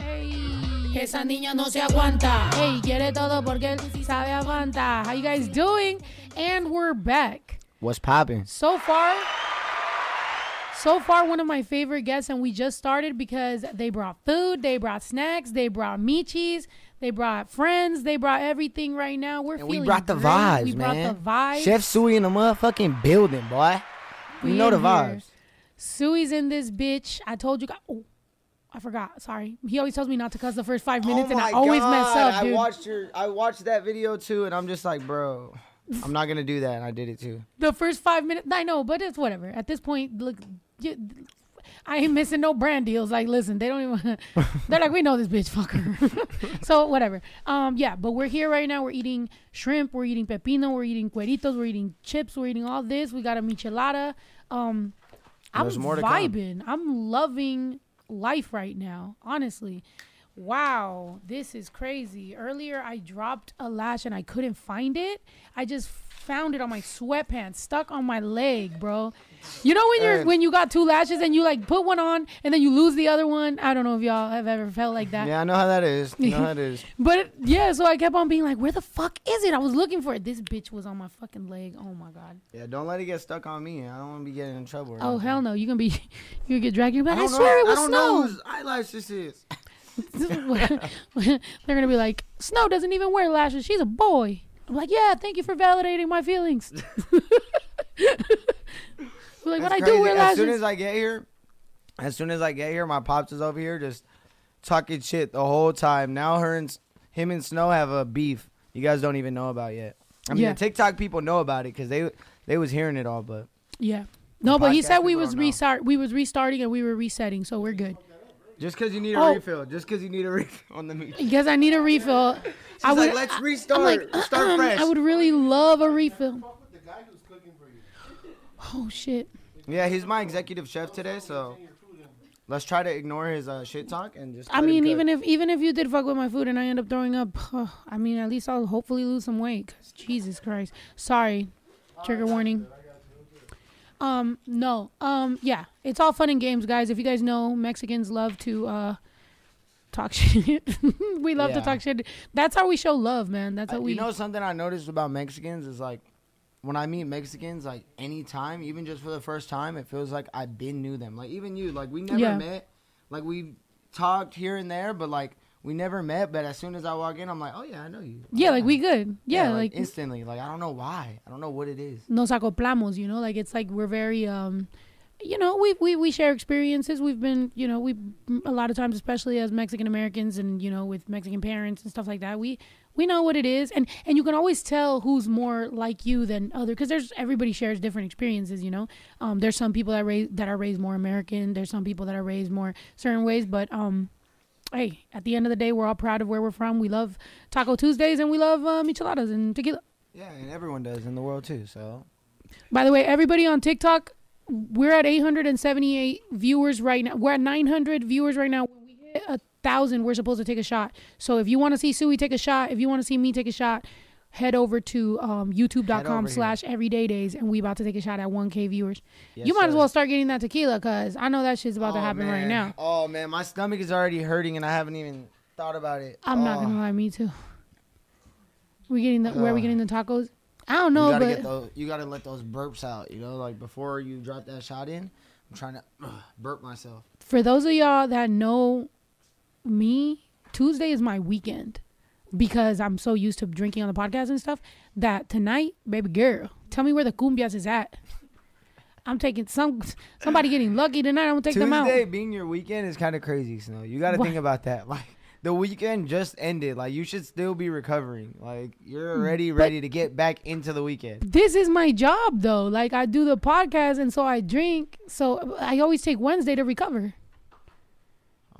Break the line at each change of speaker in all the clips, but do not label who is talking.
Ey, esa niña no se aguanta. Ey, quiere todo porque él sí sabe aguanta. How you guys doing? And we're back.
What's poppin'?
So far, so far one of my favorite guests, and we just started because they brought food, they brought snacks, they brought michis, they brought friends, they brought everything. Right now, we're
And we
feeling
brought the
great.
vibes,
We
man.
brought the vibes.
Chef Sui in the motherfucking building, boy. We
We
know the
in here.
vibes.
Suey's in this bitch. I told you. gu- Oh, I forgot. Sorry. He always tells me not to cuss the first five minutes, and I always mess up, dude.
Oh I watched your, I watched that video too, and I'm just like, bro, I'm not gonna do that, and I did it too.
the first five minutes. I know, but it's whatever. At this point, look, you, I ain't missing no brand deals. Like, listen, they don't even. They're like, we know this bitch fucker. so whatever. Um, yeah, but we're here right now. We're eating shrimp. We're eating pepino. We're eating cueritos. We're eating chips. We're eating all this. We got a michelada. Um, I'm
There's more to come.
vibing. I'm loving life right now. Honestly. Wow, this is crazy. Earlier, I dropped a lash and I couldn't find it. I just found it on my sweatpants, stuck on my leg, bro. You know when you're
Hey.
when you got two lashes and you like put one on and then you lose the other one. I don't know if y'all have ever felt like that.
Yeah, I know how that is. You know how it is.
But yeah, so I kept on being like, "Where the fuck is it?" I was looking for it. This bitch was on my fucking leg. Oh my god.
Yeah, don't let it get stuck on me. I don't want to be getting in trouble. or
Oh
nothing.
hell no. You gonna be you get dragged. You're
I
like, I,
don't
swear
know.
it was
I don't
snow.
know whose eyelash this is.
They're gonna be like, Snow doesn't even wear lashes. She's a boy. I'm like, yeah, thank you for validating my feelings. We're like, but
That's
I do
crazy.
wear
as
lashes.
soon as I get here, as soon as I get here, my pops is over here just talking shit the whole time. Now her and s- him and Snow have a beef. You guys don't even know about yet. I mean,
Yeah.
the TikTok people know about it because they they was hearing it all, but
yeah. No, but he
podcast
said we
people
was
don't know.
restart, we was restarting, and we were resetting, so we're good.
just because you need a
Oh.
refill, just because you need a refill on the meat. She's
Because I need a refill. I
like,
would-
let's
I- I'm
restart,
like,
start
"Uh-uh,
fresh.
I would really love a refill. Oh shit.
yeah, he's my executive chef today, so let's try to ignore his uh, shit talk and just.
I mean, even if even if you did fuck with my food and I end up throwing up, I mean, at least I'll hopefully lose some weight. 'cause Jesus Christ, sorry, trigger warning. Um, no, um, yeah, it's all fun and games, guys. If you guys know, Mexicans love to uh talk shit. we love to
Yeah.
talk shit. That's how we show love, man. That's
Uh,
how we.
You know something I noticed about Mexicans is like when I meet Mexicans, like anytime, even just for the first time, it feels like I've been knew them. Like even you, like we never
Yeah.
met. Like we talked here and there, but like we never met. But as soon as I walk in, I'm like, oh yeah, I know you.
yeah, like we good. Yeah, like,
instantly. Like I don't know why. I don't know what it is.
nos acoplamos, you know, like it's like we're very um you know, we we we share experiences. We've been, you know, we a lot of times especially as Mexican Americans and you know, with Mexican parents and stuff like that, we we know what it is and and you can always tell who's more like you than other cuz there's everybody shares different experiences, you know. Um there's some people that raise that are raised more American, there's some people that are raised more certain ways, but um hey, at the end of the day, we're all proud of where we're from. We love Taco Tuesdays and we love uh, micheladas and tequila.
Yeah, and everyone does in the world too. So
By the way, everybody on TikTok, we're at 878 viewers right now. We're at 900 viewers right now. When we hit a thousand, we're supposed to take a shot. So if you want to see Sui take a shot, if you want to see me take a shot, head over to um,
Head over
youtube.com
here.
slash everyday days and we about to take a shot at 1k viewers
Yes,
you might as
sir.
well start getting that tequila because i know that shit's about to
Oh,
happen right
man.
now
Oh man, my stomach is already hurting, and I haven't even thought about it.
i'm not
Oh,
gonna lie me too we getting the where are we
Ugh.
getting the tacos i don't
you
know
gotta
but
get those, you gotta let those burps out. You know, like before you drop that shot in, I'm trying to burp myself.
for those of y'all that know me, Tuesday is my weekend because I'm so used to drinking on the podcast and stuff that tonight, baby girl, tell me where the cumbias is at. I'm taking some somebody getting lucky tonight. I'm gonna take them out.
Tuesday being your weekend is kind of crazy, Snow. You gotta
Why?
think about that. Like the weekend just ended. Like you should still be recovering. Like you're
Mm,
already ready to get back into the weekend.
This is my job though. Like I do the podcast and so I drink. So I always take Wednesday to recover.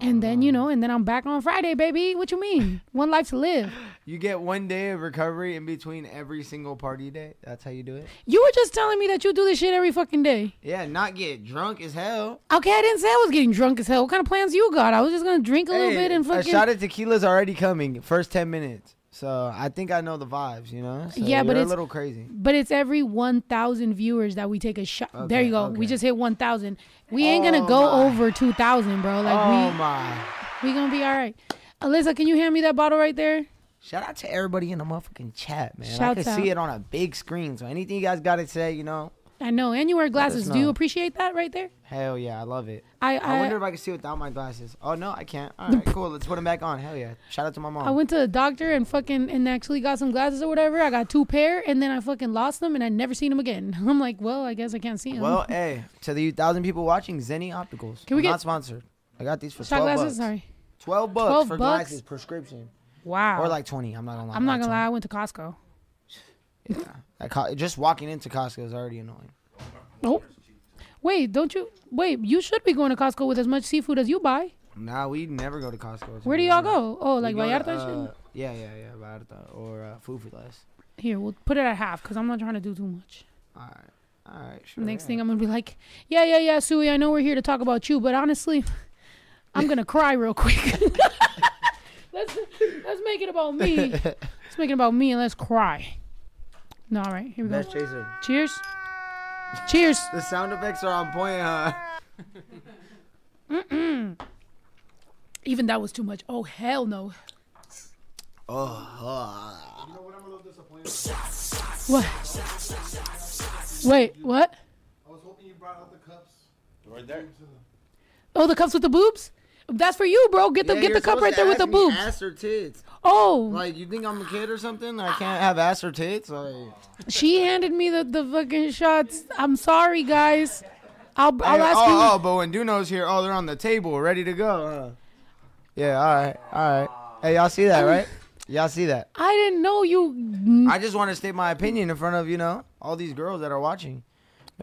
And then, you know, and then I'm back on Friday, baby. What you mean? One life to live.
You get one day of recovery in between every single party day. That's how you do it.
You were just telling me that you do this shit every fucking day.
Yeah, not get drunk as hell.
Okay, I didn't say I was getting drunk as hell. What kind of plans you got? I was just gonna drink a little
Hey,
bit and
a
fucking.
shot of tequila's already coming. First ten minutes. So I think I know the vibes. You know. So
Yeah, but
you're
it's-
a little crazy.
but it's every one thousand viewers that we take a shot. there
Okay,
you go. We
okay.
just hit one thousand. We ain't gonna
Oh
go
my.
over two thousand, bro. Like
oh
we
my.
We gonna be all right. Alyssa, can you hand me that bottle right there?
Shout out to everybody in the motherfucking chat, man. I
Shouts
can see it on a big screen. So anything you guys got to say, you know,
I know, and you wear glasses. Do
know.
you appreciate that right there?
hell yeah, I love it.
I
I,
I,
wonder if I can see without my glasses. Oh no, I can't. All right, cool. Let's put them back on. Hell yeah. Shout out to my mom.
I went to the doctor and fucking and actually got some glasses or whatever. I got two pair, and then I fucking lost them, and I never seen them again. I'm like, well, I guess I can't see them.
well, hey, to the thousand people watching, Zenny Opticals.
Can we
I'm
get-
not sponsored. I got these for
shot
twelve
glasses.
bucks.
Sorry.
Twelve bucks
12
for
bucks?
glasses prescription,
Wow.
or like twenty. I'm not gonna lie.
I'm not gonna lie. I
20.
went to Costco.
That co- just walking into Costco is already annoying.
Oh, wait, don't you? Wait, you should be going to Costco with as much seafood as you buy.
Nah, we never go to Costco.
Where do y'all go? Oh, like
We go
Vallarta
to,
and
uh,
shit.
Yeah, yeah, yeah, Vallarta or uh, Food for Less.
Here, we'll put it at half because I'm not trying to do too much.
All right, all right, sure.
Next
Oh, yeah.
thing, I'm gonna be like, yeah, yeah, yeah, Suey, I know we're here to talk about you, but honestly, I'm gonna cry real quick. let's let's make it about me. Let's make it about me and let's cry. No, all right, here we go.
Best chaser.
Cheers. Cheers.
The sound effects are on point, huh?
Even that was too much. Oh hell no.
Oh,
You know what? I'm a little disappointed.
What? Wait, what?
I was hoping you brought out the cups.
Right there.
Oh, the cups with the boobs? That's for you, bro. Get the get the cup right there with the boobs.
Ass or tits?
Oh,
Like you think I'm a kid or something? I can't have ass or tits? Like,
she handed me the, the fucking shots. I'm sorry, guys. I'll I'll
Hey,
ask
oh,
you.
oh, but when Duno's here, oh, they're on the table, ready to go. Huh? Yeah, all right, all right. Hey, y'all see that, right? Y'all see that?
I didn't know you.
I just want to state my opinion in front of you know all these girls that are watching.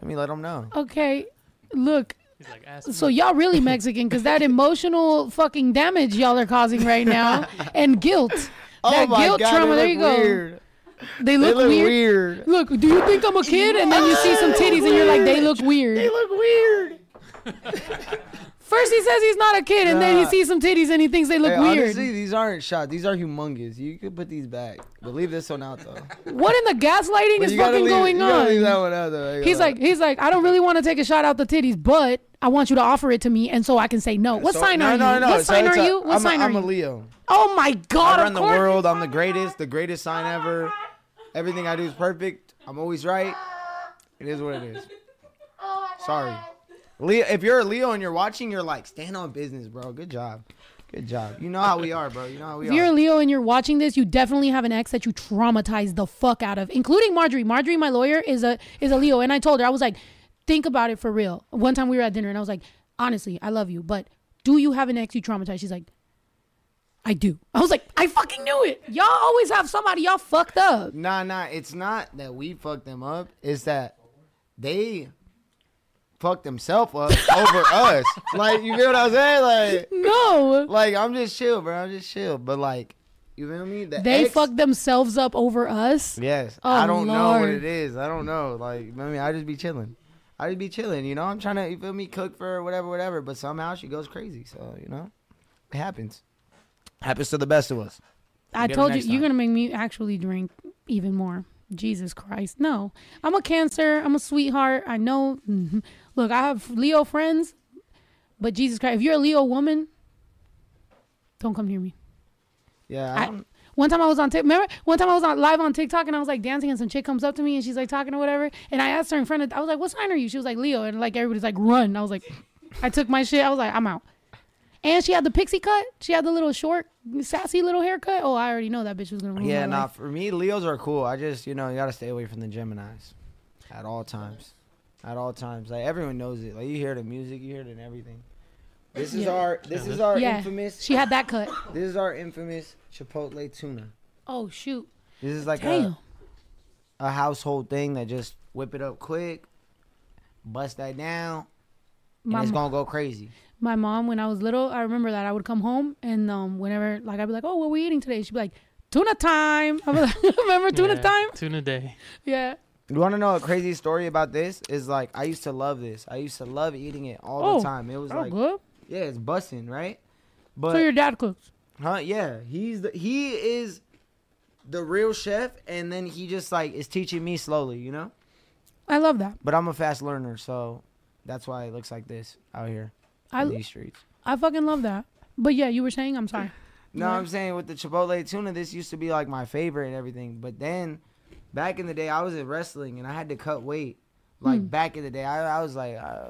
Let me let them know.
Okay, look.
He's like, ass.
So y'all really Mexican because that emotional fucking damage y'all are causing right now and guilt.
Oh
that guilt trauma. There you go. They
They
look,
look
weird.
weird.
Look, do you think I'm a kid? And then you see some titties and you're like, they look weird.
They look weird.
First he says he's not a kid, and then he
Nah.
sees some titties and he thinks they look
Hey,
weird.
Honestly, these aren't shot. These are humongous. You could put these back, but leave this one out though.
what in the gaslighting
But
is
you gotta
fucking
leave-
going
you gotta Leave that
on?
one out though.
He's like, he's like, I don't really want to take a shot out the titties, but I want you to offer it to me, and so I can say no. What
So-
sign
no,
are you?
No, no,
what
So
sign
it's
are
a-
you? What
I'm
sign
a,
are
I'm
you?
a Leo.
oh my God!
I
of
run the
course.
world. I'm the greatest. The greatest sign ever. Everything I do is perfect. I'm always right. It is what it is. Sorry. Leo, if you're a Leo and you're watching, you're like, stand on business, bro. Good job. Good job. You know how we are, bro. You know how we
If you're a
are.
Leo and you're watching this, you definitely have an ex that you traumatized the fuck out of, including Marjorie. Marjorie, my lawyer, is a is a Leo, and I told her I was like, think about it for real. One time we were at dinner, and I was like, honestly, I love you, but do you have an ex you traumatized? She's like, I do. I was like, I fucking knew it. Y'all always have somebody y'all fucked up.
Nah, nah. It's not that we fucked them up. It's that they fucked themselves up over us. Like, you feel what I'm saying? Like,
No,
like I'm just chill, bro. I'm just chill. But like, you feel me? The
they
ex-
fucked themselves up over us.
Yes.
Oh,
I don't know what
Lord.
it is. I don't know. Like, I mean, I just be chilling. I just be chilling. You know, I'm trying to, you feel me, cook for her, whatever, whatever. But somehow she goes crazy. So, you know, it happens. Happens to the best of us.
I
Get it
told you,
next
you're
time.
gonna make me actually drink even more. Jesus Christ, no! I'm a cancer. I'm a sweetheart. I know. Mhm. Look, I have Leo friends, but Jesus Christ, if you're a Leo woman, don't come near me.
Yeah. I
I,
don't,
one time I was on Tik. Remember, one time I was on live on TikTok and I was like dancing, and some chick comes up to me and she's like talking or whatever. And I asked her in front of, I was like, "What sign are you?" She was like, "Leo," and like everybody's like, "Run!" I was like, I took my shit. I was like, "I'm out." And she had the pixie cut. She had the little short, sassy little haircut. Oh, I already know that bitch was gonna. Ruin
yeah,
my
nah,
life.
for me, Leos are cool. I just, you know, you got to stay away from the Geminis at all times. At all times. Like, everyone knows it. Like, you hear the music, you hear it in everything. This is
Yeah.
our, this is our
Yeah.
infamous,
She had that cut.
this is our infamous Chipotle tuna.
Oh shoot!
This is like a,
Damn.
a household thing that just whip it up quick, bust that down, and
My,
it's
mo-
gonna go crazy.
my mom, when I was little, I remember that I would come home and um, whenever like I'd be like, "Oh, what we eating today?" She'd be like, "Tuna time." I'm like, remember tuna
Yeah,
time?
Tuna day.
Yeah.
You wanna know a crazy story about this? Is like I used to love this. I used to love eating it all
Oh.
the time. It was
Oh,
like
good.
yeah, it's busting, right?
so
But
your dad cooks.
huh, yeah, he's the he is the real chef, and then he just like is teaching me slowly, you know.
I love that.
But I'm a fast learner, so that's why it looks like this out here
I
in these streets.
I fucking love that. But yeah, you were saying. I'm sorry.
No, I'm saying with the Chipotle tuna, this used to be like my favorite and everything. But then, back in the day, I was in wrestling and I had to cut weight. Like back in the day, I, I was like, uh,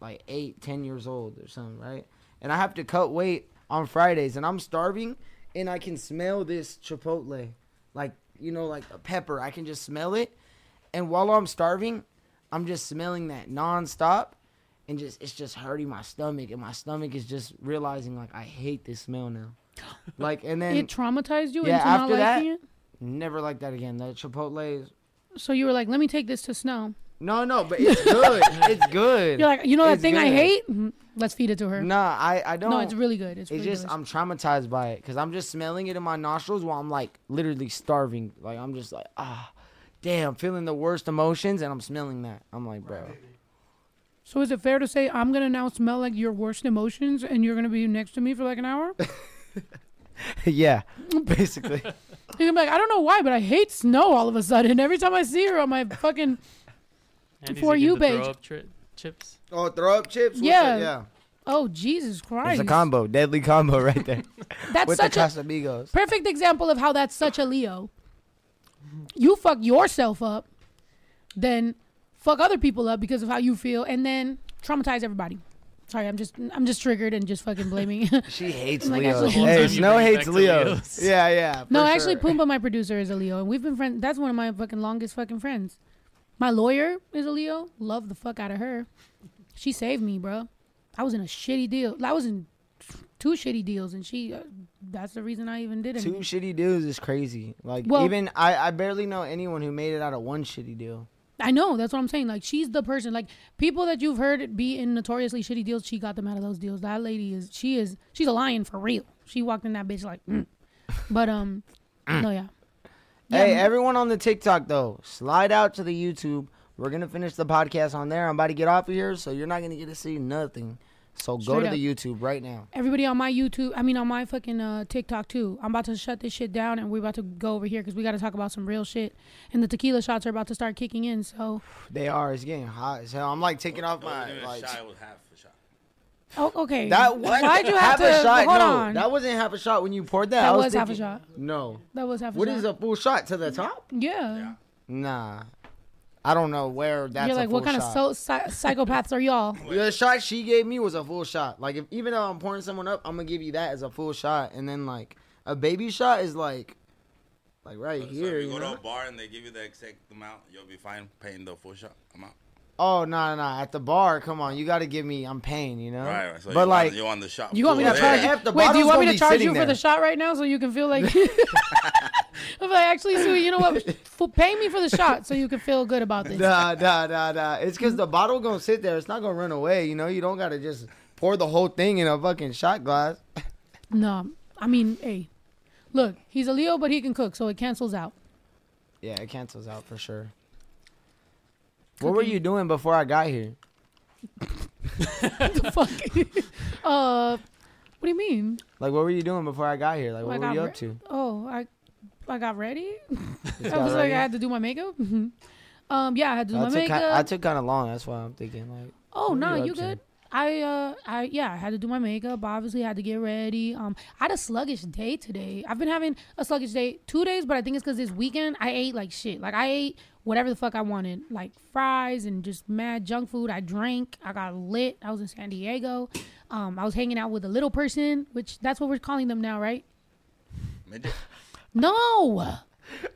like eight, ten years old or something, right? And I have to cut weight on Fridays, and I'm starving, and I can smell this Chipotle, like you know, like a pepper. I can just smell it, and while I'm starving, I'm just smelling that nonstop, and just it's just hurting my stomach, and my stomach is just realizing like I hate this smell now. Like and then
it traumatized you
Yeah,
into
after
not
that-
liking
never like that again. The Chipotle is
it. So you were like, let me take this to Snow.
no, no, but it's good. it's good.
You're like, you know that
It's
thing I
good.
hate? Mm, Let's feed it to her. No,
Nah, I I don't.
it's really good. It's,
It's
really
just
good.
I'm traumatized by it because I'm just smelling it in my nostrils while I'm like literally starving. Like I'm just like ah, damn, feeling the worst emotions and I'm smelling that. I'm like, bro, um,
So is it fair to say I'm gonna now smell like your worst emotions, and you're gonna be next to me for like an hour? You're
yeah, basically.
gonna be like, I don't know why, but I hate snow all of a sudden. Every time I see her on my fucking
Andy's
For
eating
you,
the
babe.
Throw up tri- chips.
oh, throw up chips.
What's Yeah. that? oh Jesus Christ,
It's a combo, deadly combo right there
That's
with the
such a
Casamigos.
perfect example of how that's such a Leo. You fuck yourself up, then fuck other people up because of how you feel, and then traumatize everybody. Sorry, I'm just I'm just triggered and just fucking blaming.
She hates
Like,
Leo.
actually-
Whole time
Hey,
you
Snow
bring it
hates
back to
Leo.
Leos.
Yeah, yeah.
no,
for
actually,
sure.
Pumbaa, my producer, is a Leo, and we've been friends. That's one of my fucking longest fucking friends. My lawyer is a Leo. Love the fuck out of her. She saved me, bro. I was in a shitty deal. I was in two shitty deals, and she. Uh, that's the reason I even did it.
Two shitty deals is crazy. Like
Well-
even I, I barely know anyone who made it out of one shitty deal.
I know. That's what I'm saying. Like she's the person. Like people that you've heard be in notoriously shitty deals, she got them out of those deals. That lady is. She is. She's a lion for real. She walked in that bitch like. Mm. But um, no, yeah. Yeah,
Hey,
m-
everyone on the TikTok though, slide out to the YouTube. We're gonna finish the podcast on there. I'm about to get off of here, so you're not gonna get to see nothing. So go
Straight
to the YouTube right now.
Everybody on my YouTube, I mean on my fucking uh, TikTok too. I'm about to shut this shit down, and we're about to go over here because we got to talk about some real shit. And the tequila shots are about to start kicking in. So,
They are. It's getting hot as hell. I'm like taking off my like
shy with half a shot.
oh, okay.
that. What?
Why'd you have
half a
to
shot?
hold
no,
on? That,
that wasn't half a shot when you poured that.
That
I was,
was half a
thinking-
shot.
No.
was half. A
What
shot.
is a full shot to the top?
Yeah.
Yeah.
Nah. I don't know where that's.
You're
a
like, what
full
kind
shot.
of so- psy- psychopaths are y'all?
The shot she gave me was a full shot. Like if even though I'm pouring someone up, I'm gonna give you that as a full shot, and then like a baby shot is like, like right
so if
here.
you
You
go
know?
to a bar and they give you the exact amount, you'll be fine paying the full shot amount.
Oh no, no, no! At the bar, come on, you gotta give me. I'm paying, you know.
Right, right. So
but
you
like,
want, you want the shot.
You want me
full
to
Yeah,
there.
charge?
if the
Wait, do
bottle's
you want me
gonna
to
be
charge
sitting
you for
there.
the shot right now so you can feel like? I'm like, actually, Sue, you know what? F- pay me for the shot so you can feel good about this.
da da da da. It's because the bottle gonna sit there. It's not gonna run away. You know, you don't gotta just pour the whole thing in a fucking shot glass.
No, I mean, hey, look, he's a Leo, but he can cook, so it cancels out.
Yeah, it cancels out for sure. What were you doing before I got here?
the fuck? uh, what do you mean?
Like, what were you doing before I got here? Like, what
I
were
got
you
re-
up to?
Oh, I, I got ready.
Just
I
got
was like,
ready?
I had to do my makeup. Mhm. um, yeah, I had to do
I
my
took,
makeup.
Kind, I took kind of long. That's why I'm thinking like.
Oh
What
no,
are you
you
up to?
good? I uh I yeah, I had to do my makeup. Obviously, had to get ready. Um, I had a sluggish day today. I've been having a sluggish day two days, but I think it's because this weekend I ate like shit. Like I ate whatever the fuck I wanted, like fries and just mad junk food. I drank. I got lit. I was in San Diego. Um, I was hanging out with a little person, which that's what we're calling them now, right?
Midget.
No,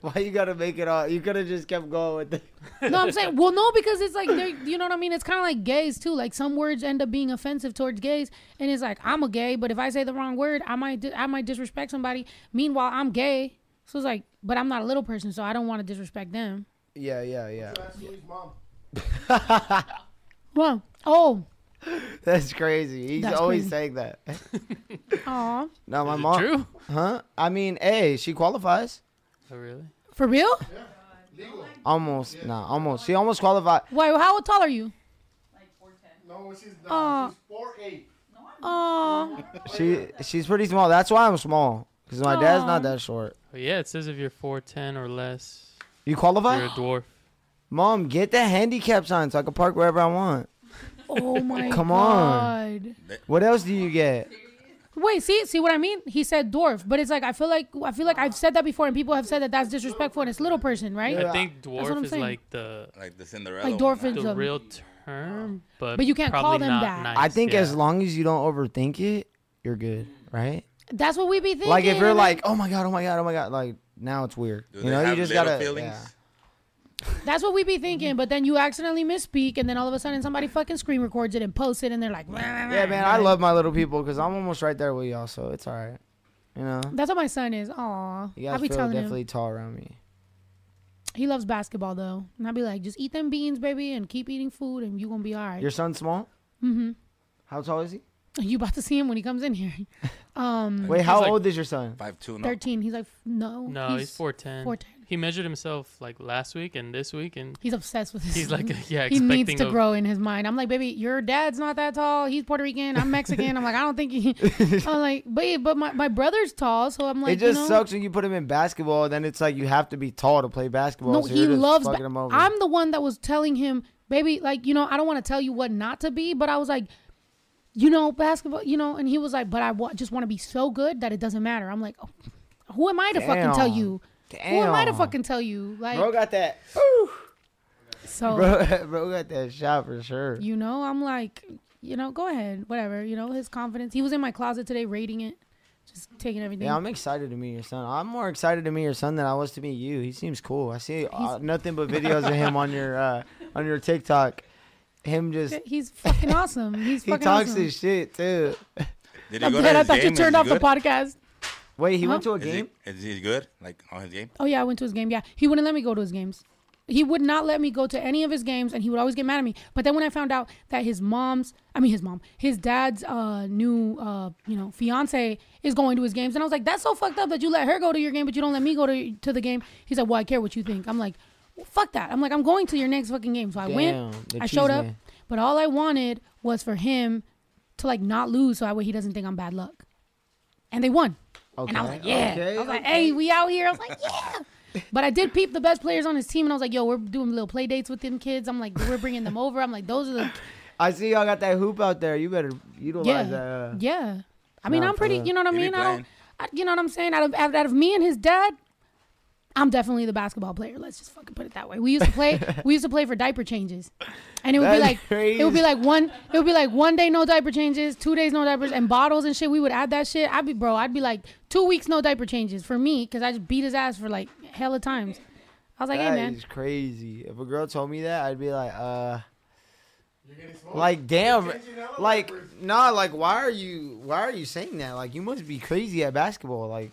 Why you gotta make it all? You could have just kept going with it.
no, I'm saying well, no, because it's like they're- you know what I mean. It's kind of like gays too. Like some words end up being offensive towards gays, and it's like I'm a gay, but if I say the wrong word, I might di- I might disrespect somebody. Meanwhile, I'm gay, so it's like, but I'm not a little person, so I don't want to disrespect them.
Yeah, yeah, yeah.
So that's Sue's mom.
Well, oh,
That's crazy. He's
That's
always
crazy.
saying that.
aw,
No, my
Is it
mom.
True?
Huh? I mean, hey, she qualifies.
Oh, really?
for real?
Legal.
Almost. Nah, almost. She almost qualified.
Why? How tall are you?
No, she's not.
Aw.
She's four eight.
Aw,
She she's pretty small. That's why I'm small. Cause my dad's not
Aw.
that short.
Oh, yeah, it says if you're 4'10 or less,
You qualify?
you're a dwarf.
Mom, get the handicap sign so I can park wherever I want.
oh my
Come on.
god.
What else do you get?
Wait, see, see what I mean? He said dwarf, but it's like I feel like I feel like I've said that before, and people have said that that's disrespectful, and it's little person, right?
Yeah.
I think
what I'm
dwarf is
saying.
like the
Like the Cinderella.
Like
one,
dwarf is
huh?
the
a-
real term, but
But you can't call
probably
them
not
that.
nice,
I think
yeah.
as long as you don't overthink it, you're good, right?
That's what we be thinking.
Like if you're
and
like, oh my god, oh my god, oh my god, like now it's weird.
Do
you know,
they
you
have
just
little
gotta.
feelings?
yeah.
that's what we be thinking, but then you accidentally misspeak, and then all of a sudden somebody fucking screen records it and posts it, and they're like,
Yeah, man, I love my little people because I'm almost right there with y'all, so it's all right. You know,
That's what my son is. Aw,
you
I'll
guys
be
feel
telling
definitely
him
tall around me.
he loves basketball though, and I'll be like, just eat them beans, baby, and keep eating food, and you gonna be all right.
Your son's small.
Mhm.
How tall is he?
You about to see him when he comes in here. Um,
Wait, how
like-
old is your son?
Five two. No.
thirteen. He's like, no,
No, he's, 410.
4'10.
He measured himself like last week and this week, and
He's obsessed with his.
he's like, yeah,
he
expecting
needs to
a-
grow in his mind. I'm like, baby, your dad's not that tall. He's Puerto Rican. I'm Mexican. I'm like, I don't think he. I'm like, but but my, my brother's tall, so I'm like,
it just
you know,
sucks when you put him in basketball. Then it's like you have to be tall to play basketball.
No,
so
he
you're just
loves.
fucking
ba-
him over.
I'm the one that was telling him, baby, like you know, I don't want to tell you what not to be, but I was like, you know, basketball, you know, and he was like, but I wa- just want to be so good that it doesn't matter. I'm like, oh, who am I to fucking tell
Damn.
you? Who am I to
Damn.
fucking Oh. tell you? Like,
Bro got that.
so
Bro, bro got that shot for sure.
you know, I'm like, you know, go ahead, whatever. You know, his confidence. He was in my closet today, rating it, just taking everything.
Yeah, I'm excited to meet your son. I'm more excited to meet your son than I was to meet you. He seems cool. I see uh, nothing but videos of him on your uh, on your TikTok. Him just
He's fucking awesome. He's
he
fucking
talks
awesome.
his shit too.
Did he
I'm
go
glad
to
I
his
thought
game?
you
Is
turned
he
off the
good?
podcast.
Wait, he
Huh?
went to a
Is
game.
he, is he good? Like on his game?
Oh yeah, I went to his game. Yeah, he wouldn't let me go to his games. He would not let me go to any of his games, and he would always get mad at me. But then when I found out that his mom's, I mean his mom, his dad's uh, new, uh, you know, fiance is going to his games, and I was like, that's so fucked up that you let her go to your game, but you don't let me go to to the game. He's like, well, I care what you think. I'm like, well, fuck that. I'm like, I'm going to your next fucking game. So I went,
the
I showed
cheese
up,
man.
but all I wanted was for him to like not lose, so that way he doesn't think I'm bad luck. And they won.
Okay.
And I was like, yeah.
Okay,
I was like,
okay.
hey, we out here. I was like, yeah. But I did peep the best players on his team, and I was like, yo, we're doing little play dates with them kids. I'm like, we're bringing them over. I'm like, those are the
I see y'all got that hoop out there. You better utilize
yeah,
that. uh,
yeah. I mean,
Nah,
I'm
for
pretty.
real.
You know what I
He be
mean? I
playing.
don't. I, you know what I'm saying? Out of out out of me and his dad, I'm definitely the basketball player. Let's just fucking put it that way. We used to play. we used to play for diaper changes, and it would be
That's
like it would
crazy.
be like one it would be like one day no diaper changes, two days no diapers, and bottles and shit. We would add that shit. I'd be bro. I'd be like two weeks no diaper changes for me because I just beat his ass for like hella times. I was like, hey
That
man,
is crazy. If a girl told me that, I'd be like, uh,
You're getting smoked.
like damn,
You're changing hella
like
diapers.
nah, like why are you, why are you saying that? Like you must be crazy at basketball, like,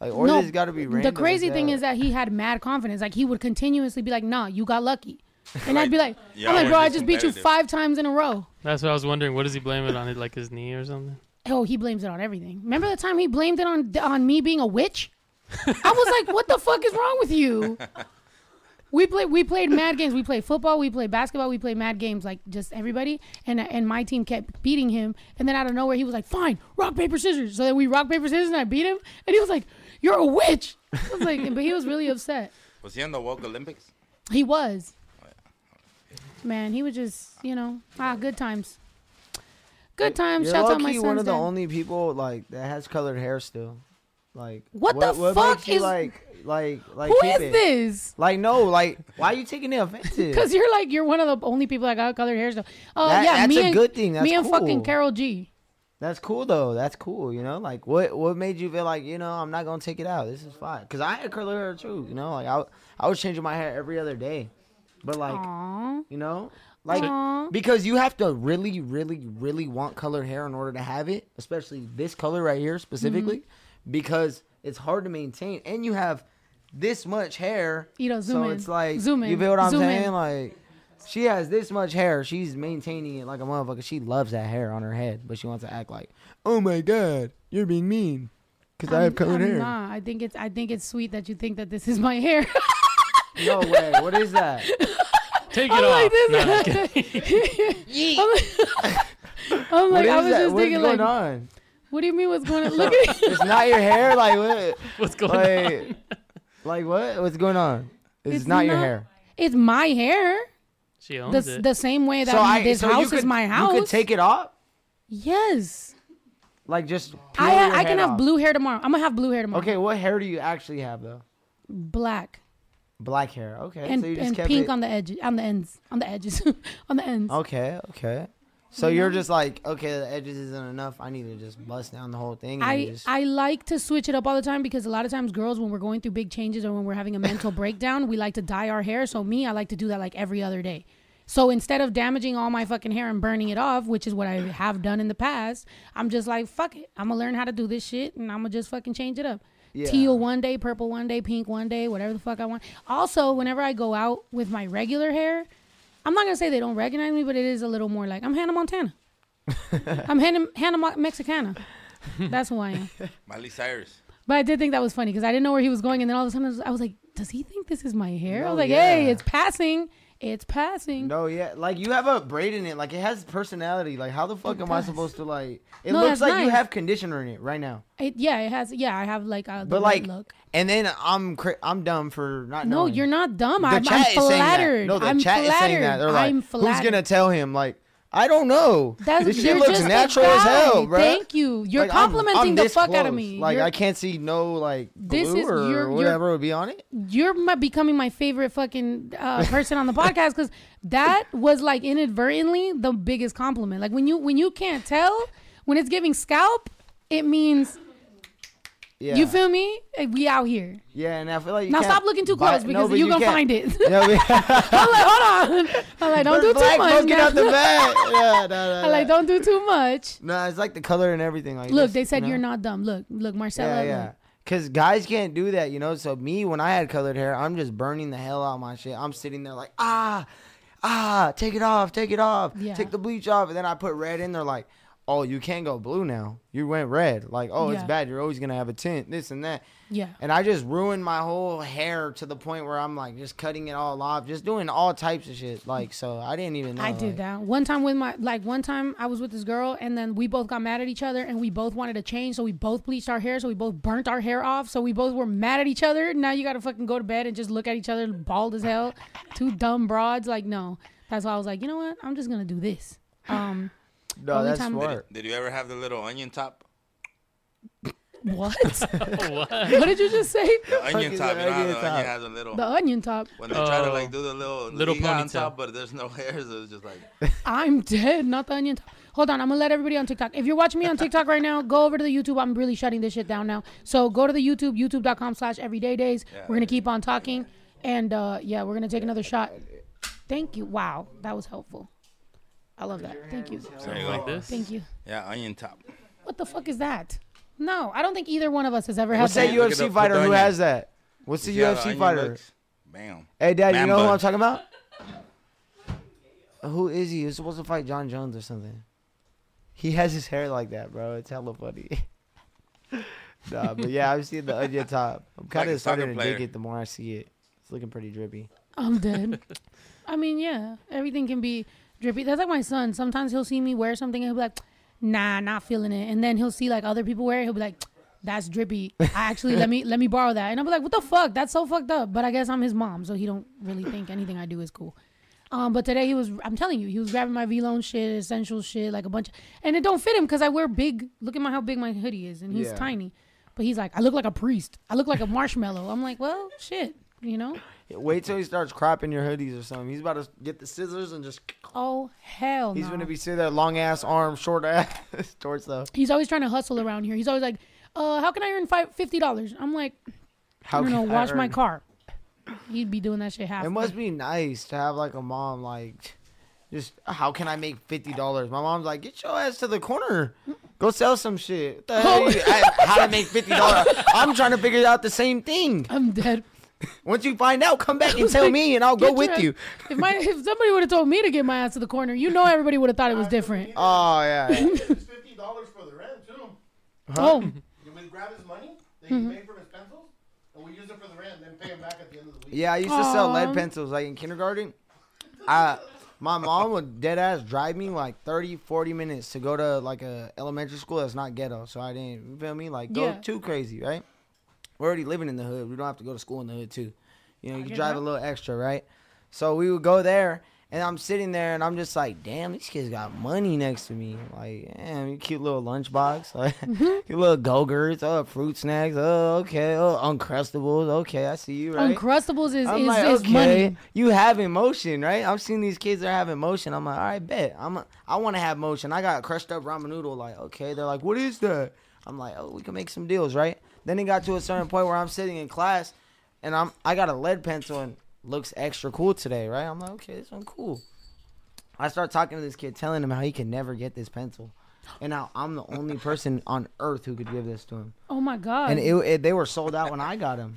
like or
No,
this got to be random.
the crazy
as
thing
hell.
is that he had mad confidence. Like he would continuously be like, nah, you got lucky, and I'd be like,
Yeah,
I'm like,
we're
bro, I
just
just beat you
competitive."
five times in a row.
That's what I was wondering. What does he blame it on? It like his knee or something?
Oh, he blames it on everything. Remember the time he blamed it on on me being a witch? I was like, what the fuck is wrong with you? We played we played mad games. We played football. We played basketball. We played mad games like just everybody. And and my team kept beating him. And then out of nowhere, he was like, "Fine, rock paper scissors." So then we rock paper scissors, and I beat him. And he was like, "You're a witch." I was like, but he was really upset.
Was he on the World Olympics?
He was. Man, he was just you know ah good times. Good times.
You're
Shouts out
lucky
my son's
one of the
dad.
only people like that has colored hair still. Like
What the
makes
fuck
you,
is-
like like like
Who
keep
is
it?
this?
Like no, like why are you taking it offensive?
Because you're like you're one of the only people that got colored hair. So, uh,
That-
yeah,
that's
me
a
and,
good thing. That's
me and fucking
cool.
Carol G.
That's cool though. That's cool. You know, like what what made you feel like you know I'm not gonna take it out. This is fine. Cause I had curly hair too. You know, like I w- I was changing my hair every other day, but like
Aww.
you know, like
Aw.
because you have to really really really want colored hair in order to have it, especially this color right here specifically, because it's hard to maintain and you have this much hair.
Ito, zoom
so
in.
it's like
Zoom in.
you feel what I'm
Zoom in.
saying? Like. She has this much hair. She's maintaining it like a motherfucker. She loves that hair on her head, but she wants to act like, "Oh my god, you're being mean," because I have colored hair.
Nah, I think it's I think it's sweet that you think that this is my hair.
No way. What is that?
Take
I'm
it
like
off.
this.
No, I'm kidding.
I'm like, I'm
What
like
is
I was
that?
just
What is
thinking
going
like,
on?
what do you mean? What's going on? Look at it.
It's not your hair. Like what?
What's going on?
Like, like what? What's going on? It's,
It's
not, your
not-
hair.
It's my hair.
She
The,
owns it.
the same way that
so I.
this
so you
house
could,
is my house.
You could take it off.
yes.
Like just peel
I
your
I
head
can have
off.
blue hair tomorrow. I'm gonna have blue hair tomorrow.
Okay, what hair do you actually have though?
Black
Black hair. Okay,
and,
so you just
and
kept
pink
it.
on the edge, on the ends, on the edges, on the ends.
Okay, okay. So you're just like, okay, the edges isn't enough. I need to just bust down the whole thing. And
I,
just,
I like to switch it up all the time because a lot of times girls when we're going through big changes or when we're having a mental breakdown we like to dye our hair so me I like to do that like every other day so instead of damaging all my fucking hair and burning it off which is what I have done in the past I'm just like fuck it I'm gonna learn how to do this shit and I'm gonna just fucking change it up
Yeah.
teal one day purple one day pink one day whatever the fuck I want also whenever I go out with my regular hair I'm not gonna say they don't recognize me but it is a little more like I'm Hannah Montana I'm Hannah, Hannah Mo- Mexicana that's who I am.
Miley Cyrus.
But I did think that was funny because I didn't know where he was going, and then all of a sudden I was, I was like, "Does he think this is my hair?" I
No,
was like,
yeah.
"Hey, it's passing, it's passing."
no, yeah, like you have a braid in it. Like it has personality. Like how the fuck am I
does.
supposed to like? It
No, that's
looks like you
nice.
have conditioner in it right now.
It, yeah, it has. Yeah, I have like a
But like,
look.
and then I'm cra- I'm dumb for not
No,
knowing.
you're not dumb.
The
I'm,
chat
I'm
is saying that.
flattered.
No, the
I'm
chat
flattered.
is saying that. They're like,
I'm flattered.
who's gonna tell him? Like, I don't know.
That's,
this shit
you're
looks
just a
natural as hell,
guy.
bro.
Thank you. You're
Like, I'm-
complimenting
I'm
the
this
fuck out of
close.
me.
Like
you're,
I can't see no like glue
This is-
or
you're- you're-
whatever would be on it.
you're my, becoming my favorite fucking uh, person on the podcast because that was like inadvertently the biggest compliment. Like when you when you can't tell when it's giving scalp, it means
Yeah.
you feel me. Like, we out here.
Yeah, and I feel like you
Now
can't
stop looking too
buy-
close
no,
because
but
you, gonna
can't-
find it.
Yeah, but-
I'm like, hold on. I'm like, don't
But
do
black
too much.
Smoking
now.
out the bag. Yeah, no, no,
I'm like,
no.
don't do too much.
No, it's like the color and everything. Like
Look,
this,
they said
you
you're
know?
not dumb. Look, look, Marcella. look.
Yeah, yeah. Cause guys can't do that, you know. So me, when I had colored hair, I'm just burning the hell out of my shit. I'm sitting there like, ah, ah, take it off, take it off,
Yeah.
take the bleach off, and then I put red in. They're like, oh, you can't go blue now. You went red. Like, oh, it's
Yeah.
bad. You're always gonna have a tint. This and that.
yeah.
And I just ruined my whole hair to the point where I'm like just cutting it all off, just doing all types of shit. Like, so I didn't even know.
I did
like-
that one time with my like one time I was with this girl and then we both got mad at each other and we both wanted to change so we both bleached our hair so we both burnt our hair off so we both were mad at each other now you gotta fucking go to bed and just look at each other bald as hell two dumb broads like no that's why I was like you know what I'm just gonna do this um
No,
Only
that's
time-
smart.
Did you ever have the little onion top?
what what did you just say
The onion
is
top.
an
You know how
onion
the onion
top?
has a little.
the onion top
when they try to
Oh.
like do the little
Little
liga on
ponytail.
top, but there's no hairs. It's just like
I'm dead not the onion top Hold on, I'm gonna let everybody on TikTok. If you're watching me on TikTok right now, go over to the YouTube. I'm really shutting this shit down now. So go to the YouTube, youtube.com slash everyday days. We're gonna keep on talking. And uh, yeah, we're gonna take another shot. Thank you. Wow, that was helpful. I love that. Thank you.
there you go.
like this.
Thank you.
Yeah, onion top.
What the fuck is that? No, I don't think either one of us has ever had
What's that
that.
you- Look at
UFC
the-
fighter
the
who
onion.
has that? What's the
See how the
UFC
onion
fighter?
looks? Bam.
Hey, Dad, you
Man
know who
bun.
I'm talking about? Who is he? He's supposed to fight John Jones or something. He has his hair like that, bro. It's hella funny. nah, but yeah, I've seen the onion top. I'm kind
Like
of
a
starting to
soccer
dig
player.
it the more I see it. It's looking pretty drippy.
I'm dead. I mean, yeah, everything can be drippy. That's like my son. Sometimes he'll see me wear something and he'll be like, "Nah, not feeling it." And then he'll see like other people wear it. He'll be like, "That's drippy." I actually let me let me borrow that. And I'll be like, "What the fuck? That's so fucked up." But I guess I'm his mom, so he don't really think anything I do is cool. Um, but today he was, I'm telling you, he was grabbing my V Loan shit, essential shit, like a bunch, of, and it don't fit him because I wear big. Look at my how big my hoodie is, and he's
Yeah.
tiny. But he's like, I look like a priest. I look like a marshmallow. I'm like, well, shit, you know.
Wait till he starts cropping your hoodies or something. He's about to get the scissors and just.
Oh hell
He's
no.
gonna be sitting there, long ass arm, short ass torso.
He's always trying to hustle around here. He's always like, uh, how can I earn five, $50? I'm like,
How
I'm gonna
can I
wash my
earn-
car. He'd be doing that shit half.
It must be nice to have like a mom like just how can I make fifty dollars? My mom's like, get your ass to the corner. Go sell some shit. What the hell you- I- how to make fifty dollars. I'm trying to figure out the same thing.
I'm dead.
Once you find out, come back and tell me and I'll
Get
go
your
with
ass-
you.
If my if somebody would have told me to get my ass to the corner, you know everybody would have thought it was different.
Oh yeah.
It's fifty dollars for the rent too.
Oh,
You would grab his money that
Mm-hmm.
he made from his pencils, and we use it for the rent, then pay him back at the end of the week.
Yeah, I used to sell lead
Aw.
pencils like in kindergarten. I my mom would dead ass drive me like 30, 40 minutes to go to like a elementary school that's not ghetto. So I didn't you feel me? Like go
Yeah.
too crazy, right? We're already living in the hood. We don't have to go to school in the hood too. You know, you
get
drive
that.
a little extra, right? So we would go there And I'm sitting there and I'm just like, damn, these kids got money next to me. Like, damn, you cute little lunchbox. Like,
Mm-hmm.
cute little go-gurts. Oh, fruit snacks. Oh, okay. Oh, Uncrustables. Okay, I see you, right?
Uncrustables is,
I'm
is,
like,
is
okay,
money.
you have emotion, right? I'm seeing these kids that have emotion. I'm like, all right, bet. I'm a, I want to have motion. I got crushed up ramen noodle. Like, okay. They're like, what is that? I'm like, oh, we can make some deals, right? Then it got to a certain point where I'm sitting in class, and I'm I got a lead pencil and looks extra cool today, right? I'm like, okay, this one cool. I start talking to this kid, telling him how he can never get this pencil, and now I'm the only person on earth who could give this to him
Oh my god.
and it, it, they were sold out when I got them.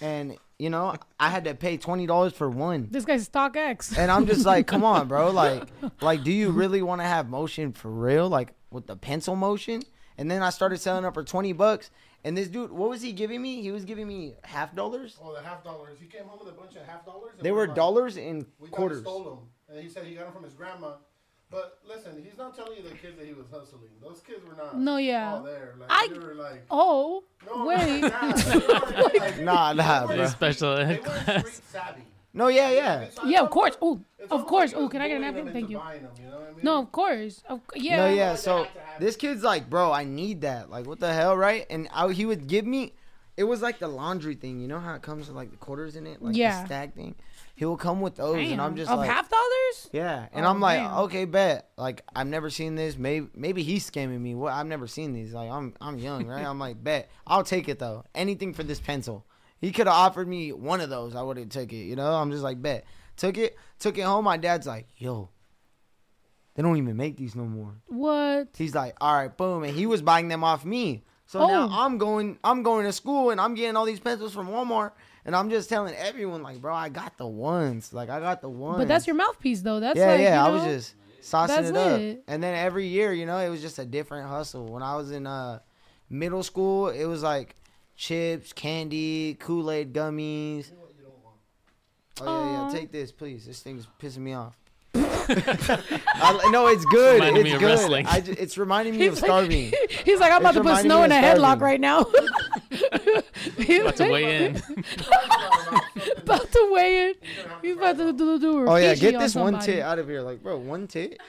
And you know, I had to pay twenty dollars for one.
this guy's stock X.
And I'm just like, come on, bro. Like, like, do you really want to have motion for real? Like with the pencil motion? And then I started selling up for twenty bucks. And this dude, what was he giving me? He was giving me half dollars.
Oh, the half dollars. He came home with a bunch of half dollars. and
They
we
were
like-
dollars and
We thought he
quarters.
stole them, and he said he got them from his grandma. But listen, he's not telling you the kids that he was hustling. Those kids were not.
No, yeah.
All there. Like,
I-
they were like.
oh
No,
wait.
nah, they weren't, like,
Nah, nah,
they
bro.
weren't
Special
street-
ed
They weren't street savvy.
No, yeah, yeah.
It's-
yeah, of course. Oh,
it's
of
almost
course.
like he
Oh,
was
can I get an
bullying them
napkin? Thank
into
you.
buying them, you know what I mean?
No, of course. Of, yeah.
No, yeah.
like,
So
that had to happen.
this kid's like, bro, I need that. Like, what the hell, right? And I, he would give me. It was like the laundry thing. You know how it comes with like the quarters in it, like
Yeah.
the stack thing. He will come with those, and I'm
Damn.
just
of
like,
half dollars.
yeah. And
Oh,
I'm like,
damn.
okay, bet. Like I've never seen this. Maybe maybe he's scamming me. Well, I've never seen these. Like I'm I'm young, right? I'm like, bet. I'll take it though. Anything for this pencil. He could have offered me one of those. I would have took it. You know. I'm just like, bet. Took it. Took it home. My dad's like, yo. They don't even make these no more.
What?
He's like, all right, boom, and he was buying them off me. So now
Oh.
I'm going, I'm going to school, and I'm getting all these pencils from Walmart, and I'm just telling everyone, like, bro, I got the ones, like, I got the ones.
But that's your mouthpiece though. That's
yeah,
like,
yeah.
You know,
I was just saucing
That's
it up,
lit.
and then every year, you know, it was just a different hustle. When I was in uh, middle school, it was like chips, candy, Kool Aid gummies. Oh yeah,
Aw.
yeah. Take this, please. This thing's pissing me off. I, no, it's good.
Reminded me
it's
of
good.
wrestling.
I ju- it's reminding me
He's
of
like-
starving.
He's like, I'm about
It's
to put
reminding
snow
me
in a
of
headlock
starving.
right now. He's
About to weigh in.
About to weigh in. He's about to do, do a
oh yeah,
Rikishi
get
on
this one
somebody.
tit out of here, like bro, one tit.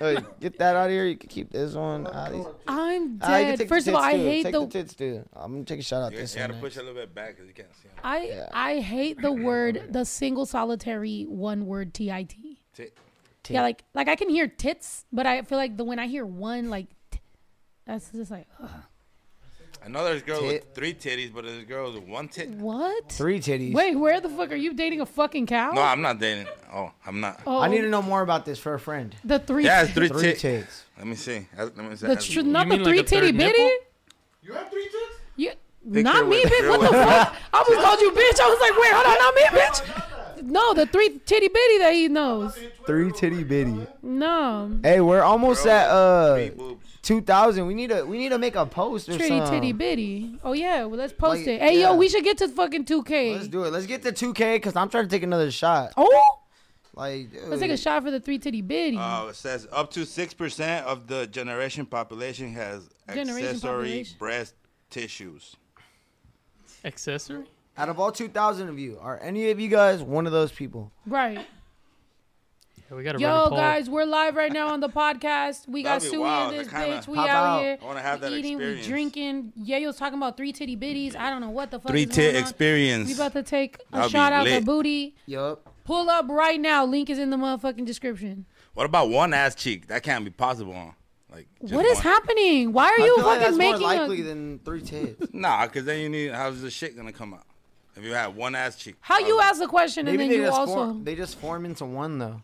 Like, get that out of here. You can keep this one. Ah, these-
I'm
ah, you can
dead.
take the
First of all,
tits,
I
too.
hate
take
the
tits too. I'm gonna take a shot out
You,
this
you
one.
gotta
next.
push a little bit back because you can't see him.
I
Yeah.
I hate the word the single solitary one word T I T.
Tit.
Tit.
Yeah, like like I can hear tits, but I feel like the when I hear one like t- that's just like ugh,
I know there's girls
Tit.
with three titties, but there's girls with one tit.
what?
Three titties.
Wait, where the fuck are you dating a fucking cow?
No, I'm not dating. Oh, I'm not.
oh,
I need to know more about this for a friend.
the three.
Yeah, it's three,
Three
tit.
tits.
Let me see. I- Let me see.
The tr- not the
mean like
three
a
titty
third
bitty.
nipple?
You have three tits?
You,
Think
not
you're
me,
with-
bitch.
you're
What the
with-
fuck? I almost called you bitch. I was like, wait, hold on, not me, bitch. No, the three titty bitty that he knows.
Three titty bitty.
No,
Hey, we're almost at uh
Three boobs.
2000. We need to we need to make a post or
titty
something.
titty bitty. Oh yeah, well let's post
Like,
it. Hey
yeah.
yo, we should get to fucking two
Let's
K.
do it. Let's get to 2K because I'm trying to take another shot.
Oh,
Like, dude.
let's take a shot for the three titty bitty.
Uh, it says up to six percent of the generation population has
Generation
accessory
population.
breast tissues.
Accessory?
Out of all 2,000 of you, are any of you guys one of those people?
right.
Yeah, we gotta run a
Yo,
poll.
guys, we're live right now on the podcast. We got
That'd be
Suey
wild.
in this
That kinda-
bitch. We
How
out,
about-
here.
I wanna have
we
that
eating,
experience.
we drinking. Yayo's talking about three titty bitties. I don't know what the fuck.
Three
is
tit
going on. We
experience.
about to take a
That'd be
shot out the
lit.
booty.
Yup.
Pull up right now. Link is in the motherfucking description.
What about one ass cheek? That can't be possible. Like just
what is
one.
happening? Why are you fucking
that's
making
more likely
a,
than three tits.
Nah, because then you need. How's the shit gonna come out? If you had one ass cheek.
How you ask the question
um, Maybe
and
they
then you
just
also
form, they just form into one though,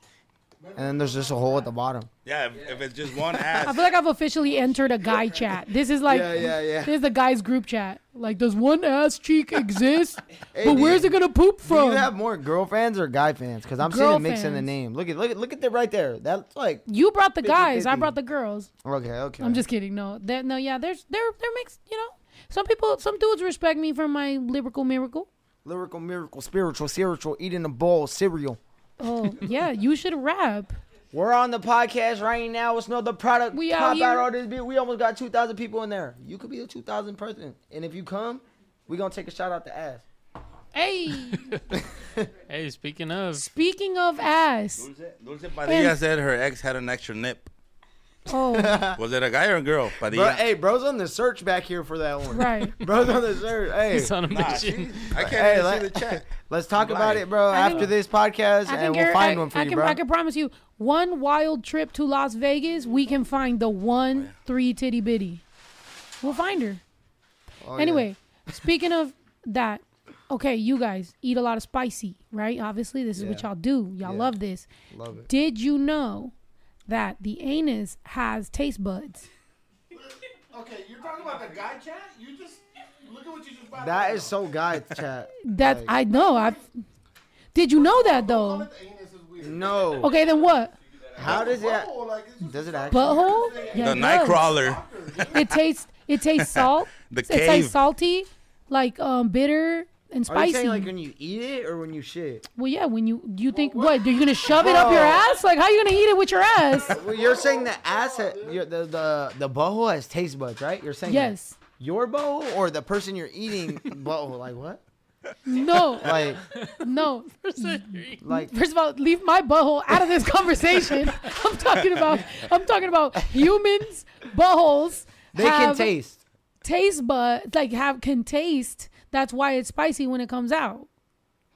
and then there's just a hole at the bottom.
Yeah, if, if it's just one
I
ass.
feel like I've officially entered a guy chat. This is like
Yeah, yeah, yeah.
this is the guys group chat. Like does one ass cheek exist?
do
but where's
you-
it gonna poop
Do
from?
you have more girl fans or guy fans? Because I'm seeing
Girl
a mix in the
fans.
name. Look at look at look at that right there. That's like
You brought the guys. I
50-50.
brought the girls.
okay, okay.
I'm just kidding. No, that no, yeah. There's they're they're mixed. You know, some people, some dudes respect me for my lyrical miracle.
lyrical, miracle, spiritual, spiritual, eating a bowl of cereal.
Oh yeah, you should rap.
We're on the podcast right now. It's no the product.
We out
Pop
here.
out all this beat. We almost got two thousand people in there. You could be the two thousand person, and if you come, we gonna take a shot out the ass.
Hey,
Hey, speaking of,
speaking of ass.
Dulce, Dulce Padilla said her ex had an extra nip.
Oh,
Was it a guy or a girl? Padilla.
Bro, hey, bro's on the search back here for that one.
right.
Bro's on the search. Hey,
he's on a
Nah, Ah, she-
mission.
I can't
Hey,
even
let-
see the chat.
let's talk about
Right.
it, bro.
I
after
think-
this podcast,
I
and
can,
we'll
guar-
find
I,
one for
I
you,
can,
bro.
I can promise you, one wild trip to Las Vegas, we can find the one three titty bitty. We'll find her.
Oh, yeah.
anyway, speaking of that, okay, you guys eat a lot of spicy, right? Obviously, this is what
Yeah.
y'all do. Y'all
Yeah.
love this.
love it.
Did you know that the anus has taste buds?
Okay, you're talking about the guy chat? You just look at what you just bought.
That is so guy chat.
That
Like-
I know. I did you know that though?
The anus is weird.
No.
Okay, then what?
How does it?
Oh, like, it's just
Does it actually?
Butthole? Yeah,
The
it
night
does.
crawler.
It tastes. It tastes salt.
The
It's like
cave.
salty, like um bitter and
Are
spicy.
you saying like when you eat it or when you shit?
well, yeah. When you you think what? Are you gonna shove it up your ass? Like how you gonna eat it with your ass?
Well, you're saying the ass, ha- your, the the the butthole has taste buds, right? You're saying that.
yes.
your butthole or the person you're eating butthole? Like what?
No.
Like
No.
like
First of all, leave my butthole out of this conversation. I'm talking about. I'm talking about humans buttholes.
they can
have
taste.
taste buds like have can taste. That's why it's spicy when it comes out.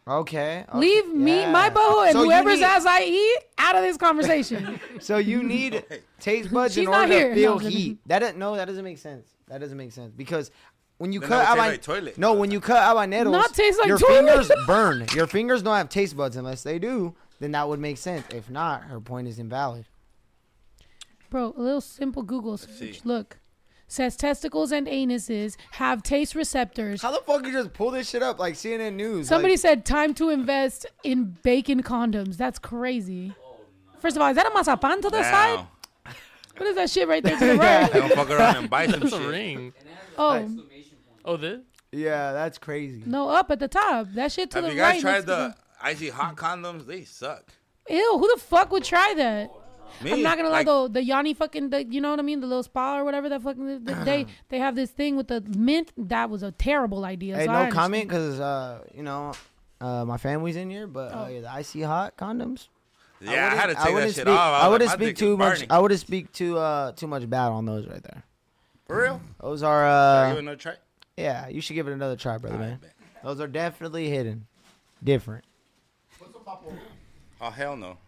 Okay. okay,
Leave me, my
yeah.
butthole, and
So you
whoever's
need-
ass I eat out of this conversation.
So you need taste buds
She's
in
not
order
here.
to feel
No, I'm
heat. That doesn't, no, that doesn't make sense. That doesn't make sense because when you
Then
cut
I would say
haban-
like toilet.
no, when you cut habaneros,
Not taste like
your
toilet.
fingers burn. Your fingers don't have taste buds unless they do. Then that would make sense. If not, her point is invalid.
Bro, a little simple Google search. Look. Says testicles and anuses have taste receptors.
How the fuck you just pull this shit up like CNN News?
Somebody said time to invest in bacon condoms. That's crazy. First of all, is that a mazapan to the side?
Wow.
What is that shit right there to the
They
right?
don't fuck around and buy some
That's a
shit.
ring.
Oh,
Oh, this?
yeah, that's crazy.
no, up at the top. That shit to
Have
the
you guys
right.
tried
next to
the icy hot condoms? They suck.
the- Ew, who the fuck would try that?
Me,
I'm not gonna
like,
lie though, the Yanni fucking, the, you know what I mean, the little spa or whatever that fucking the, they they have this thing with the mint. That was a terrible idea.
Hey,
so I
no
understand.
comment because uh, you know uh, my family's in here, but uh, yeah, the icy hot condoms.
Yeah, I, had
wouldn't-
to take that
wouldn't
shit
speak-
off.
I
was
wouldn't
like, my
speak
dick is
too much.
burning.
I wouldn't speak too uh too much bad on those right there.
For real?
Those are
Should I give it
uh
another try?
yeah. You should give it another try, brother man.
bet.
Those are definitely hidden, different.
Oh hell no.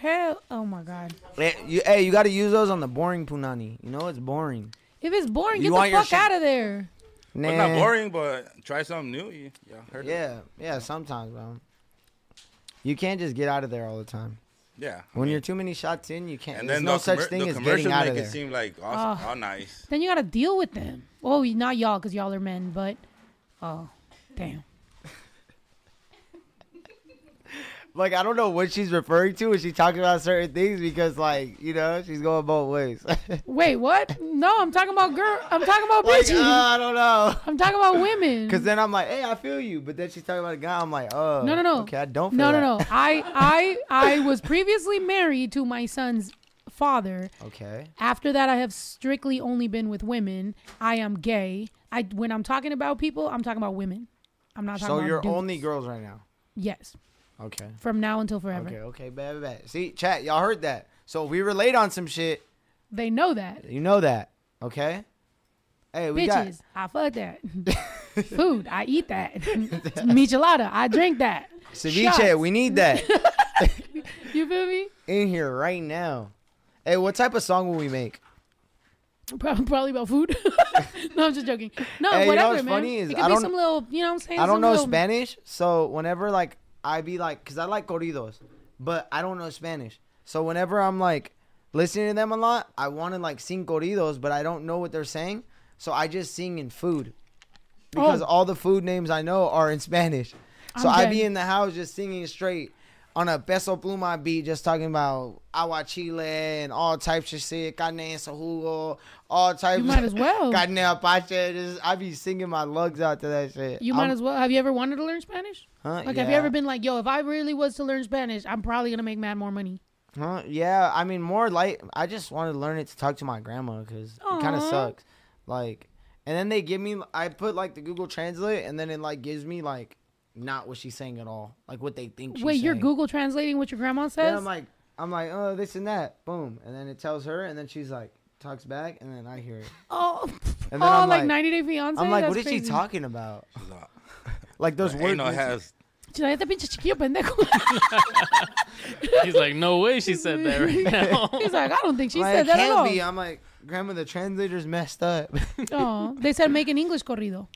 Hell, oh my god.
Eh, you- hey, you got to use those on the boring punani. You know it's boring.
If it's boring,
You
get the
want your
fuck
shit-
out of there.
Nah.
But not boring, but try something new. You, y'all heard it?
Yeah, yeah. Sometimes, bro. You can't just get out of there all the time.
Yeah. I
When
mean,
you're too many shots in, you can't.
and
There's
then
no
the
such
commer-
thing
the
as getting
commercial
out of
make
there.
it seem like all,
Ah.
all nice.
Then you gotta deal with them. Oh, y- not y'all, cause y'all are men, but oh, damn.
like I don't know what she's referring to when she talking about certain things because like you know she's going both ways.
Wait, what? No, I'm talking about girl. I'm talking about
like
bitches.
uh, I don't know.
I'm talking about women.
Cause then I'm like, hey, I feel you, but then she's talking about a guy. I'm like, oh,
no, no, no.
Okay, I don't. Feel
No, no,
that.
no. I, I, I was previously married to my son's father.
Okay.
After that, I have strictly only been with women. I am gay. I when I'm talking about people, I'm talking about women. I'm not talking
So
about
you're
dudes.
only girls right now.
Yes,
Okay.
from now until forever.
Okay. Okay. Bad. Bad. See, chat. Y'all heard that. So if we relate on some shit.
They know that.
You know that. Okay. Hey, we got.
Bitches, I fuck that. Food, I eat that. Michelada, I drink that.
Ceviche,
Shots.
we need that
You feel me?
in here right now. Hey, what type of song will we make?
Prob- Probably about food. no, I'm just joking. No,
Hey, you know
whatever,
what's
man.
funny is
it could
I
be
don't-
some little, you know what I'm saying?
I don't
Some
know
little-
Spanish, so whenever like I be like, cause I like corridos, but I don't know Spanish. So whenever I'm like listening to them a lot, I want to like sing corridos, but I don't know what they're saying, so I just sing in food, because
Oh.
all the food names I know are in Spanish. So
I'm
I be
dead.
in the house just singing straight on a peso pluma beat, just talking about agua chile and all types of shit, carne en su jugo, all types.
might as well.
carne apache. Just, I be singing my lugs out to that shit.
You might
I'm-
as well. Have you ever wanted to learn Spanish?
Huh?
Like, have you
Yeah.
ever been like, yo, if I really was to learn Spanish, I'm probably going to make mad more money.
Huh? Yeah, I mean, more like I just wanted to learn it to talk to my grandma because it kind of
Aw.
sucks. Like, and then they give me, I put like the Google Translate, and then it like gives me like not what she's saying at all. Like what they think. She's
Wait, you're
saying.
Google translating what your grandma says?
Yeah, I'm like, I'm like, oh, this and that, boom, and then it tells her, and then she's like, talks back, and then I hear it,
oh,
and then
oh,
I'm
like,
like,
90 Day Fiance.
I'm like,
That's
what is she
crazy.
talking about?
Like,
Like those
ain't
words.
no has.
She's like, "Este pinche chiquillo pendejo."
He's like, no way she said that right now.
He's like, I don't think she
Like,
said
it
that at
can't
all.
be. uh, I'm like, grandma, the translator's messed up.
Oh, they said make an English corrido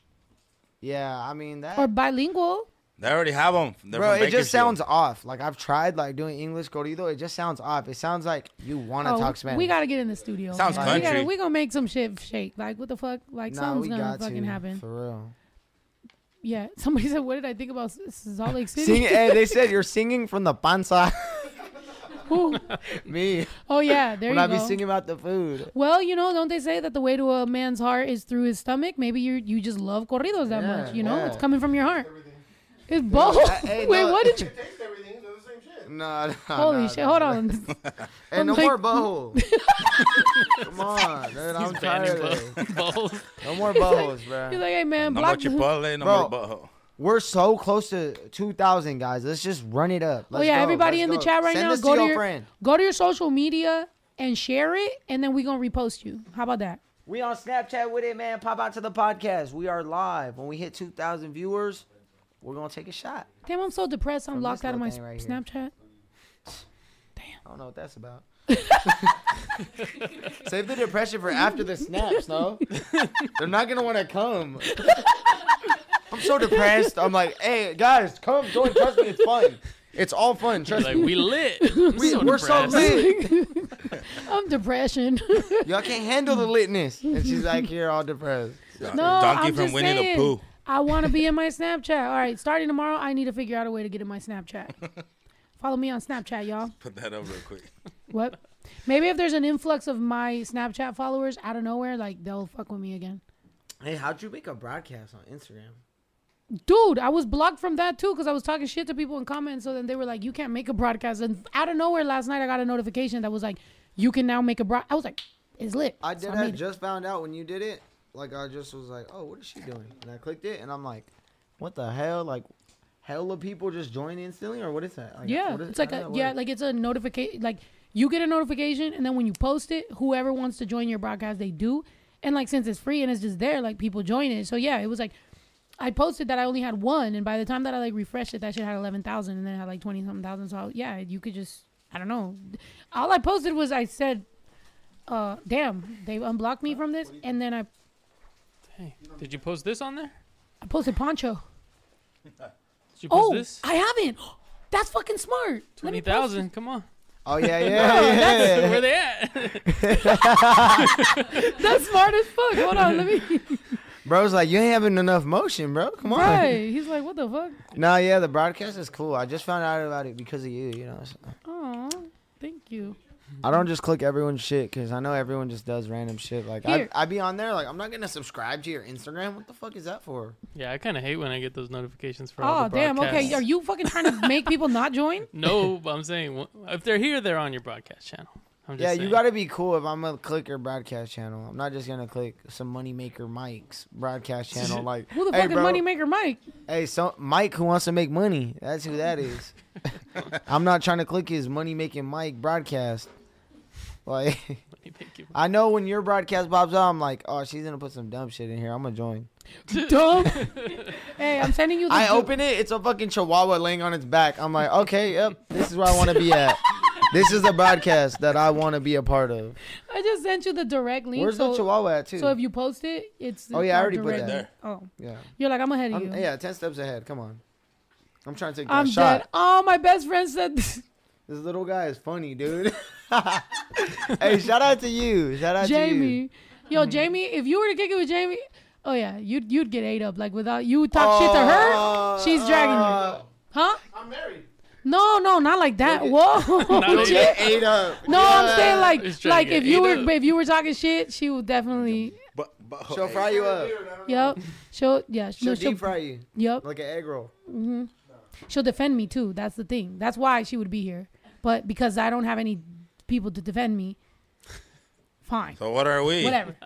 yeah, I mean that.
or bilingual.
They already have them.
Bro, it just sounds off. Like I've tried like doing English corrido. It just sounds off. It sounds like you want to
Oh,
talk Spanish.
we gotta get in the studio.
Sounds
man. we gotta,
country.
we gonna make some shit shake. Like what the fuck? Like
nah,
something's
we
gonna
got
fucking
to,
happen.
for real.
Yeah. Somebody said, "What did I think about S- Salt Lake City?"
Sing, hey, they said you're singing from the panza.
Ooh.
Me,
oh yeah, there
when
you
I
go.
be singing about the food.
well, you know, don't they say that the way to a man's heart is through his stomach? Maybe you you just love corridos that
Yeah,
much. You know,
yeah.
it's coming from your heart.
Everything.
It's both.
I- hey,
Wait,
no.
what did you?
It tastes everything. They're the same shit.
No, no
Holy
no,
shit!
no.
Hold on.
Hey, no
I'm like-
more butthole. Come on, dude. I'm
He's
tired. of
banning
it.
bo- bowls.
No more buttholes, bro.
He's like, "Hey man,
No more
block."
Chipotle, no
Bro.
more butthole.
We're so close to 2,000 guys. Let's just run it up.
Oh
Let's
yeah,
go,
everybody
let's
in the
go.
chat right
Send
now,
this
go
to
to,
your
your
friend.
go to your social media and share it, and then we gonna repost you. How about that?
We on Snapchat with it, man. Pop out to the podcast. We are live. When we hit 2,000 viewers, we're gonna take a shot.
Damn, I'm so depressed. I'm
From
locked
this
out of my
little
s-
thing right
Snapchat.
I don't know what that's about. Save the depression for after the snaps, no? They're not gonna wanna come. I'm so depressed. I'm like, hey guys, come join. Trust me, it's fun. It's all fun. Trust
Like
me.
we lit. I'm
We,
so
we're so
depressed.
lit.
I'm depression.
Y'all can't handle the litness. And she's like, here, all depressed.
No,
I'm just saying. I want to be in my Snapchat. All right, starting tomorrow, I need to figure out a way to get in my Snapchat. Follow me on Snapchat, y'all.
Put that up real quick.
What? Maybe if there's an influx of my Snapchat followers out of nowhere, like they'll fuck with me again.
Hey, how'd you make a broadcast on Instagram?
Dude, I was blocked from that too because I was talking shit to people in comments. So then they were like, "You can't make a broadcast." And out of nowhere, last night I got a notification that was like, "You can now make a broad." I was like, "It's lit."
I
So
did. I
made it.
just found out when you did it. Like I just was like, oh, what is she doing? And I clicked it, and I'm like, what the hell? Like, hell of people just join instantly, or what is that? Like,
yeah,
what is-
it's like
how did
a
that
yeah,
work?
like it's a notification. Like you get a notification, and then when you post it, whoever wants to join your broadcast, they do. And like since it's free and it's just there, like people join it. So yeah, it was like I posted that I only had one, and by the time that I like refreshed it, that shit had eleven thousand, and then it had like twenty something thousand. So I, yeah, you could just I don't know. All I posted was I said, uh, "Damn, they unblocked me from this," and then I,
Hey, did you post this on there?
I posted Poncho.
Did you post
Oh,
this?
I haven't. That's fucking smart. Let me
Twenty
post
thousand. Come on.
Oh yeah, yeah, yeah.
Where they at?
That's smart as fuck. Hold on, let me.
Bro's like, you ain't having enough motion, bro. Come on.
Right. He's like, what the fuck?
No, yeah, the broadcast is cool. I just found out about it because of you. You know, so-
Oh, thank you.
I don't just click everyone's shit because I know everyone just does random shit. Like, I
Here.
I be on there like, I'm not gonna subscribe to your Instagram. What the fuck is that for?
yeah, I kind of hate when I get those notifications for all
Oh,
the
damn. Okay.
broadcasts.
Are you fucking trying to make people not join?
No, but I'm saying wha- if they're here, they're on your broadcast channel. I'm just
Yeah,
saying.
you gotta be cool if I'm gonna click your broadcast channel. I'm not just gonna click some moneymaker Mike's broadcast channel. Like
Who the
hey,
fucking
bro,
moneymaker Mike?
Hey, so Mike who wants to make money. That's who that is. I'm not trying to click his money making Mike broadcast. Like
Let me pick you up.
I know when your broadcast bobs out, I'm like, oh, she's gonna put some dumb shit in here. I'm gonna join.
Dumb. hey, I'm sending you the.
I
du-
open it, it's a fucking chihuahua laying on its back. I'm like, okay, yep, this is where I want to be at. This is the broadcast that I want to be a part of.
I just sent you the direct link.
Where's
so,
the chihuahua at too?
So if you post it, it's.
Oh, yeah, I
uh,
already put
direct
that.
link. Oh,
yeah.
you're like I'm ahead of
I'm,
you.
yeah, ten steps ahead. Come on. I'm trying to take that
I'm
shot.
dead. Oh, my best friend said. this.
This little guy is funny, dude. hey, shout out to you. Shout out to you.
Jamie. Yo, Jamie, if you were to kick it with Jamie, oh yeah, you'd you'd get ate up like without you talk shit to her,
Oh,
she's dragging you,
uh,
huh?
I'm married.
No, no, not like that. Whoa,
Not
Jamie.
shit.
ate up.
No, I'm saying
He's
like
trying to
like
get
if you
ate
were
up.
if you were talking shit, she would definitely
But, but
She'll fry you up.
Dude, I don't know.
yep. She'll yeah she'll,
She'll
she'll
deep fry you
yep
like an egg roll.
she'll defend me too. That's the thing. That's why she would be here, but because I don't have any people to defend me, fine,
So what are we?
whatever.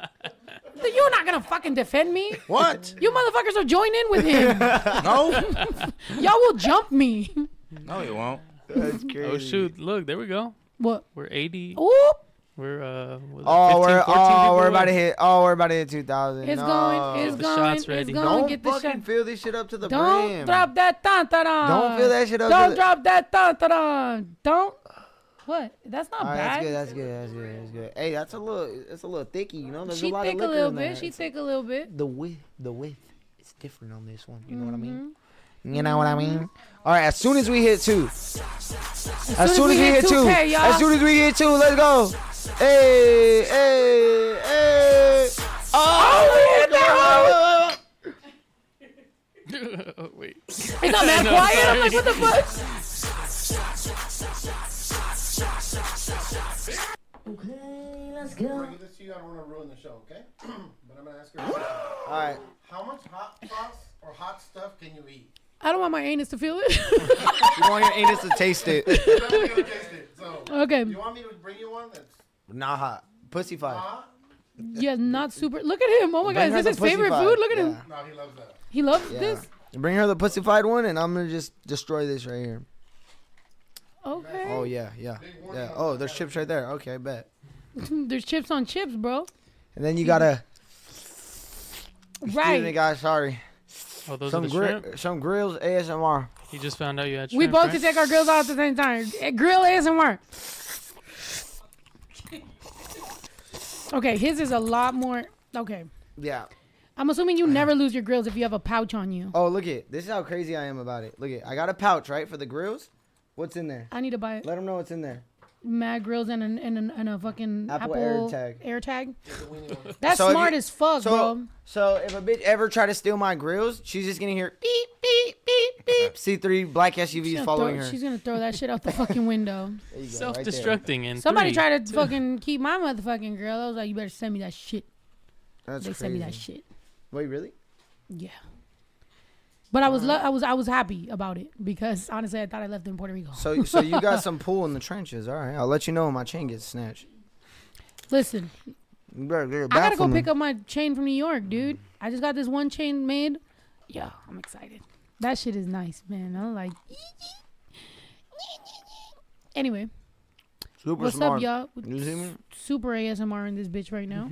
You're not gonna fucking defend me.
What?
You motherfuckers will join in with him.
No,
Y'all will jump me.
no, you won't.
That's crazy.
Oh shoot! Look, there we go.
What?
We're 80.
Oop.
We're uh. what is it,
Oh,
15,
we're
14
oh
people
we're about
left?
to hit. Oh, we're about to hit two thousand.
It's
no.
going. It's
The
going.
shot's
It's
ready.
going.
Don't
Get the
fucking
shot.
fill this shit up to the
Don't
brim.
drop that dun dun dun.
Don't feel that shit up to
Don't
the-
drop that dun dun dun. Don't. What? That's not
All right,
bad.
that's good. That's good. That's good. That's good. Hey, that's a little. It's a little thicky. You know, there's
she
a lot
thick
of
a
liquor
little
in
bit.
there.
She thick a little bit.
the width. The width. It's different on this one. You know what I mean? You know what I mean? All right. As soon Mm-hmm. as we hit two. As soon as we hit two.
2K, y'all.
As soon as we hit two. Let's go. Hey, hey, hey. Oh, we hit that one.
Oh, Wait.
It's not mad
No,
quiet. I'm
sorry.
like, what the fuck?
Before I give this to you, I don't want to ruin the show, okay? but I'm gonna ask her.
All right.
How much hot sauce or hot stuff can you eat?
I don't want my anus to feel it.
You want your anus to taste it?
I'm gonna taste it. So,
okay.
you want me to bring you one that's
Not hot. Pussy fight.
hot?
Yeah, not super. Look at him. Oh my
Bring
God,
her
is
the
this his favorite
pussy
food?
vibe.
Look at him.
Yeah.
No, he loves that.
He loves
Yeah.
this.
Bring her the pussy fight one, and I'm gonna just destroy this right here.
Okay.
Oh yeah, yeah, yeah. Oh, there's chips right there. Okay, bet.
There's chips on chips, bro.
And then you gotta. Excuse me,
Right.
guys. Sorry.
Oh, those
Some
are the shrimp.
grill, some grills ASMR.
You just found out you had shrimp.
We both
right?
can take our grills out at the same time. Eh, Grill ASMR. Okay, his is a lot more. Okay.
Yeah.
I'm assuming you never lose your grills if you have a pouch on you.
Oh, look it. This is how crazy I am about it. Look it. I got a pouch right for the grills. What's in there?
I need to buy
Let them know what's in there.
mad grills and an, and, an, and a fucking
Apple
Apple,
AirTag.
AirTag.
Get the weenie one.
That's
So if
smart
you-
as fuck,
so,
bro.
so if a bitch ever try to steal my grills, she's just gonna hear beep beep beep beep. C three black
She's
SUVs
gonna,
following
throw,
her.
she's gonna throw that shit out the fucking window.
There you go, right there.
Self-destructing and
Somebody
three.
tried to fucking keep my motherfucking grill. I was like, you better send me that shit.
That's
they
crazy.
sent me that shit.
Wait, really?
Yeah. But I was lo- I was I was happy about it because honestly I thought I left it in Puerto Rico.
So so you got some pool in the trenches. All right, I'll let you know when my chain gets snatched.
Listen,
You better get it
I
back
gotta go
from
pick
me.
up my chain from New York, dude. I just got this one chain made. Yeah, I'm excited. That shit is nice, man. I'm like. Anyway,
Super
what's
smart.
up, y'all?
You see me?
Super ASMR in this bitch right now.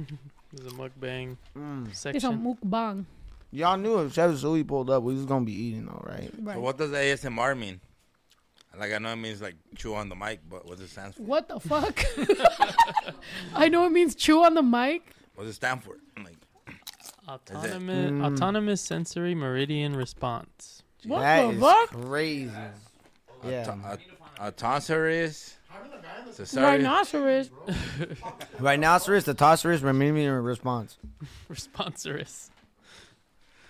There's a mukbang
Mm.
It's a
section.
mukbang.
Y'all knew if Chef Zooey pulled up, we was gonna be eating though, right?
Right.
So what does ASMR mean? Like I know it means like chew on the mic, but what does it stand for?
What the fuck? I know it means chew on the mic.
What does it stand for? Like
autonomous,
Mm.
autonomous sensory meridian response.
What
That
the
is
fuck?
crazy. Yeah.
a, a tonsurus, a
Rhinoceros.
Rhinoceros, the tosserus, remember me in response.
Responsorous.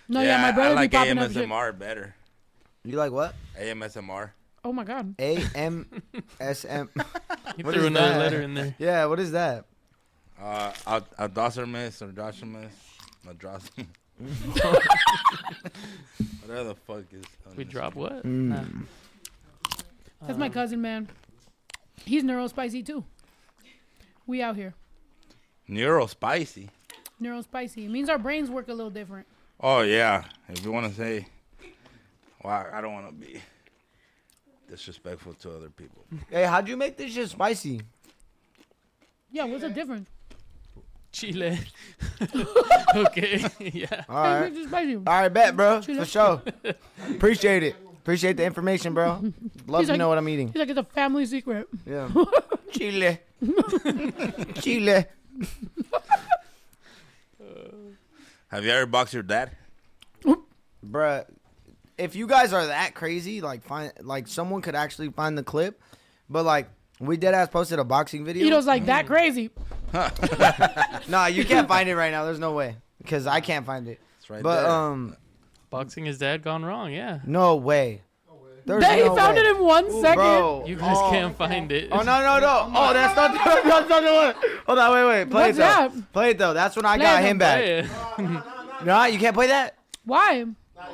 No, yeah, my brother
I like
be popping up. shit.
AMSMR better.
You like what?
AMSMR.
Oh my god.
A M S M.
He
What
threw
is
another
that?
letter in there.
Yeah, what is that?
Uh, a, a dosermus or doshermus, a dros. Whatever the fuck is.
We drop what?
Mm.
Uh, Nah.
That's
Uh.
my cousin, man. He's neuro spicy too. We out here.
Neuro spicy.
Neuro spicy. It means our brains work a little different.
Oh yeah, if you want to say, well, I don't want to be disrespectful to other people.
Hey, how'd you make this shit spicy?
Yeah, what's the difference?
Chile. okay. yeah.
All right.
It's just spicy.
All right, bet, bro.
Chile.
For sure. Appreciate it. Appreciate the information, bro. Love
He's
to
like-
know what I'm eating.
He's like, it's a family secret.
Yeah. Chile. Chile.
Have you ever boxed your dad?
Bruh, if you guys are that crazy, like find like someone could actually find the clip, but like we dead ass posted a boxing video.
Ito's like, that crazy.
nah, you can't find it right now. There's no way because I can't find it.
It's right
But
there.
um,
Boxing his dad gone wrong. Yeah.
no way. There's
That, he
no
found
way.
it in one second.
Bro,
You guys
oh.
can't find it.
Oh no no no! Oh that's not the, that's not the one. Hold on, wait wait. Play
What's
it though.
that?
Play it though. That's when I
Play
got
it,
him
don't
back.
Yeah.
No, you can't play that.
Why?
Nah, yeah,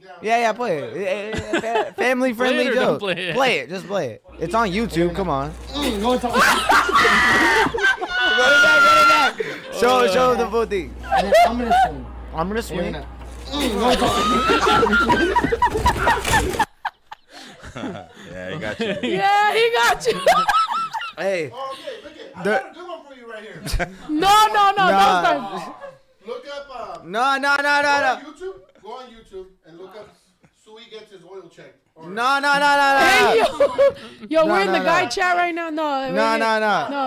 yeah.
Yeah yeah, play it. Eh, eh, eh, fa- Family friendly
it or don't
joke.
play it?
play it. Just play it. It's on YouTube. Come on.
Mm, no, it's all-
Run it back, run it back. Show, show the full thing.
I'm gonna swing.
I'm gonna swing.
gonna-
Yeah, I got you. dude.
Yeah, he got you.
Hey,
Oh, Okay, look at. I
The-
got a good one for you right here.
no, no, no,
Nah.
no. Start.
Look up. Um,
no, no, no,
go
no,
on YouTube. Go on YouTube and look up. Sui gets his oil checked. Or
no, no, no, no,
Hey,
no,
yo, yo
No,
we're in
no,
the
no.
guy chat right now. No,
no,
we're-
no, no,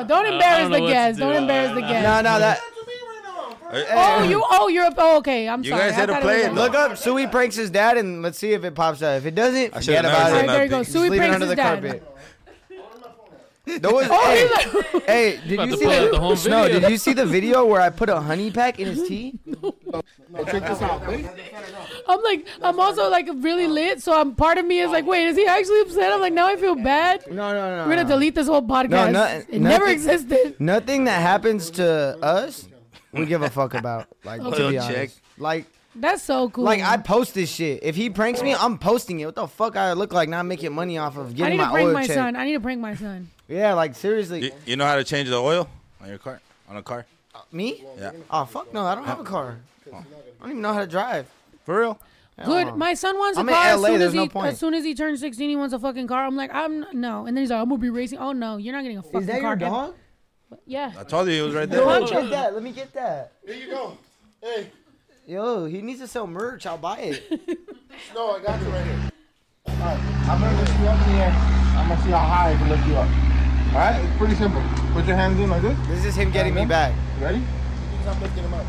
no. Don't
I
embarrass
don't know
the
what to
guests.
do.
Don't
I-
embarrass the
I-
guests.
no, no. That
Send it to me right now. For-
Hey,
Oh, you, oh, you're up. Oh, okay. I'm
You
sorry.
guys
I
had to
thought it
play
was
it,
on.
though.
Look up Sui pranks his dad and let's see if it pops up. If it doesn't,
I should've
forget
never
All
said
about
right,
it.
there you go.
Just
Sui
leave it
pranks
under
his
the
dad.
carpet.
Hold my phone up.
There was, hey,
Oh, he's like,
hey, did
About
you
to
see
pull out the
the,
home
no?
video.
Did you see the video where I put a honey pack in his tea?
I'm like, I'm also like
Oh.
really lit. So I'm part of me is like, wait, is he actually upset? I'm like, now I feel bad.
No, no, no.
We're gonna
Uh-huh. no.
delete this whole podcast.
nothing-
it never
nothing-
existed.
Nothing that happens to us, we give a fuck about. Like to
Oil
be
check.
honest, like
That's so cool.
like I post this shit. If he pranks me, I'm posting it. What the fuck? I look like not making money off of
I
getting
need to
my
prank
oil
my
check.
son. I need to prank my son.
Yeah, like seriously,
You, you know how to change the oil on your car? On a car?
me?
Yeah.
Oh fuck no, I don't have a car. I don't even know how to drive.
For real?
Good. My son wants a
Oh. I'm in
car as
LA,
soon
there's
as he
no point.
as soon as he turns 16. He wants a fucking car. I'm like, I'm no. And then he's like, I'm gonna be racing. Oh no, you're not getting a fucking car. Dad. Yeah.
I told you he was right there.
Let me get that. Let me get that.
Here you go. Hey,
Yo, he needs to sell merch. I'll buy it.
no, I got you right here. All right, I'm gonna lift you up in the air. I'm gonna see how high I can lift you up. All right, it's pretty simple. Put your hands in like this.
This is him getting me back.
Ready? I'm lifting him up.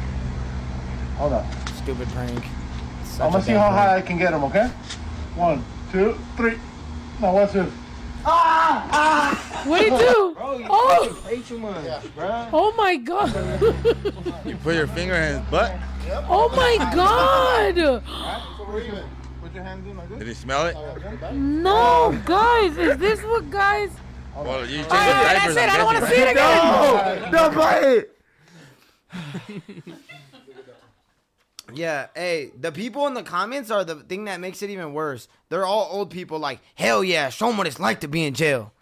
Hold on.
Stupid prank. Such
I'm
a
gonna see
bad
how
prank.
high I can get him. Okay? One, two, three. Now what's this?
What would he do? oh,
Pray too much, bruh.
oh my god.
You put your finger in his butt.
oh my god.
So we're even. Put your hands in like
Did he smell it?
this.
No, guys, is this what guys?
Well, you changed the
All right,
diapers.
Oh, that's it. I don't want to see it again.
No, don't buy it. yeah, hey, the people in the comments are the thing that makes it even worse. They're all old people. Like, hell yeah, show him what it's like to be in jail.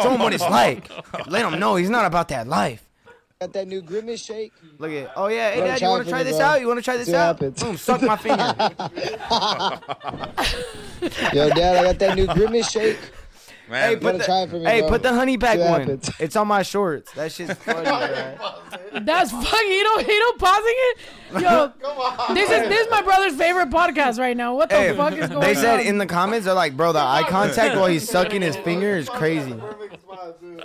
Show him what it's like. Let him know he's not about that life.
Got that new grimace shake.
Look at, oh yeah, hey
Bro,
dad, you want
chocolate,
to try this
bro.
out? You want to try this
See what
out?
happens.
Boom, suck my finger.
Yo, Dad, I got that new grimace shake.
hey,
Man,
put the,
try it for me,
hey,
bro.
put the honey back
See what
one.
happens.
It's on my shorts. That shit's funny. bro.
That's fucking. He don't. He don't pausing it. Yo,
Come on.
this is this is my brother's favorite podcast right now. What the
Hey,
fuck is going
they
on?
said in the comments, they're like, bro, the eye contact while he's sucking his finger is crazy.
Perfect spot, dude.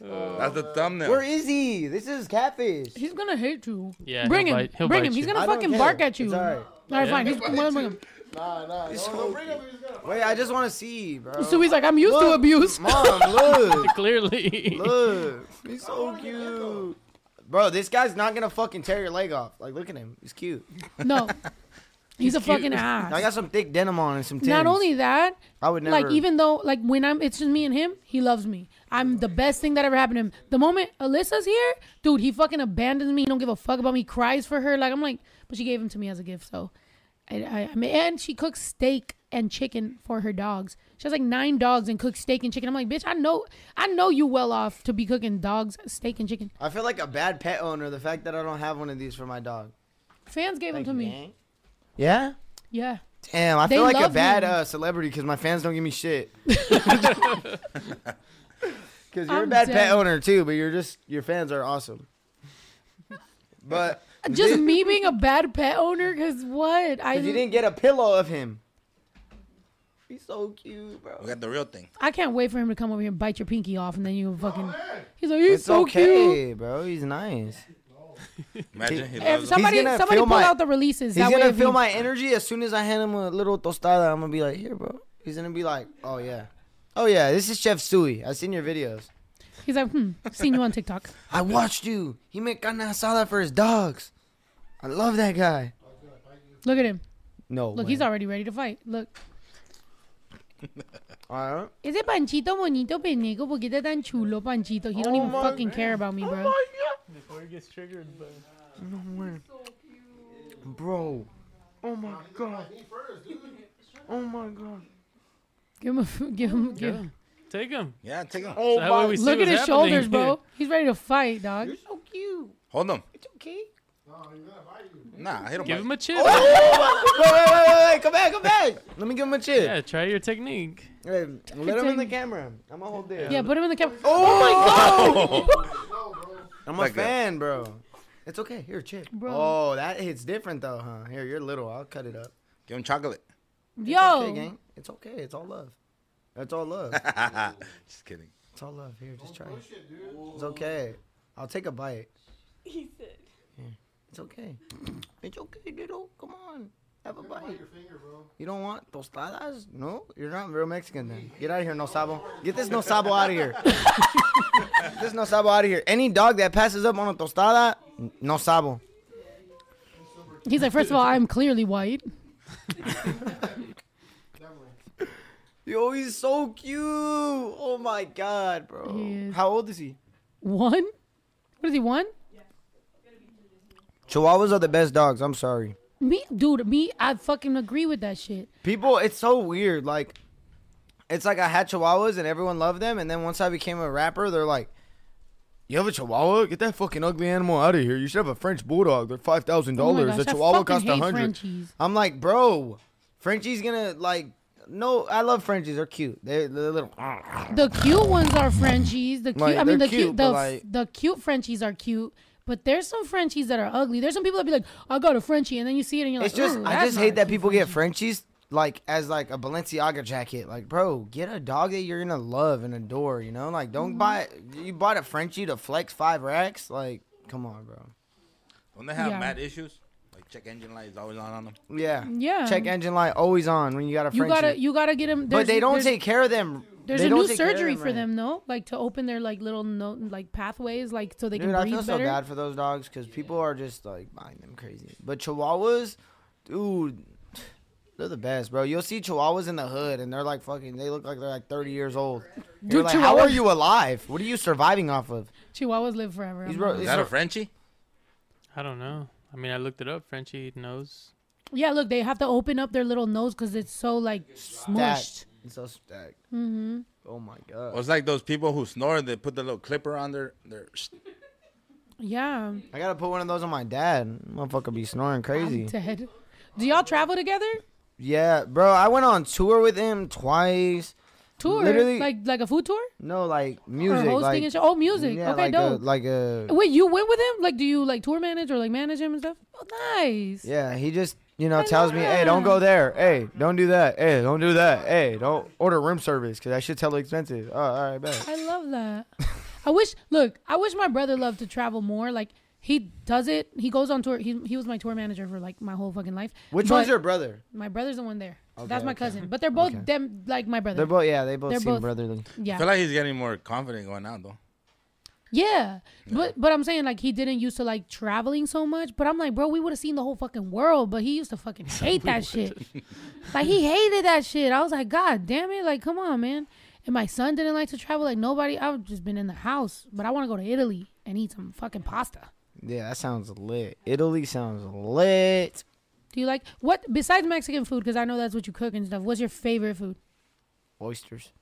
that's the thumbnail.
Where is he? This is catfish.
He's gonna hate you.
Yeah,
bring
he'll
him.
bite- he'll
bring
bite
him. He's
you.
gonna
I don't
fucking
care.
bark at you.
It's all right.
All right,
Yeah.
fine. He's gonna bring him.
Nah, nah. Don't, don't bring him. He's gonna
Wait, I just want to see, bro.
So he's like, I'm used to
Look,
abuse.
Mom, look,
Clearly.
look, he's so cute. Bro, this guy's not gonna fucking tear your leg off. Like, look at him. He's cute.
No, he's a
cute.
fucking
I
ass.
got some thick denim on and some tins.
Not only that,
I would never.
like even though like when I'm it's just me and him, he loves me. I'm the best thing that ever happened to him. The moment Alyssa's here, dude, he fucking abandons me. He don't give a fuck about me. He cries for her. Like I'm like, but she gave him to me as a gift. So, I, I, I mean, and she cooks steak and chicken for her dogs. She has like nine dogs and cooks steak and chicken. I'm like, bitch, I know, I know you well off to be cooking dogs steak and chicken.
I feel like a bad pet owner. The fact that I don't have one of these for my dog.
Fans gave them to me.
Yeah.
Yeah.
Damn, I
They
feel like a
love
bad
him.
uh, celebrity because my fans don't give me shit. Because you're a
I'm
bad pet
dead.
owner too, but you're just your fans are awesome. But
Just me being a bad pet owner, cause what I
you didn't get a pillow of him. He's so cute,
We
bro.
got the real thing.
I can't wait for him to come over here and bite your pinky off, and then you fucking. He's like, he's
It's
so cute.
okay, bro. He's nice.
Imagine he
If
loves him.
somebody,
gonna
somebody
feel
pull
my-
out the releases.
He's
that way
gonna
if
feel
he-
my energy as soon as I hand him a little tostada. I'm gonna be like, here, bro. He's gonna be like, oh yeah, oh yeah. This is Chef Sui. I seen your videos.
He's like, hmm, seen you on TikTok.
I watched you. He made carne asada for his dogs. I love that guy.
Look at him.
No.
Look,
way.
he's already ready to fight. Look.
All right.
Is it Panchito Bonito Pendejo? Porque está tan chulo, Panchito. He don't even fucking care about me, bro.
Before he gets triggered, but
Bro. Oh my god. Oh my god.
Give him a, f- give him, give him.
take him.
Yeah, take him.
Oh
That way
my.
we see
Look at
what's
his
happening
shoulders,
here.
bro. He's ready to fight, dog.
so cute.
Hold him.
Okay.
Nah, hit him.
Give him a chip.
Oh, wait, wait, wait, wait, wait. Come back, come back. Let me give him a chip.
Yeah, try your technique.
Hey, let him in the camera. I'm gonna hold this.
Yeah, put him in the camera.
Oh my god!
Oh!
I'm
Like
a
that.
fan, bro. It's okay. Here, chip.
Bro.
Oh, that hits different though, huh? Here, you're little. I'll cut it up.
Give him chocolate.
Yo.
Hey, gang. It's okay. It's all love. That's all love.
Just kidding.
it's all love. Here, just try. it. It's okay. I'll take a bite.
He said.
It's okay. It's okay, little. Come on. Have a bite. You don't want tostadas? No? You're not real Mexican then. Get out of here, no sabo. Get this no sabo out of here. Get this no sabo out of here. Any dog that passes up on a tostada, n- no sabo.
He's like, first of all, I'm clearly white.
Yo, he's so cute. Oh my god, bro.
He is.
How old is he?
One? What is he, one?
Chihuahuas are the best dogs. I'm sorry.
Me, dude, me, I fucking agree with that shit.
People, it's so weird. Like, it's like I had Chihuahuas and everyone loved them, and then once I became a rapper, they're like, "You have a Chihuahua? Get that fucking ugly animal out of here. You should have a French bulldog. They're five thousand
Oh my
dollars. The
gosh, I
Chihuahua
fucking
cost a
hate
hundred.
Frenchies.
I'm like, bro, Frenchie's gonna like. No, I love Frenchies. They're cute. They're, they're little. ah."
The cute ones are Frenchies. The cute,
Like,
I mean,
they're
the cute,
cute,
the,
but
f-
like-
the cute Frenchies are cute. But there's some Frenchies that are ugly. There's some people that be like, I got a Frenchie, and then you see it and you're
It's
like,
just
"Ooh,
I
that's
just
not a
hate that
cute
people get
Frenchie."
Frenchies like as like a Balenciaga jacket. Like, bro, get a dog that you're gonna love and adore. You know, like
Mm-hmm.
don't buy you bought a Frenchie to flex five racks. Like, come on, bro.
When they have
Yeah.
mad issues, like check engine light is always on on them.
Yeah.
Yeah.
Check engine light always on when you got a
You
Frenchie.
gotta, you gotta get them.
but they don't take care of them.
There's
They
a
don't
new
take care of
surgery for
right.
them though, like to open their like little no, like pathways, like so they
Dude,
can
I
breathe
feel so
better.
bad for those dogs because people are just like buying them crazy. But Chihuahuas, dude, they're the best, bro. You'll see Chihuahuas in the hood and they're like fucking, they look like they're like 30 years old. Dude,
Dude,
like, how are
Chihuahuas-
you alive? What are you surviving off of?
Chihuahuas live forever.
These
I'm
bro-
not-
Is
It's
that a
a-
Frenchie?
I don't know. I mean, I looked it up. Frenchie knows.
yeah, look, they have to open up their little nose because it's so like smushed.
Stacked. It's so stacked. Mm-hmm. Oh my God.
Well, it's like those people who snore. They put the little clipper on their their.
Yeah,
I gotta put one of those on my dad. Motherfucker be snoring crazy.
I'm dead. Do y'all travel together?
yeah, bro, I went on tour with him twice.
Tour,
Literally-
like like a food tour
No, like
or
music.
hosting
like,
and show. Oh, music.
Yeah,
okay,
like
dope.
A, like a.
Wait, you went with him? Like, do you like tour manage or like manage him and stuff? Oh, nice.
Yeah, he just you know
I
tells me, hey, don't
know.
go there. Hey, don't do that. Hey, don't do that. Hey, don't order room service because that shit's hella expensive. Oh, all right, bet.
I love that. I wish. Look, I wish my brother loved to travel more. Like he does it. He goes on tour. He he was my tour manager for like my whole fucking life.
Which
But
one's your brother?
My brother's the one there.
Okay,
That's my
okay.
cousin. But they're both
Okay.
them like my brother.
They're both yeah, they both
They're
seem
both-
brotherly.
I
yeah.
feel like he's getting more confident going out though.
Yeah. But but I'm saying like he didn't used to like traveling so much. But I'm like, bro, we would have seen the whole fucking world. But he used to fucking hate that shit. like he hated that shit. I was like, God damn it, like come on, man. And my son didn't like to travel. Like nobody. I've just been in the house. But I want to go to Italy and eat some fucking pasta.
Yeah, that sounds lit. Italy sounds lit.
Do you like what besides Mexican food? Because I know that's what you cook and stuff. What's your favorite food?
Oysters.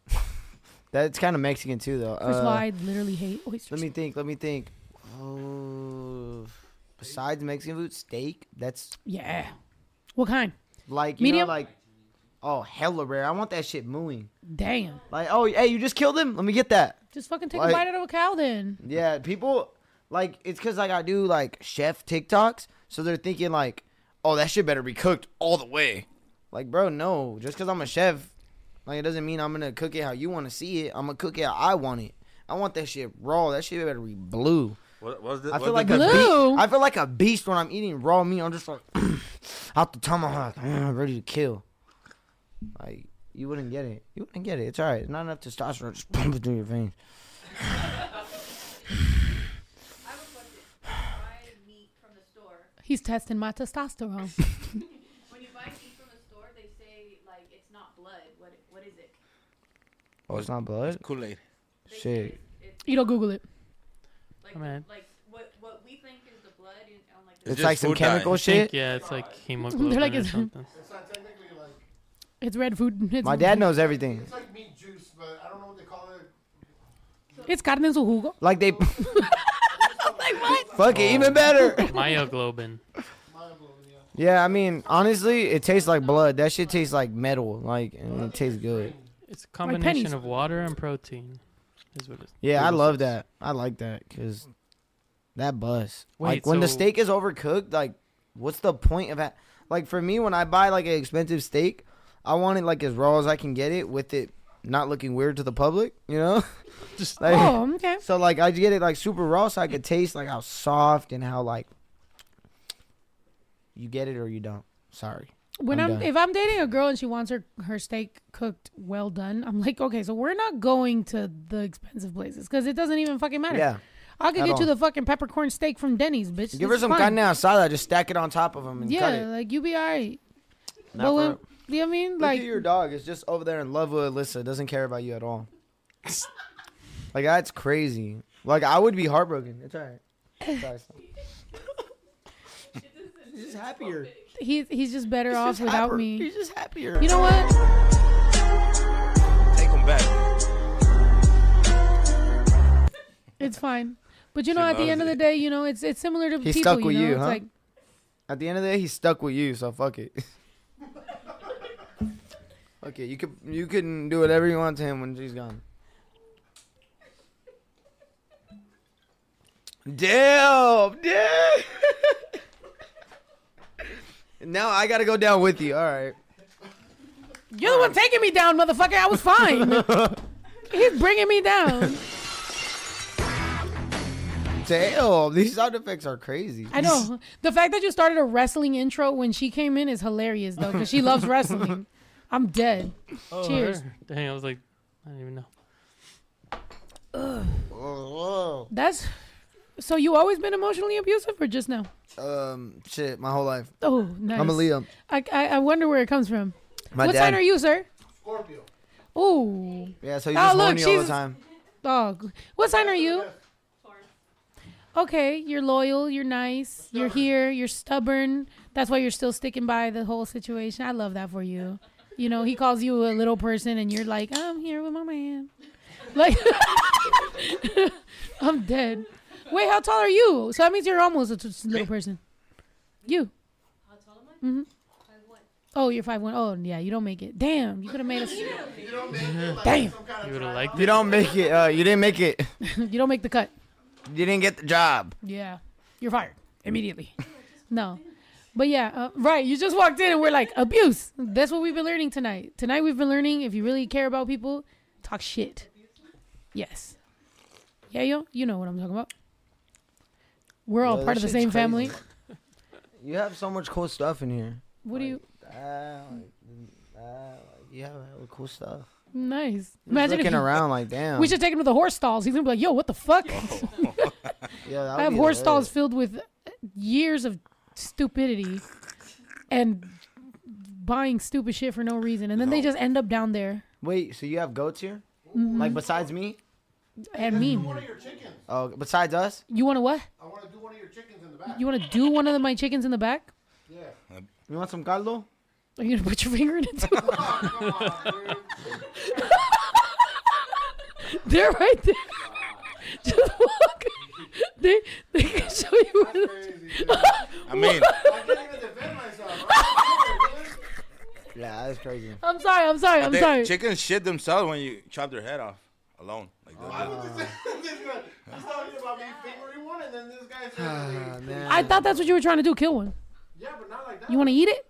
That's kind of Mexican too, though.
First of all,
Uh,
I literally hate oysters.
Let me think. Let me think. Oh, besides Mexican food, steak. That's
yeah. What kind?
like you
Medium?
know, like oh hella rare. I want that shit mooing.
Damn.
Like oh hey, you just killed him. Let me get that.
Just fucking take
Like-
a bite out of a cow then.
Yeah, people like it's because like I do like chef TikToks, so they're thinking like, oh, that shit better be cooked all the way. Like, bro, no, just because I'm a chef, like it doesn't mean I'm gonna cook it how you want to see it. I'm gonna cook it how I want it. I want that shit raw. That shit better be blue.
What was the?
I feel like a
the
beast.
Blue?
I feel like a beast when I'm eating raw meat. I'm just like out the tomahawk, mm, ready to kill. Like you wouldn't get it. You wouldn't get it. It's all right. It's not enough testosterone. Just pump it through your veins.
I have a question. Buy meat from the store.
He's testing my testosterone.
When you buy meat from the store, they say like it's not blood. What what is it?
Oh, it's not blood.
Kool Aid.
They say
Shit.
it's- It's,
you don't Google it.
like
Oh, man.
like what what we think is the blood in, on like
It's
just
like some
food dye.
chemical
I
I think,
shit.
yeah, it's like hemoglobin
like,
or
it's-
something.
It's not technically like
It's red food. It's
My dad knows everything.
it's like meat juice, but I don't know what they call it.
It's carne en su jugo.
Like they,
Like what?
Fuck it, even better.
Myoglobin.
Yeah, I mean, honestly, it tastes like blood. That shit tastes like metal. Like, and it tastes good.
It's a
pennies.
combination of water and protein. Is what it's.
Yeah, I love that. I like that because that buzz. like
Wait,
when the
so-
steak is overcooked, like what's the point of that? Like for me, when I buy like an expensive steak, I want it like as raw as I can get it, with it not looking weird to the public. You know,
Just-
like,
Oh, okay.
so like I get it like super raw, so I could taste like how soft and how like you get it or you don't. Sorry.
When
I'm
I'm,
done.
if I'm dating a girl and she wants her her steak cooked well done, I'm like, okay, so we're not going to the expensive places because it doesn't even fucking matter.
Yeah.
I could
at
get you
all.
the fucking peppercorn steak from Denny's, bitch.
Give her
It's
some
fine.
carne asada. Just stack it on top of them and cut
Yeah,
it.
like you be alright.
Not
But
for-
when, you know what I mean?
Look
Like
at your dog. It's just over there in love with Alyssa. Doesn't care about you at all. like that's crazy. Like I would be heartbroken. It's alright. It's alright. He's just happier.
he he's just better
He's
off
just
without
happier.
me.
He's just happier.
You know what?
Take him back.
It's fine. But you know,
She
at the
loves
end of the
it.
day, you know, it's it's similar to
He's
people.
stuck with
you know,
you,
it's
huh?
like
At the end of the day, he's stuck with you. So fuck it. fuck it. You could you can do whatever you want to him when she's gone. Damn, damn. now I gotta go down with you. All right.
you're the one taking me down, motherfucker. I was fine. he's bringing me down.
Damn, these sound effects are crazy.
I know. The fact that you started a wrestling intro when she came in is hilarious, though, because she loves wrestling. I'm dead.
Oh,
Cheers.
her. Dang, I was like, I don't even know.
Whoa,
That's. So you always been emotionally abusive, or just now?
whoa. Um, shit, my whole life.
Oh, nice.
I'm a Leo.
I, I, I wonder where it comes from.
My
what
dad.
sign are you, sir?
Scorpio.
Oh,
Yeah, so you
Oh,
just
look,
horny all the
she's-
time.
dog. Oh, What sign are you? Okay, you're loyal. You're nice. You're here. You're stubborn. That's why you're still sticking by the whole situation. I love that for you. You know, he calls you a little person, and you're like, I'm here with my man. Like, I'm dead. Wait, how tall are you? So that means you're almost a t- little person. You.
How tall am I?
Mhm.
Five one.
Oh, you're five one. Oh, yeah, you don't make it. Damn, you could have made us.
You don't make it like
Damn.
some kind
You would
of
have
trial.
liked
You
it.
don't make it. Uh, you didn't make it.
You don't make the cut.
You didn't get the job.
Yeah, you're fired immediately. no, but yeah, uh, right. You just walked in and we're like abuse. That's what we've been learning tonight. Tonight we've been learning if you really care about people, talk shit. Yes. Yeah, yo, you know what I'm talking about. We're all
Yo,
part of
that
the
shit's
same family.
crazy. You have so much cool stuff in here.
What do you?
Ah, like, ah, like, you have hella cool stuff.
Nice.
Imagine
Imagine if
looking
you,
around like damn.
we should take him to the horse stalls. He's gonna be like, "Yo, what the fuck?"
Yeah, that
I
would
have
be
horse stalls
hilarious.
filled with years of stupidity and buying stupid shit for no reason, and then they just end up down there
Wait, so you have goats here?
Mm-hmm.
Like besides me?
and me.
One of your chickens.
Oh, besides us?
You want to what?
I want to do one of your chickens in the back.
You want to do one of my chickens in the back?
Yeah.
You want some caldo?
Are you gonna put your finger in it too?
Come on, dude.
They're right there. just walk. They they can show you. Where the,
Crazy, dude.
I mean,
I can't even defend myself. I'm scared, man.
Yeah, that's crazy.
I'm sorry. I'm sorry. I'm
they-
sorry.
chickens shit themselves when you chop their head off alone. Like they'll do-
This guy- He's talking about me fingering one, and then this guy
Ah,
says,
man.
I thought that's what you were trying to do. Kill one.
"Yeah, but not like that."
You want to eat it?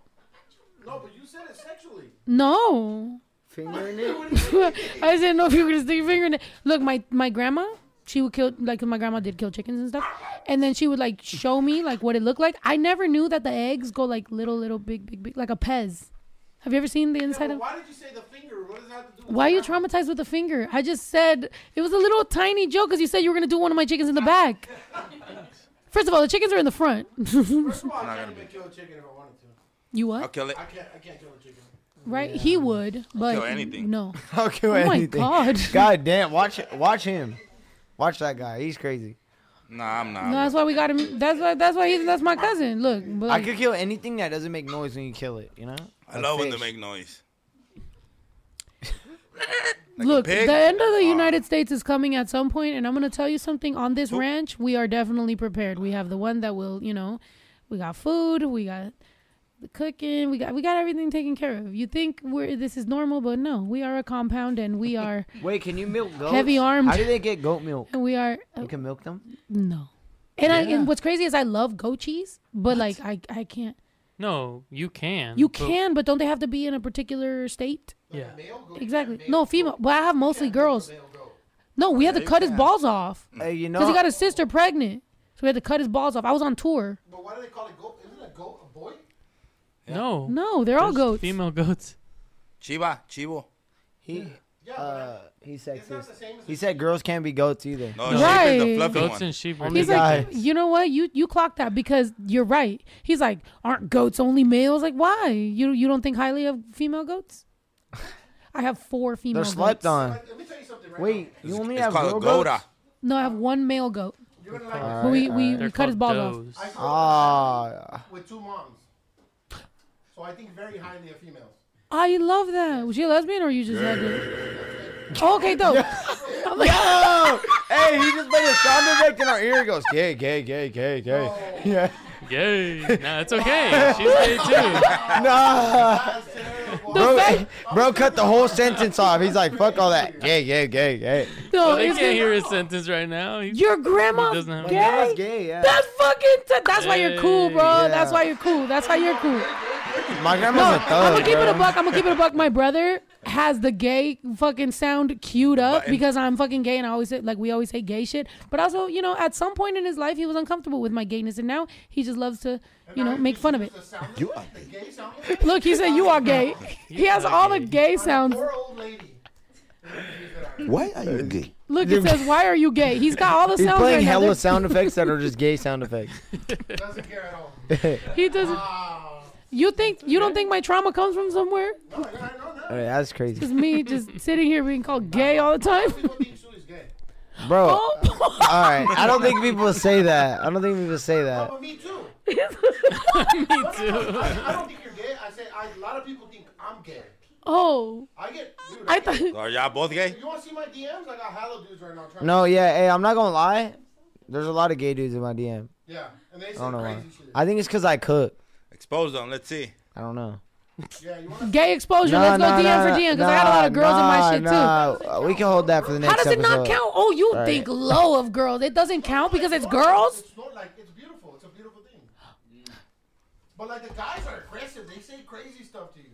No, but you said it sexually.
No.
Fingering it?
I didn't know if you were gonna stick your finger in it. Look, my my grandma, she would kill like 'cause my grandma did kill chickens and stuff, and then she would like show me like what it looked like. I never knew that the eggs go like little, little, big, big, big, like a pez. Have you ever seen the
Yeah,
inside
but
of?
why did you say the finger? What does that have to do? With
Why are you
that?
traumatized with the finger? I just said it was a little tiny joke because you said you were gonna do one of my chickens in the back. First of all, the chickens are in the front.
First of all, I
not
can't
gonna
even kill a chicken if I wanted to.
you
I'll
what?
kill it.
I can't. I can't kill a chicken.
Right? He would, but
kill anything.
No.
I'll kill
Oh my
anything.
God.
God damn, watch watch him. Watch that guy. He's crazy.
Nah, I'm not.
No, that's why we got him. That's why. That's why he's. That's my cousin. Look, but
I could kill anything that doesn't make noise when you kill it, you know?
I love when they
fish.
make noise. Like
Look,
a pig?
the end of the
Ah.
United States is coming at some point, and I'm going to tell you something. On this ranch, we are definitely prepared. We have the one that will, you know, we got food, we got the cooking, we got we got everything taken care of. You think we're this is normal, but no, we are a compound, and we are
Wait, can you milk goats?
Heavy armed.
How do they get goat milk?
and we are uh,
You can milk them.
no. And I and what's crazy is I love goat cheese, but like I I can't.
No, you can.
You
but-
can, but don't they have to be in a particular state?
Yeah.
Exactly. No, female. But I have mostly girls. No, we had to cut his balls off
Mm. Hey, you know.
Oh.
because he got his sister pregnant, so we had to cut his balls off. I was on tour.
But why do they call it goat? Isn't a goat a boy?
No.
No, they're all
There's
goats.
Female goats.
Chiva, chivo.
he, uh, he's
not
sexist.
the same as
He said girls can't be goats either.
No,
No.
sheep is the
Right.
fluffy
Goats
one.
and sheep. are
He's
different.
like,
guys.
you know what? You you clocked that because you're right. He's like, aren't goats only males? Like, why? You you don't think highly of female goats? I have four female.
They're slept
goats.
on.
Let me tell you something right now.
Wait, you
It's,
only
it's
have girl
called
goats?
a goda.
No, I have one male goat,
You're gonna like
but we we,
They're
we cut his
called
balls off.
does.
I saw
Ah,
with two moms. So I think very highly of females.
I love that. Was she a lesbian or you just had it? Okay, dope. I'm like,
Oh, hey, he just made a sound effect in our ear. He goes, gay, gay, gay, gay, gay. Yeah.
Yay. No, it's okay. She's gay too.
Nah. Bro,
fact-
bro cut the whole sentence off. He's like, fuck all that. Gay, gay, gay, gay.
no,
They
it's-
can't hear his sentence right now. He, he
Your grandma's
doesn't have
gay?
That's gay, yeah.
That's fucking. T- that's why you're cool, bro.
Yeah.
That's why you're cool. That's why you're cool.
My
No,
grandma's a
I'm
thug,
gonna keep it a
bro.
buck. I'm gonna keep it a buck. My brother has the gay fucking sound queued up
Button.
because I'm fucking gay, and I always say, like we always say gay shit. But also, you know, at some point in his life, he was uncomfortable with my gayness, and now he just loves to, you know, make fun of it.
The sound you are the gay sound effect.
Look, he said you are gay. He has all the gay sounds.
Poor old lady.
Why are you gay?
Look, he says, "Why are you gay?" He's got all the
He's
sounds
playing
right now.
hella
They're-
sound effects that are just gay sound effects.
Doesn't care at all. Uh,
He doesn't. You think you don't think my trauma comes from somewhere?
No, I I know that.
Alright, that's crazy.
It's me just sitting here being called gay all the time.
People think Sue is gay.
Bro,
Oh, boy.
alright. I don't think people say that. I don't think people say that.
But me too.
me too.
I, I don't think you're gay. I said I, a lot of people think I'm gay.
oh,
I get. Dude,
I thought.
Are y'all both gay?
You want to see my DMs? I got hello dudes right now. Trying
No, yeah, hey, I'm not gonna lie. There's a lot of gay dudes in my DM.
Yeah, and they say
I don't know
crazy
why.
shit.
I think it's because I cook.
Expose them. Let's see.
I don't know.
yeah, you want to
Gay exposure. Let's go DM for DM because I had a lot of girls in my shit too.
too. we can hold that for the next
How does it
episode.
not count? Oh, you
Right.
think low of girls? It doesn't count because it's girls.
It's not like it's beautiful. It's a beautiful thing.
Mm.
But like the guys are aggressive. They say crazy stuff to you.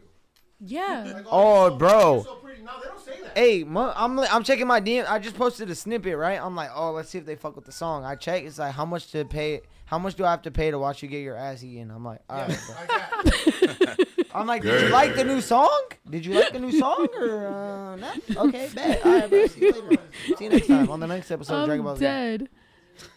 Yeah.
Like,
Oh,
you're so-
bro.
you're So pretty. No, they don't say that.
Hey, mo- I'm li- I'm checking my DM. I just posted a snippet, right? I'm like, oh, let's see if they fuck with the song. I check. It's like, how much to pay? How much do I have to pay to watch you get your ass eaten? I'm like, all right.
Like that.
I'm like, did you like the new song? Did you like the new song or uh, no? Okay, bet. All right, bro. See you later. See you next time on the next episode of Dragon Ball
I'm
Z.
dead.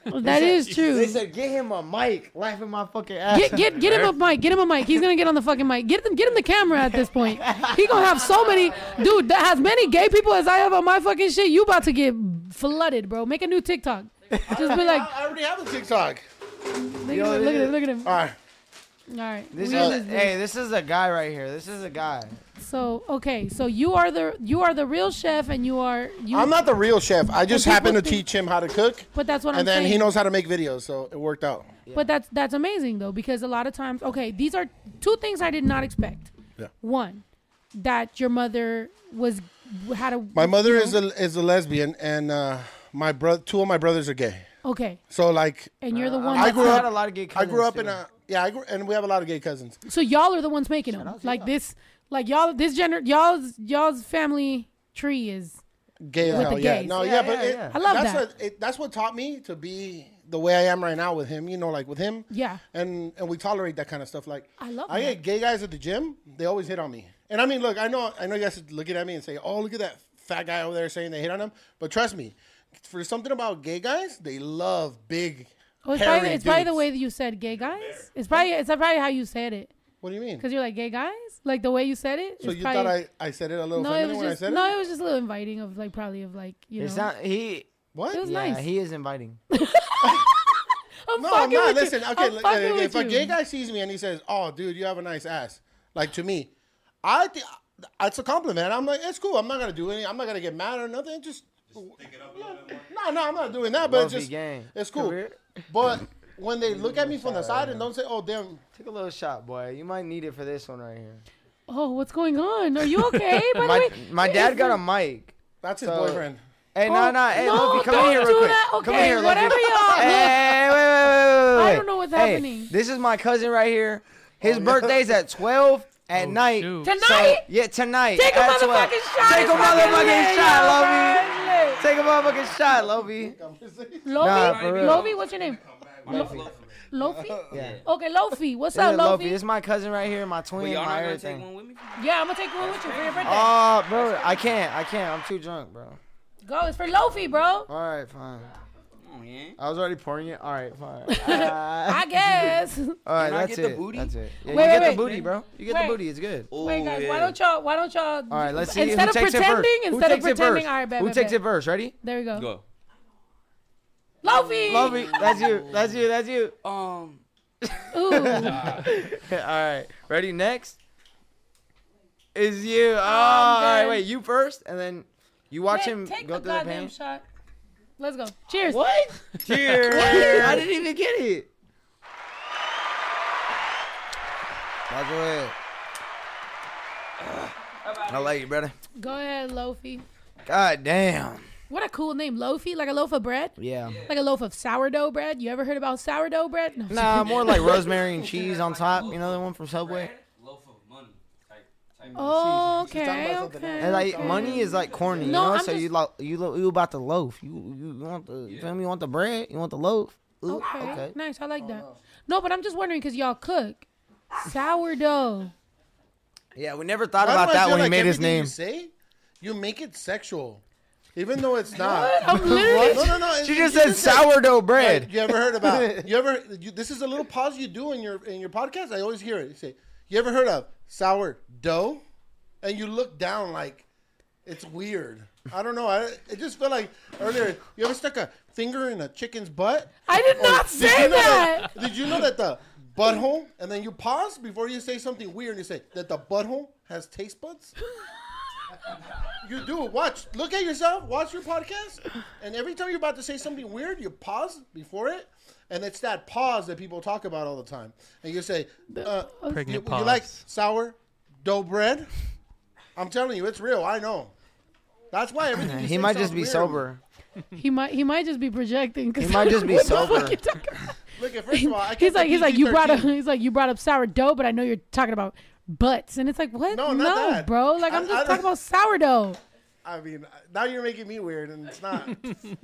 That is
They
true.
said, get him a mic. Laugh in my fucking ass.
Get, get get him a mic. Get him a mic. He's gonna get on the fucking mic. Get him get him the camera at this point. He gonna have so many dude. That has many gay people as I have on my fucking shit. You about to get flooded, bro. Make a new TikTok. Just be like,
I already have a TikTok.
look at him, look at him, look at him. All
All right.
right.
This
we in
is,
this bitch.
hey, this is a guy right here. This is a guy.
So okay, so you are the you are the real chef, and you are you.
I'm not the real chef. I just
people
happen to
think-
teach him how to cook,
But that's what I'm
and then
saying.
he knows how to make videos, so it worked out.
But that's that's amazing though, because a lot of times, okay, these are two things I did not expect.
Yeah.
One, that your mother was had a
My mother is a is a lesbian, and uh, my bro- two of my brothers are gay.
okay,
So like,
and you're the one.
I
that's
grew
I
not-
had a lot of gay
I
cousins,
grew up in
too.
a yeah, I grew, and we have a lot of gay cousins.
So y'all are the ones making them. Like this, like y'all this gener y'all's y'all's family tree is.
Gay as
With
hell,
the
yeah.
gays.
No, yeah,
Yeah,
but
yeah,
it,
yeah.
I love
that's
that.
What, it, that's what taught me to be the way I am right now with him. You know, like with him.
Yeah.
And and we tolerate that kind of stuff. Like
I love
I
that.
get gay guys at the gym. They always hit on me. And I mean, look, I know, I know you guys are looking at me and say, "Oh, look at that fat guy over there saying they hit on him." But trust me, for something about gay guys, they love big.
Oh, it's,
hairy
probably, it's probably the
dudes.
way that you said gay guys. It's probably it's probably how you said it.
What do you mean?
Cause you're like gay guys, like the way you said it.
So
it's
you
probably-
thought I, I said it a little
no, it was
feminine when
just
I said
no,
it?
it was just a little inviting of like probably of like you
It's
know.
not he.
What?
it was
Yeah,
nice.
he is inviting.
I'm
No, I'm
fucking
not.
with you.
Listen, okay,
I'm
li-
fucking
okay,
with
if a
you.
gay guy sees me and he says, "Oh, dude, you have a nice ass," like to me, I think That's a compliment. I'm like, it's cool. I'm not gonna do anything. I'm not gonna get mad or nothing. Just, no, no, I'm not doing that. But
Buffy
just,
gang.
it's
Come
cool.
here.
But when they look at me from the side and don't say, "Oh, damn,"
Take a little shot, boy. You might need it for this one right here.
Oh, what's going on? Are you okay? By the
My
way,
my dad got a mic.
that's his
So-
boyfriend.
Hey,
Oh,
no, no. Hey,
no,
Luffy, come in
don't
here real
do
quick.
that.
Come in
Okay,
here, Luffy.
whatever y'all-
Hey, wait, wait, wait, wait, wait,
I
wait.
don't know what's
Hey,
happening.
This is my cousin right here. His birthday's at 12 at
Oh,
night.
shoot.
Tonight?
Yeah, tonight.
Take a
at 12.
motherfucking shot.
Take
It's
a
fucking
motherfucking
lit,
shot,
y'all.
Lovey.
It's lit.
Take a motherfucking shot, Lovey. Nah,
Lofi,
for real.
Lofi, what's your name? Lofi.
Yeah.
Okay, Lofi. What's
This
up,
is Lovey.
Lofi?
This is my cousin right here, my twin,
Well, y'all
my
not gonna take
everything.
one with me?
Yeah, I'm gonna take one with you for your birthday.
Oh, bro, I can't. I can't. I'm too drunk, bro.
Go, it's for Lofi, bro.
All right, fine.
Come on, man.
I was already pouring it. All right, fine. Uh,
I guess.
all right,
Can I
that's
get the
it.
booty?
That's it.
Wait,
Yeah, you get
wait,
the
wait.
booty, bro. You get
Wait.
the booty. It's good.
Oh,
Wait, guys, why
yeah.
don't y'all? Why don't y'all?
All right, let's see
Instead
who
of
takes
pretending,
it first. Who
instead of
takes it
pretending,
first?
all right, bet,
Who
bet,
takes
bet.
it first? Ready?
There we go.
Go.
Lofi.
Lovey, that's you. That's you. That's you.
Oh.
Um,
Ooh.
all right, ready? Next is you. Oh, all right,
good.
wait. You first, and then you watch him
Take
go
the
through the
goddamn
pain.
shot. Let's go. Cheers.
What? Cheers. I didn't even get it. That's it. I like you, brother.
Go ahead, Lofi.
God damn.
What a cool name, Lofi. Like a loaf of bread.
Yeah.
Like a loaf of sourdough bread. You ever heard about sourdough bread? No.
Nah, more like rosemary and cheese on top. You know the one from Subway?
loaf of money. Type, type
Oh,
She's- she's talking
okay,
about something
okay.
And like
okay.
money is like corny, you
No,
know.
I'm
so
just-
you lo- you lo- you about the loaf. You you, you want the you feel me? You want the bread? You want the loaf? Ooh,
Okay. nice. I like that.
Oh,
No, but I'm just wondering because y'all cook sourdough.
Yeah, we never thought
Why do
about
I
that
feel
when he
like
made his
everything
name.
You say, you make it sexual, even though it's not.
I'm literally.
No, no, no. it-
She
it-
just
you
said sourdough
Hey,
bread.
You ever heard about? You ever? You, this is a little pause you do in your in your podcast. I always hear it. You say, "You ever heard of sour dough?" And you look down like it's weird. I don't know. I it just felt like earlier. You ever stuck a finger in a chicken's butt?
I did not
Oh, Did
say
you know
that.
Did you know that the butthole? And then you pause before you say something weird. You say that the butthole has taste buds. You do watch. Look at yourself. Watch your podcast, and every time you're about to say something weird, you pause before it, and it's that pause that people talk about all the time. And you say, uh,
Pregnant
you, you like
pause.
sour dough bread?" I'm telling you, it's real. I know. That's why everything. you
He
say
might just
sounds
be
weird.
sober.
He might. He might just be projecting. Cause
He might just be
What the
sober.
fuck you talking-
Look, at first of all, I E
he's
kept
like.
the
He's like. You brought up.
PG-13.
He's like. You brought up sourdough, but I know you're talking about butts, and it's like what?
No, not that.
bro. Like
I-
I'm
I
just
don't-
talking about sourdough.
I mean, now you're making me weird, and it's not.
We, she was talking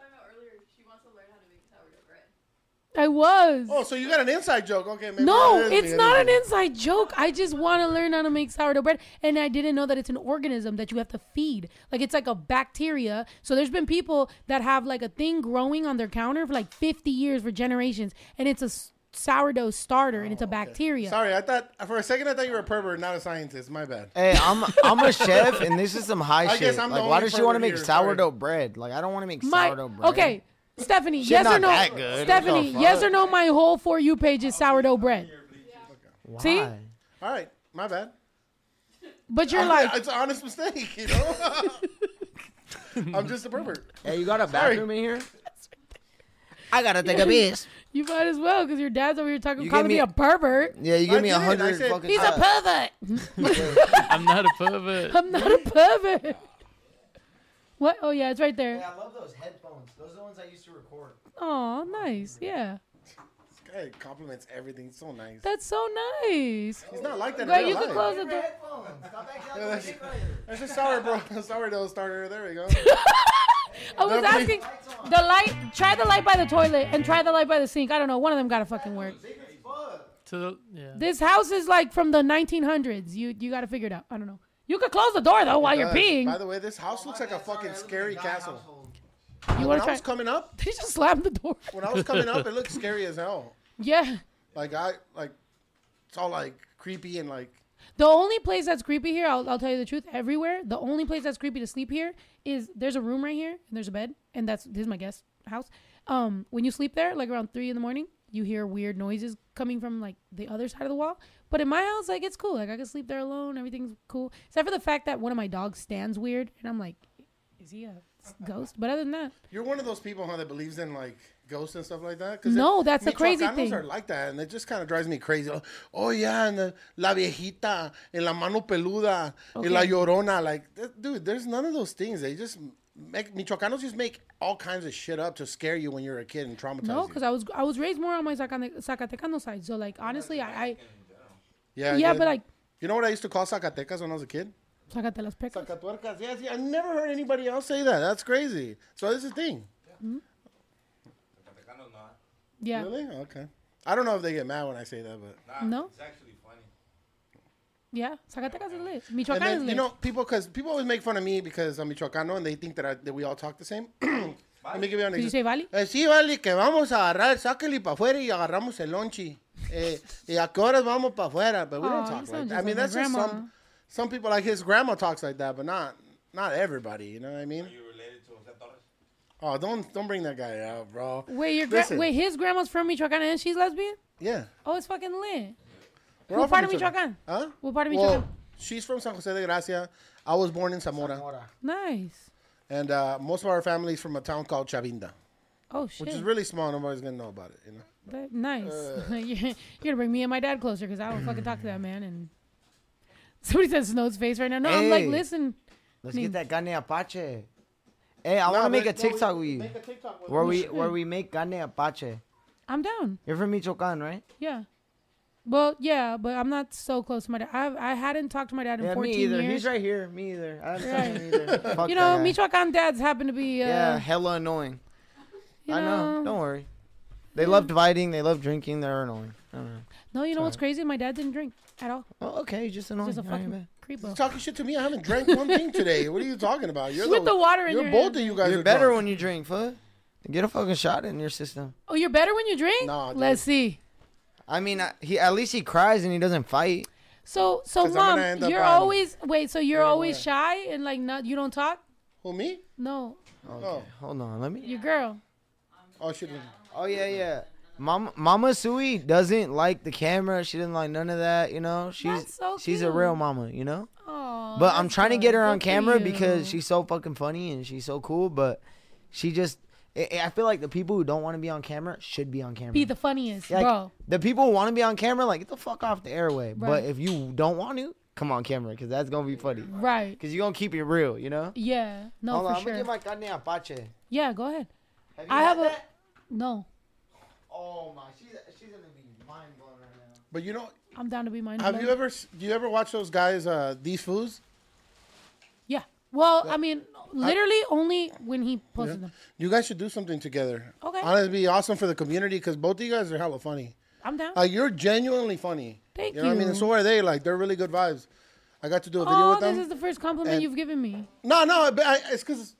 about earlier. She wants to learn how to make sourdough bread.
I was.
oh, so you got an inside joke? Okay, maybe
No,
that is
it's
me.
not an inside joke. I just want to learn how to make sourdough bread, and I didn't know that it's an organism that you have to feed. Like it's like a bacteria. So there's been people that have like a thing growing on their counter for like 50 years for generations, and it's a s- sourdough starter,
Oh,
and it's a bacteria.
Sorry, I thought for a second I thought you were a pervert, not a scientist. My bad.
Hey, I'm I'm a chef, and this is some high
guess
shit.
I'm the
Like, why
only
does she want to
pervert
make
here, sorry.
sourdough bread? Like, I don't want to make
My
sourdough bread.
okay, Stephanie,
Shit
yes or
not
no?
that good. What the
Stephanie,
fuck?
yes or no? My whole for you page is sourdough bread,
Why?
See?
All right, my bad.
but you're
I-
like,
it's an honest mistake, you know. I'm just a pervert.
Hey, you got a bathroom in here? I gotta take a piss.
you might as well because your dad's over here talking,
You
calling
give
me
me-
a pervert.
Yeah, you
I
give me a
did it. I
hundred
said-
fucking.
He's
uh,
a pervert.
I'm not a pervert.
I'm not a pervert. What? Oh yeah, it's right there.
I love those headphones. Those are the ones I used to record.
Oh, nice. Yeah,
This guy compliments everything. It's so nice.
that's so nice.
He's not like that.
But
in
you
real
could
life.
close the door.
That's a sour, bro. Sourdough starter. There we go.
I was
Nobody-
asking the light. Try the light by the toilet and try the light by the sink. I don't know. One of them gotta fucking work.
To the, yeah.
This house is like from the 1900s. You you gotta figure it out. I don't know. You could close the door though while you're
Guys, Uh, By
peeing.
the way, this house looks like a fucking scary castle.
You
When
wanna
I
try?
was coming up,
He just slammed the door.
when I was coming up, it looked scary as hell.
Yeah.
Like I like, it's all like creepy and like.
The only place that's creepy here, I'll, I'll tell you the truth, everywhere, the only place that's creepy to sleep here is there's a room right here and there's a bed, and that's this is my guest house. Um, when you sleep there, like around three in the morning, you hear weird noises coming from like the other side of the wall. But in my house, like it's cool. Like I can sleep there alone. Everything's cool, except for the fact that one of my dogs stands weird, and I'm like, is he a s- ghost? But other than that,
You're one of those people, huh, that believes in like ghosts and stuff like that.
No,
it-
that's the crazy
Michoacanos
thing.
are like that, and it just kind of drives me crazy. Oh, oh, yeah, and the, la viejita, and la mano peluda, and la
Okay.
llorona. Like, th- dude, there's none of those things. They just make Michoacanos just make all kinds of shit up to scare you when you're a kid and traumatize
no,
you.
because I was I was raised more on my Zacate- Zacatecano side. So like honestly, I, I
Yeah,
yeah, but like
you know what I used to call Zacatecas when I was a kid?
Zacate las pecas.
Zacatuercas. Yes, yeah, I never heard anybody else say that. That's crazy. So this is the thing.
Yeah,
Really? Okay. I don't know if they get mad when I say that, but
No?
It's actually funny.
yeah, Zacatecas is lit.
And
Michoacan is
then,
lit.
you know, people because people always make fun of me because I'm Michoacano and they think that, I, that we all talk the same. Let me give you an
Did you
example.
say Valley?
Eh, sí, vale, que vamos a agarrar, sáquele para afuera y agarramos el lonchi. Eh, ¿Y a qué horas vamos para afuera? But we
Aw,
don't talk
you
like
sound
that. I
Oh, just like
mean, that's
my
just
grandma.
some, some people, like his grandma talks like that, but not not everybody, you know what I mean?
You related to Jose Torres?
Oh, don't don't bring that guy out, bro.
Wait, your gra-
Listen.
wait, his grandma's from Michoacan and she's lesbian.
Yeah.
Oh, it's fucking lit.
We're all
What
from
part of
each other.
Michoacan?
Huh?
What part of
Well,
Michoacan?
she's from San Jose de Gracia. I was born in Zamora.
Nice.
And uh, most of our family's from a town called Chavinda.
Oh shit.
which is Uh. really small. Nobody's gonna know about it, you know.
That- nice. you're, you're gonna bring me and my dad closer because I don't fucking talk to that man. And somebody says Snow's face right now. No, I'm like,
Hey.
listen.
Let's
Me.
get that carne apache. Hey, I want to make a TikTok with you. Where we where we make carne apache.
I'm down.
You're from Michoacan, right?
Yeah. Well, yeah, but I'm not so close to my dad. I've, I hadn't talked to my dad in
Yeah,
14
me either.
years.
He's right here. Me either. I haven't
Right.
seen him either. Fuck
You know,
that guy.
Michoacan dads happen to be. Uh,
Yeah, hella annoying.
you
I know. Don't worry. They love dividing. They love drinking. They're annoying. I don't know.
No, you know what's crazy? My dad didn't drink at all.
Oh, okay. You're just annoying.
He's just a
All right,
fucking
man.
creepo.
talking shit to me. I haven't drank one thing today. What are you talking about? You're
With the water in
You're
your
both
hand.
of you guys.
You're
are
better
drunk.
when you drink, fool. Get a fucking shot in your system.
Oh, you're better when you drink?
Nah, dude.
Let's see.
I mean, I, he at least he cries and he doesn't fight.
So, so
'Cause I'm gonna
mom,
end up
you're
on-
always wait. So you're always shy and like not. You don't talk.
Who me?
No,
Okay,
Oh.
hold on. Let me.
your girl.
Oh shit.
Oh yeah, yeah. Mama, Mama Sui doesn't like the camera. She doesn't like none of that. You know, she's
That's so
she's a
cute.
real mama. You know.
Oh,
But I'm trying to get her on camera because she's so fucking funny and she's so cool. But she just, I- I I feel like the people who don't want to be on camera should be on camera.
be the funniest,
Like,
bro.
The people who want to be on camera, like get the fuck off the airway.
Right.
But if you don't want to, come on camera because that's gonna be funny.
Right?
Because you gonna keep it real, you know.
Yeah. No,
Hold on,
for
I'm gonna
sure.
get my carne apache.
yeah, go ahead.
Have you
I
had
have a
that?
no.
Oh my, she's she's gonna be mind blown right now.
But you know,
I'm down to be mine.
have you ever s- do you ever watch those guys? Uh, these fools.
Yeah. Well, I mean, literally only when he posted them.
You guys should do something together.
Okay.
Honestly, it'd be awesome for the community because both of you guys are hella funny.
I'm down.
Like you're genuinely funny.
Thank
You know what I mean?
you.
And so are they. Like they're really good vibes. I got to do a video
oh,
with them.
this is the first compliment
and-
you've given me.
No, no, but I, it's because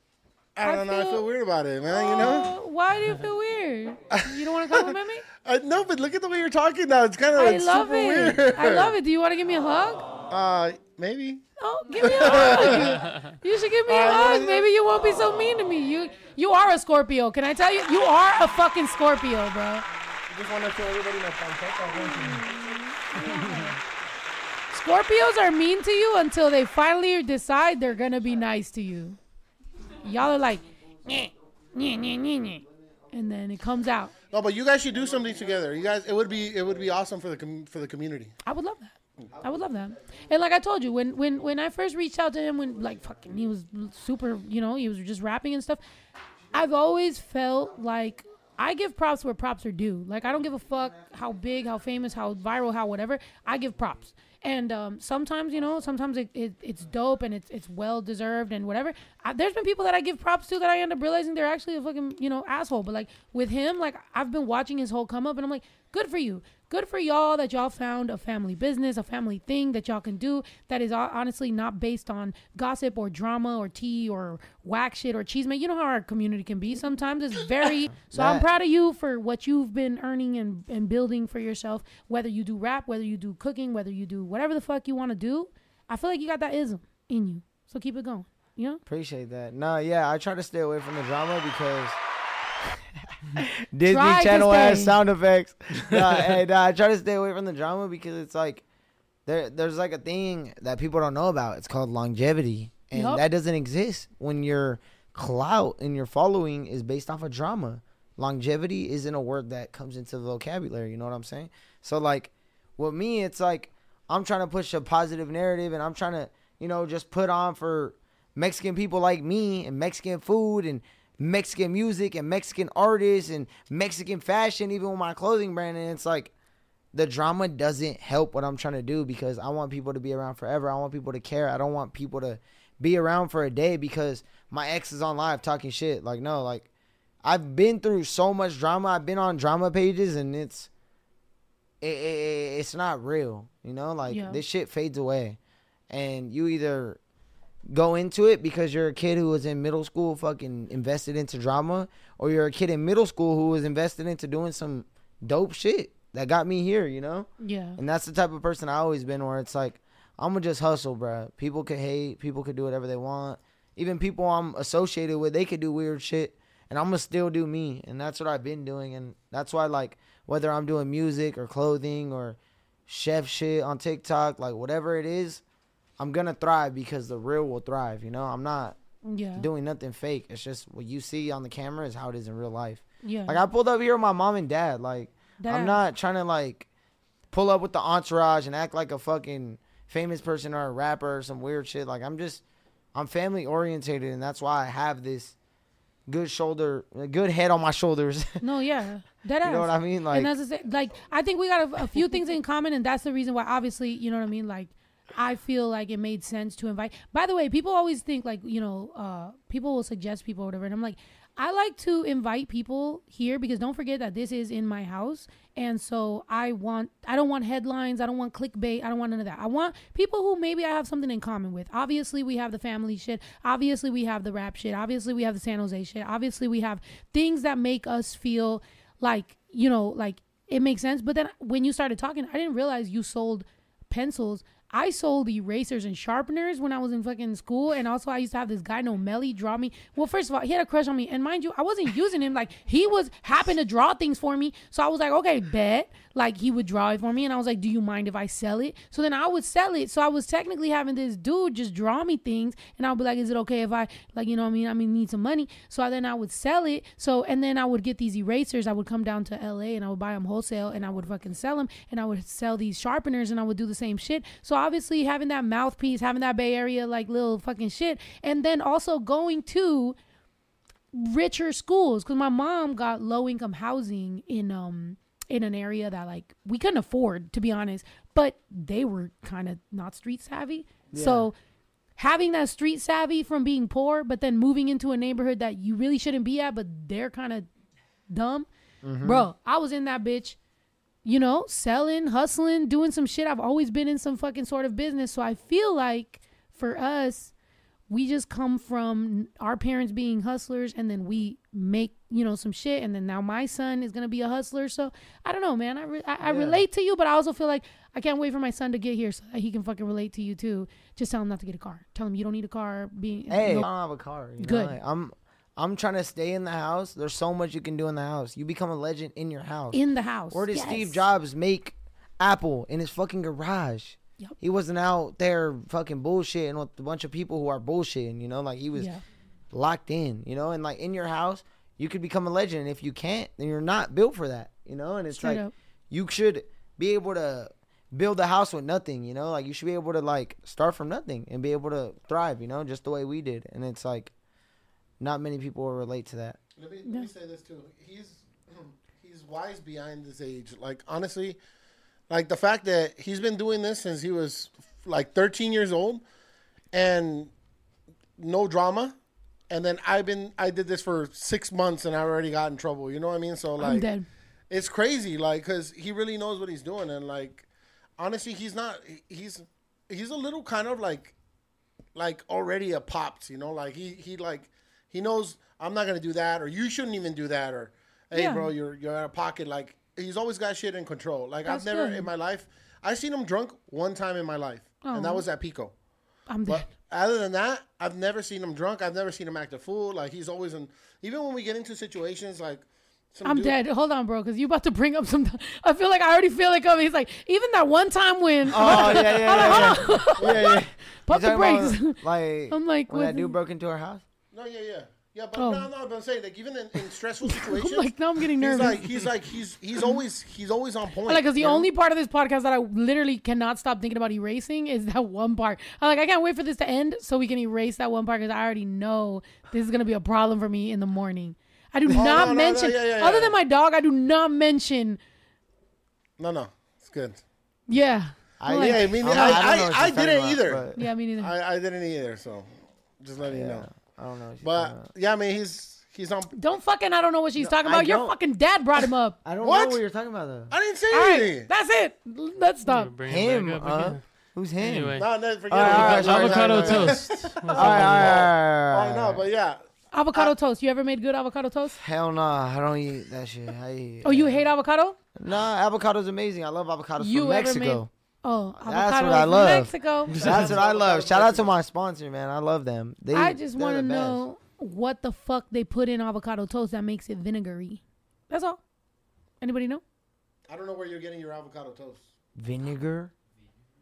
I
I
don't know. I
feel-
feel weird about it, man. You know.
Uh, why do you feel weird? You don't want to compliment me?
I, no, but look at the way you're talking now. It's kind of
Oh. I
like
love
super
it.
weird.
I love it. Do you want to give me a hug?
Uh, maybe.
Oh, give me a hug. You should give me
Uh,
a hug. Maybe you won't be so mean to me. You you are a Scorpio. Can I tell you? You are a fucking Scorpio, bro.
I just want to show everybody my Fonseca.
Scorpios are mean to you until they finally decide they're gonna be nice to you. Y'all are like, "Nyeh, nyeh, nyeh, nyeh, nyeh," and then it comes out.
No, but you guys should do something together. You guys, it would be it would be awesome for the com- for the community.
I would love that. I would love that. And like I told you, when when when I first reached out to him, when like fucking he was super, you know, he was just rapping and stuff. I've always felt like I give props where props are due. Like I don't give a fuck how big, how famous, how viral, how whatever. I give props. And um, sometimes, you know, sometimes it, it, it's dope and it's it's well deserved and whatever. I, there's been people that I give props to that I end up realizing they're actually a fucking you know asshole. But like with him, like I've been watching his whole come up, and I'm like, good for you, good for y'all that y'all found a family business, a family thing that y'all can do that is ho- honestly not based on gossip or drama or tea or whack shit or cheese. You know how our community can be sometimes. It's very so. I'm
That-
proud of you for what you've been earning and and building for yourself. Whether you do rap, whether you do cooking, whether you do whatever the fuck you want to do, I feel like you got that ism in you. So keep it going. You know.
Appreciate that. No, yeah, I try to stay away from the drama because Disney
Try to
Channel ass
stay.
sound effects. Nah, and uh, I try to stay away from the drama because it's like there there's like a thing that people don't know about. It's called longevity, and
Yup.
that doesn't exist when your clout and your following is based off of drama. Longevity isn't a word that comes into the vocabulary. You know what I'm saying? So like, with me, it's like I'm trying to push a positive narrative, and I'm trying to you know just put on for Mexican people like me and Mexican food and Mexican music and Mexican artists and Mexican fashion, even with my clothing brand. And it's like the drama doesn't help what I'm trying to do because I want people to be around forever. I want people to care. I don't want people to be around for a day because my ex is on live talking shit. Like, no, like I've been through so much drama. I've been on drama pages and it's it, it, it's not real. You know, like
Yeah.
this shit fades away. And you either go into it because you're a kid who was in middle school fucking invested into drama or you're a kid in middle school who was invested into doing some dope shit that got me here, you know?
Yeah.
And that's the type of person I always been where it's like, I'm gonna just hustle, bruh. People could hate, people could do whatever they want. Even people I'm associated with, they could do weird shit. And I'm gonna still do me. And that's what I've been doing. And that's why like whether I'm doing music or clothing or chef shit on TikTok, like whatever it is, I'm gonna thrive because the real will thrive, you know? I'm not
Yeah.
doing nothing fake. It's just what you see on the camera is how it is in real life.
Yeah.
Like I pulled up here with my mom and dad. Like
Dad.
I'm not trying to like pull up with the entourage and act like a fucking famous person or a rapper or some weird shit. Like I'm just I'm family orientated and that's why I have this good shoulder, a good head on my shoulders.
No, yeah, that
You know what I mean? Like-
and that's the sa- like I think we got a, a few things in common, and that's the reason why. Obviously, you know what I mean. Like, I feel like it made sense to invite. By the way, people always think like you know, uh, people will suggest people or whatever, and I'm like, I like to invite people here because don't forget that this is in my house, and so I want I don't want headlines, I don't want clickbait, I don't want none of that. I want people who maybe I have something in common with. Obviously, we have the family shit. Obviously, we have the rap shit. Obviously, we have the San Jose shit. Obviously, we have things that make us feel like you know like it makes sense but then when you started talking i didn't realize you sold pencils i sold erasers and sharpeners when i was in fucking school and also i used to have this guy named melly draw me well first of all he had a crush on me and mind you i wasn't using him like he was happened to draw things for me so i was like okay bet like he would draw it for me and i was like do you mind if i sell it so then i would sell it so i was technically having this dude just draw me things and i'll be like is it okay if i like you know what i mean i mean need some money so then i would sell it so and then i would get these erasers i would come down to la and i would buy them wholesale and i would fucking sell them and i would sell these sharpeners and i would do the same shit so obviously having that mouthpiece having that bay area like little fucking shit and then also going to richer schools because my mom got low income housing in um in an area that like we couldn't afford to be honest but they were kind of not street savvy so having that street savvy from being poor but then moving into a neighborhood that you really shouldn't be at but they're kind of dumb
Mm-hmm.
bro i was in that bitch you know selling hustling doing some shit i've always been in some fucking sort of business so i feel like for us we just come from our parents being hustlers and then we make you know some shit and then now my son is gonna be a hustler so i don't know man i, re- I, I relate to you but i also feel like i can't wait for my son to get here so that he can fucking relate to you too just tell him not to get a car tell him you don't need a car being
hey, I
no-
don't have a car. You
Good.
Know? Like, I'm I'm trying to stay in the house. There's so much you can do in the house. You become a legend in your house.
in the house
Or did
Yes.
Steve Jobs make Apple in his fucking garage?
Yup.
He wasn't out there fucking bullshitting with a bunch of people who are bullshitting, you know? Like he was
Yeah.
locked in, you know? And like in your house, you could become a legend. And if you can't, then you're not built for that, you know? And it's
Straight
like
up.
you should be able to build a house with nothing, you know? Like you should be able to like start from nothing and be able to thrive, you know, just the way we did. And it's like not many people will relate to that.
Let me, let me say this too. He's he's wise behind his age. Like honestly, like the fact that he's been doing this since he was like 13 years old, and no drama. And then I've been I did this for six months and I already got in trouble. You know what I mean? So like
i'm dead
it's crazy like because he really knows what he's doing and like honestly he's not he- he's he's a little kind of like like already a pops you know like he he like he knows i'm not gonna do that or you shouldn't even do that or hey
Yeah.
bro you're you're out of pocket like he's always got shit in control like
That's
i've never
good.
in my life i've seen him drunk one time in my life and
Aw.
that was at pico
i'm dead
but other than that, I've never seen him drunk. I've never seen him act a fool. Like he's always in. Even when we get into situations like Some
I'm
dude-
dead. Hold on, bro, because you about to bring up some. I feel like I already feel it coming. He's like, even that one time when.
Uh,
Oh yeah, yeah, yeah.
hold on, hold on.
yeah. yeah, yeah.
Pump the
You talking
brakes.
uh,
about, Like
I'm like,
when
what
that
the-
dude broke into our house.
No, yeah, yeah, yeah. But
Oh.
no, no. But I'm saying like even in, in stressful
I'm
situations,
like, now I'm getting
he's
nervous.
like he's like he's he's always he's always on point.
like, because the
you know?
only part of this podcast that I literally cannot stop thinking about erasing is that one part. I'm like, I can't wait for this to end so we can erase that one part because I already know this is gonna be a problem for me in the morning. I do not
Oh, no, no,
mention,
yeah, yeah, yeah.
other than my dog, I do not mention.
no, no, it's good.
Yeah,
I,
Like-
yeah, I mean,
don't know-
I-
don't know
I-
what
I
she's talking
didn't
about,
either.
but-
yeah, me neither.
I, I didn't either, so just letting you know.
I don't know. what she's talking
But
about.
yeah, I mean, he's he's on.
Don't fucking. I don't know what she's talking
I
about. Your
don't.
fucking dad brought him up.
I don't
What?
know what you're talking about though.
I didn't say
All right,
anything.
that's it. Let's stop.
Bring it
Him,
back up
huh?
again.
Who's him?
Anyway,
No, no, forget
All right,
it.
all right, sorry,
avocado
sorry, sorry.
toast.
All right, all
Oh,
right, all right, all right, all
no,
right.
but yeah,
Avocado toast. You ever made good avocado toast?
Hell no, I don't eat that shit. I eat.
Oh, you hate avocado?
Nah, avocado's amazing. I love avocados
You
from
ever
Mexico.
Oh, avocado
what I
from
love.
Mexico.
That's what I love. Shout out to my sponsor, man. I love them. They,
I just
they're
want to
the best.
know what the fuck they put in avocado toast that makes it vinegary. That's all. Anybody know?
I don't know where you're getting your avocado toast.
vinegar.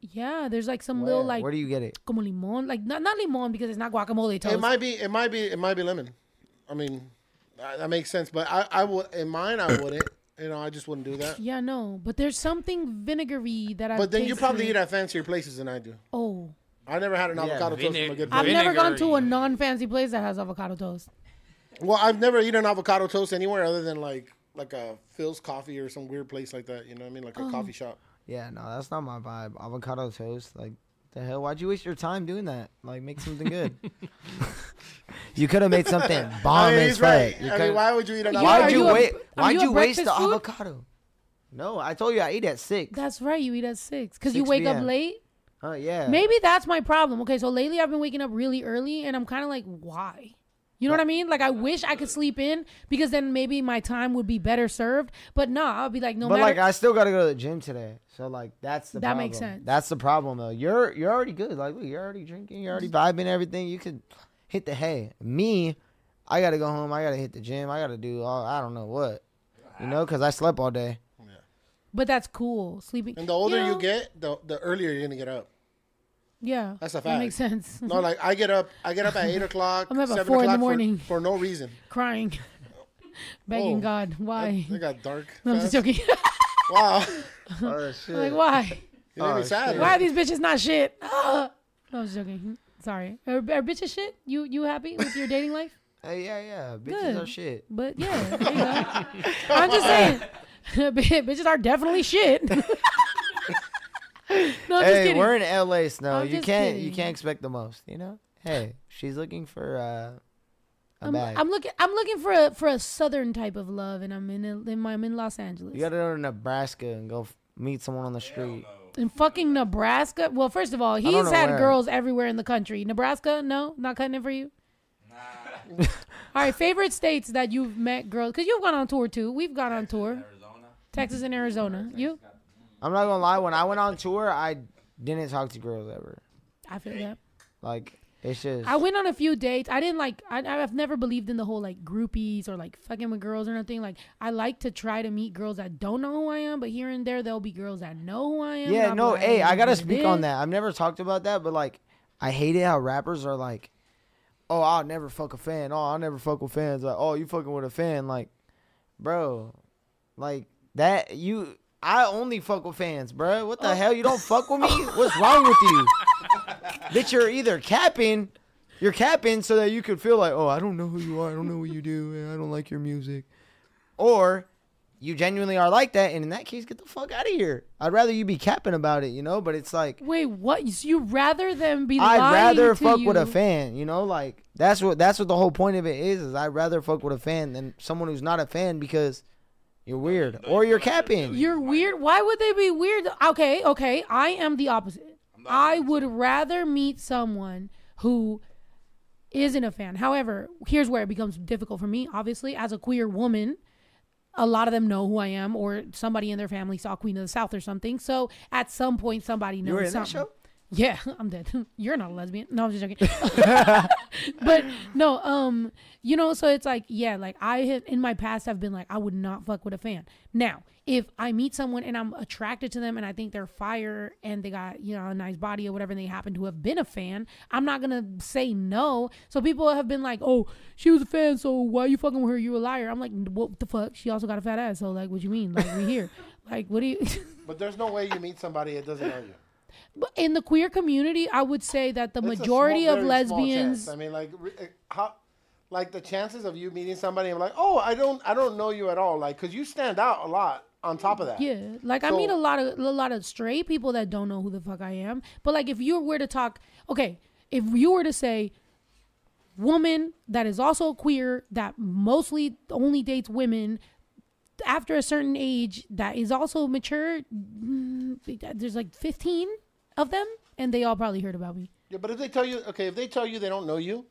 Yeah, there's like some little
Where?
like
Where do you get it?
como limon, like not not limon because it's not guacamole toast.
It might be. It might be. It might be lemon. I mean, I, that makes sense. But I, I would in mine. I wouldn't. You know, I just wouldn't do that.
yeah, no, but there's something vinegary that I.
But then you probably eat at fancier places than I do.
Oh,
I never had an
Yeah,
avocado toast from a
vinegar-
good
I've
place.
never gone to a
Vinegary.
non-fancy place that has avocado toast.
Well, I've never eaten avocado toast anywhere other than like like a Phil's Coffee or some weird place like that. You know what I mean?
Oh.
Like a coffee shop.
Yeah, no, that's not my vibe. Avocado toast, like the hell? Why'd you waste your time doing that? Like, make something good. you could have made something bomb
I mean,
as
he's
fuck. You
right. I mean,
coulda-
why would you eat an
Why
avocado?
are
why'd you,
you a-
wait?
are
Why'd
you
you,
a
waste the
breakfast food?
avocado? No, I told you I eat at six.
That's right. You eat at six because you
6
wake up
p.m..
late.
Oh yeah.
Maybe that's my problem. Okay, so lately I've been waking up really early and I'm kind of like, why? You know what I mean? Like I wish I could sleep in because then maybe my time would be better served. But nah, I'll be like, no
but like
matter.
I still gotta go to the gym today, so like that's the
That
problem.
makes sense.
That's the problem though. You're you're already good. Like look, you're already drinking, you're already vibing everything. You could hit the hay. Me, I gotta go home. I gotta hit the gym. I gotta do all I don't know what, you know, because I slept all day.
but that's cool. Sleeping.
And the older you,
know?
get, the the earlier you're gonna get up.
yeah,
That's a
That
fact.
makes sense.
No, like I get up. I get up at eight o'clock.
I'm up at
seven
four in the
o'clock for-
morning.
for, no reason.
Crying, begging
Oh.
God, why?
It got dark.
No, I'm just
fast.
joking.
Wow,
Oh shit.
like why?
you
Oh,
made me sad.
Why are these bitches not shit? no, I'm just joking. Sorry. Are, are bitches shit? You you happy with your dating life?
Hey, yeah, yeah. Bitches
Good.
are shit.
But yeah, there you go. I'm just saying, bi- bitches are definitely shit. no, I'm just
hey,
kidding.
we're in LA, Snow.
I'm
you
just
can't you
kidding.
can't expect the most, you know. Hey, she's looking for uh, a
I'm,
bag.
I'm looking. I'm looking for a for a southern type of love, and I'm in a, in my, I'm in Los Angeles.
you gotta go to Nebraska and go f- meet someone on the street.
in fucking Nebraska. Well, first of all,
don't
he's
know
had
where.
girls everywhere in the country. Nebraska, no, not cutting it for you. all right, favorite states that you've met girls because you've gone on tour too. We've gone on tour,
Arizona.
Texas and Arizona. You,
I'm not gonna lie. When I went on tour, I didn't talk to girls ever.
I feel that.
Like it's just
I went on a few dates. I didn't like. I, I've never believed in the whole like groupies or like fucking with girls or nothing. Like I like to try to meet girls that don't know who I am, but here and there there'll be girls that know who I am. and
yeah.
I'll be
No,
like,
hey, I gotta
"This is
speak
it."
on that. I've never talked about that, but like, I hate it how rappers are like, oh, I'll never fuck a fan. Oh, I'll never fuck with fans. Like, oh, you fucking with a fan. Like, bro, like that you. I only fuck with fans, bro. What
Oh.
the hell? You don't fuck with me? What's wrong with you? Bitch, you're either capping, you're capping so that you could feel like, oh, I don't know who you are, I don't know what you do, and I don't like your music, or you genuinely are like that, and in that case, get the fuck out of here. I'd rather you be capping about it, you know. But it's like
Wait, what? So you rather them be?
I'd
lying
rather
to
fuck with a
you-
fan, you know. Like that's what that's what the whole point of it is. Is I'd rather fuck with a fan than someone who's not a fan because you're weird or you're capping.
You're weird. Why would they be weird? Okay, okay. I am the opposite. I would rather meet someone who isn't a fan. However, here's where it becomes difficult for me. Obviously, as a queer woman, a lot of them know who I am, or somebody in their family saw Queen of the South or something. So at some point, somebody knows
were in that
something.
show?
Yeah, I'm dead. You're not a lesbian. No, I'm just joking. but no, um, you know, so it's like, yeah, like I have in my past have been like, I would not fuck with a fan. Now, if I meet someone and I'm attracted to them and I think they're fire and they got, you know, a nice body or whatever, and they happen to have been a fan, I'm not gonna say no. So people have been like, Oh, she was a fan, so why you fucking with her? You a liar. I'm like, what the fuck? She also got a fat ass, so like what you mean? Like we here. like what do you
But there's no way you meet somebody that doesn't know you.
But in the queer community, I would say that the
It's a
majority
small-
of
very small chance.
lesbians.
I mean, like re- uh, how, like the chances of you meeting somebody and like, oh, I don't, I don't know you at all, like, cause you stand out a lot. On top of that,
Yeah, like I
So-
meet a lot of a lot of straight people that don't know who the fuck I am. But like, if you were to talk, okay, if you were to say, woman that is also queer that mostly only dates women after a certain age that is also mature, mm, there's like 15 of them, and they all probably heard about me.
Yeah, but if they tell you, okay, if they tell you they don't know you,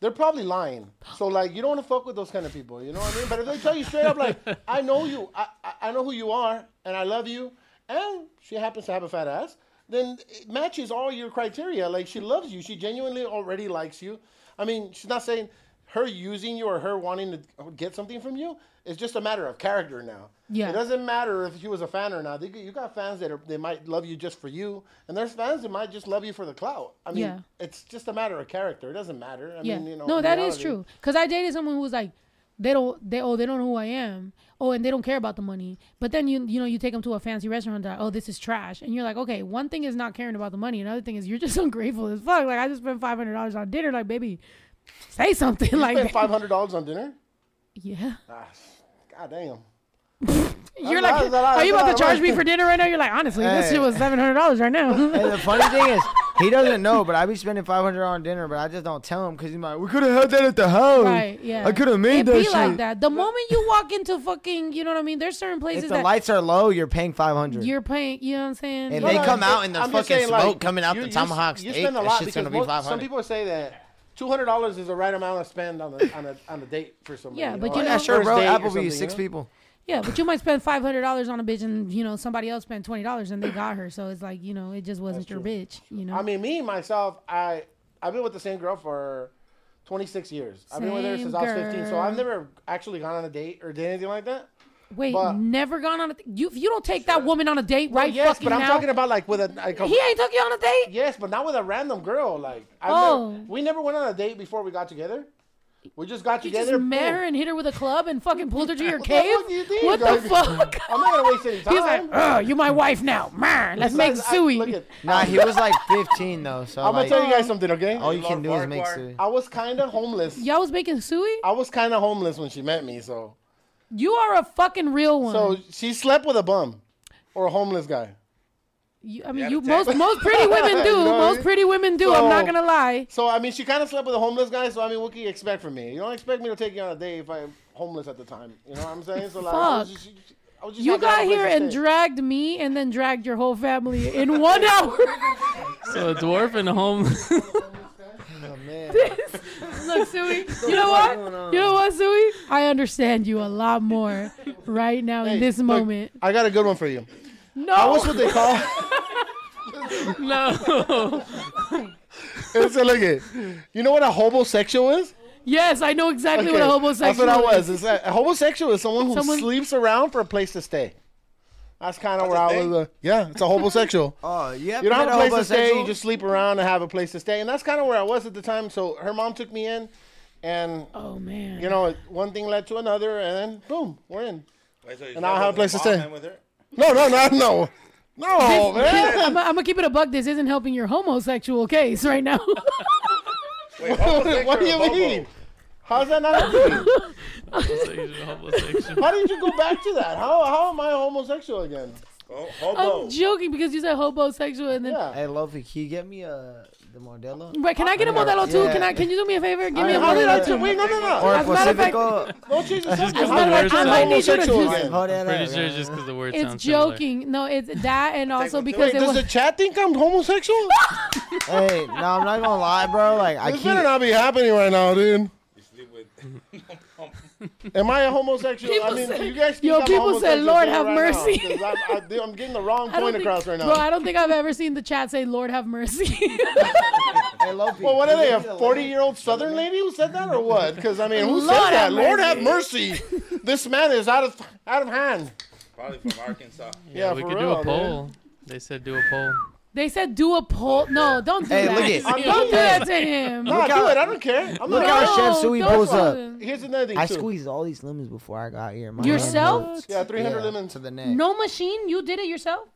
they're probably lying. So like, you don't want to fuck with those kind of people. You know what I mean? But if they tell you straight up, like, I know you, I, I, I know who you are, and I love you, and she happens to have a fat ass, then it matches all your criteria. Like she loves you, she genuinely already likes you. I mean, she's not saying her using you or her wanting to get something from you. It's just a matter of character now.
Yeah.
It doesn't matter if you was a fan or not. They, you got fans that are, they might love you just for you, and there's fans that might just love you for the clout. I mean,
Yeah.
it's just a matter of character. It doesn't matter. I
yeah.
mean, you know.
no,
in
that is
reality-
true. Cause I dated someone who was like, they don't, they oh, they don't know who I am. Oh, and they don't care about the money. But then you, you know, you take them to a fancy restaurant. That, oh, this is trash. And you're like, okay, one thing is not caring about the money. Another thing is you're just ungrateful as fuck. Like I just spent five hundred dollars on dinner. Like baby, say something.
You
like
spent
that.
five hundred dollars on dinner.
yeah.
Ah, God damn.
You're
a lot,
like,
that's a lot,
are you
that's
about
a
to
lot,
charge me
right?
for dinner right now? You're like, honestly, this
Hey.
shit was seven hundred dollars right now.
And the funny thing is, he doesn't know, but I be spending five hundred on dinner, but I just don't tell him because he's like, we could have had that at the house.
right? Yeah.
I could have made
It
that
be
shit.
like that. The moment you walk into fucking, you know what I mean. There's certain places
If the
that
lights are low, you're paying five hundred.
you're paying. You know what I'm saying?
And
Yeah.
they
No, no,
come
it-
out and the
uh, I'm just
fucking
saying, like,
smoke coming out the
s-
tomahawk
You
steak,
spend a
that
lot
shit's
because
gonna be
most- some
500.
people say that. Two hundred dollars is the right amount to spend on a on a on a date for somebody.
Yeah,
you
but you
know, or
know-
yeah,
a
sure,
first
bro.
date or
Applebee's
something,
six
you know?
people.
Yeah, but you might spend five hundred dollars on a bitch, and you know somebody else spent twenty dollars, and they got her. So it's like you know, it just wasn't your bitch. You know,
I mean, me myself, I I've been with the same girl for 26 years. I've been with her
Same
since I was 15, so
girl.
I've never actually gone on a date or did anything like that.
wait,
but-
never gone on a th- you. If you don't take that woman on a date, right?
yes,
fucking
but I'm
now,
talking about like with a like a,
he ain't took you on a date.
yes, but not with a random girl. Like I've
Oh.
never, we never went on a date before we got together. We just got
You
together.
just met
boom.
her and hit her with a club and fucking pulled her to your
What the
cave.
fuck do you think?
What the
Like,
fuck?
I'm not gonna waste any time.
He's like, oh, you my wife now. Man, let's make
Besides, I- look
suey. um,
at-
Nah, he was like fifteen though, so
I'm
like,
gonna tell you guys something, okay?
all you can
Lord
do is make
Farquhar.
suey.
I was kind of homeless.
Y'all was making suey.
I was kind of homeless when she met me, so
You are a fucking real one.
so she slept with a bum or a homeless guy.
you, I mean,
gotta
you
take-
most most pretty women do.
You know what I
most
mean?
pretty women do. I'm not
So-
gonna lie.
So I mean, she kind of slept with a homeless guy. So I mean, what can you expect from me? You don't expect me to take you on a date if I'm homeless at the time. You know what I'm saying? So like, I was
Fuck.
just, she- she- I was just
You
not gonna
got
have a place
here
to
and
stay.
dragged me and then dragged your whole family in one hour.
So a dwarf and a home.
Oh, man.
Look, Sui, you know what? You know what, Sui? I understand you a lot more right now in
Hey,
this
look,
moment.
I got a good one for you.
No.
I was what they call.
no.
it's a look at. You know what a homosexual is?
yes, I know exactly what a
Okay,
homosexual
That's what I was.
is.
It's a, a homosexual is someone who
Someone-
sleeps around for a place to stay. That's kind of where I
thing?
was. Uh, yeah, it's a homosexual.
Oh, you
You
haven't
don't
met
have
a
a place to stay.
homosexual?
You just sleep around and have a place to stay, and that's kind of where I was at the time. So her mom took me in, and
Oh, man.
you know, it- one thing led to another, and then boom, we're in.
Wait, so you
And I'll
slept
have a
with
place to
mom
stay.
and with her?
No, no, no, no, no, oh, man.
I'm going to keep it a buck. This isn't helping your homosexual case right now.
Wait, homosexual
what do
or
you
homo?
mean? How's that not helping? me?
Homosexual.
How did you go back to that? How how am I homosexual again?
Ho-
I'm
Hobo.
joking because you said homosexual and then.
Oh. Yeah.
Hey, Lofi, can you get me uh, the Modelo?
Wait, can I get a Modelo too?
Yeah.
Can I? Can you do me a favor? Give
I
me a
mean, how did I?
Modelo
do-
too.
Wait, no, no,
Or
no.
a
As a matter of fact-
Pacifico?
Don't change the subject.
give me the words
I'm
out.
not homosexual
Just-
again.
Hold that
Pretty
up,
sure it's
man.
just because the word
It's
sounds similar.
joking. No, it's that and also
one too.
because
Wait,
it
does
was.
the chat think I'm homosexual?
Hey, no, I'm not gonna lie, bro. Like I
This
keep
better not be happening right now, dude.
You sleep with.
Am I a homosexual?
People
I mean,
say-
you guys. Think
yo,
I'm a
people said,
homosexual
"Lord,
right
have
now,
mercy."
'cause I'm, I- I'm getting the wrong
I don't
point
think-
across right now.
Bro, I don't think I've ever seen the chat say, Lord have mercy.
Hey, Lopi.
well, what are they?
you
A
need to lay-
forty-year-old Southern lady who said that, or what? Because I mean, who
Lord
said
have
that? Lord have mercy. this man is out of out of hand.
Probably from Arkansas.
Yeah,
we
for
could
real,
do a
man.
poll. They said do a poll.
they said, do a poll. No, don't do
Hey,
that.
look it.
I'm
Don't
doing
do
it.
that to him.
No,
Look
do
out.
it. I don't care. I'm
Look
not.
out,
No,
Chef Suey
don't
pulls
do
up.
that.
Here's another thing.
I
too.
squeezed all these lemons before I got here. My
Yourself?
hand hurts.
Yeah, 300
Yeah.
lemons.
to the neck.
No machine, you did it yourself?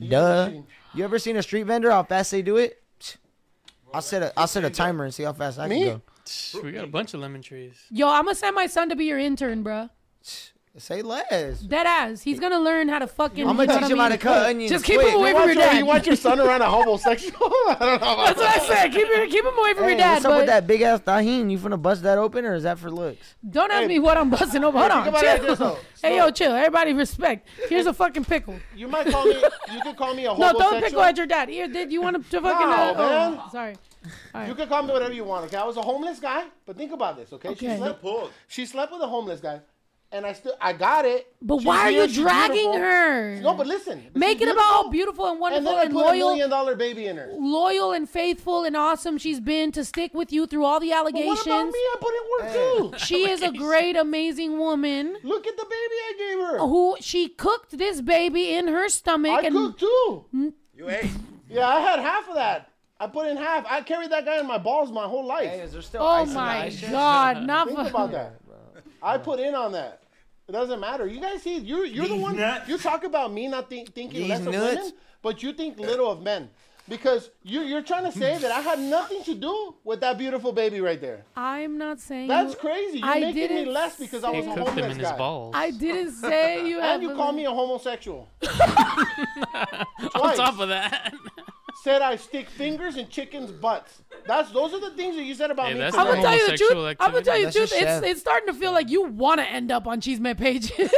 Duh. You ever seen a street vendor? How fast they do it? Psh. I'll set a I'll set a timer and see how fast I
Me?
can go.
We got a bunch of lemon trees.
Yo, I'm gonna send my son to be your intern, bro.
Say less.
Dead ass. He's gonna learn how to fucking.
I'm
you know
gonna
what I
teach him how
mean?
to cut onions.
Just keep
quick.
him away
You
from
want,
your
your,
dad.
you want your son around a homosexual? I don't know about
That's what I said. Keep him, keep him away from
Hey,
your dad.
what's up
but
with that big ass tahine? You finna bust that open or is that for looks?
Don't ask me what I'm busting over. Hold
Hey,
on.
think about it like this,
chill.
though.
hey, yo, chill. Everybody respect. Here's a fucking pickle.
You might call me. You could call me a
No,
homosexual.
don't pickle at your dad. Here, did you want to fucking?
No,
uh, oh,
man.
sorry.
You could call me whatever you want. Okay, I was a homeless guy, but think about this. Okay,
Okay.
she slept. She slept with a homeless guy, and I still I got it.
But
She's
why are
here,
you
she's
dragging
beautiful.
her?
No, but listen. but
Make
she's
it about how beautiful
beautiful,
and
And
wonderful
then I
and
put a
loyal,
million dollar baby in her. But
loyal and faithful and awesome she's been to stick with you through all the
what about
allegations.
me? I put in work too.
She is a great, amazing woman.
Look at the baby I gave her.
who she cooked this baby in her stomach
I
and
cooked too.
You ate.
Yeah, I had half of that. I put in half. I carried that guy in my balls my whole life.
Hey, is there still
oh
ice in
my
the ice?
god not
Think
for
about that. I put in on that. It doesn't matter. You guys see, you're you're the
These
one.
nuts.
You talk about me not think, thinking
These
less of
nuts.
women, but you think little of men because you you're trying to say that I had nothing to do with that beautiful baby right there.
i'm not saying
That's
you-
crazy. You're
I
making me
didn't
less because I
He
was a
cooked them
homeless
in his
guy.
balls.
i didn't say you
And you
have-
call me a homosexual.
On
Twice.
top of that,
said I stick fingers in chickens' butts. That's those are the things that you said about
Hey,
me.
that's
I'm
tonight.
gonna tell you the truth.
Homosexual
I'm gonna tell you the truth.
activity. That's your
It's,
chef.
it's starting to feel like you want to end up on Cheese Man pages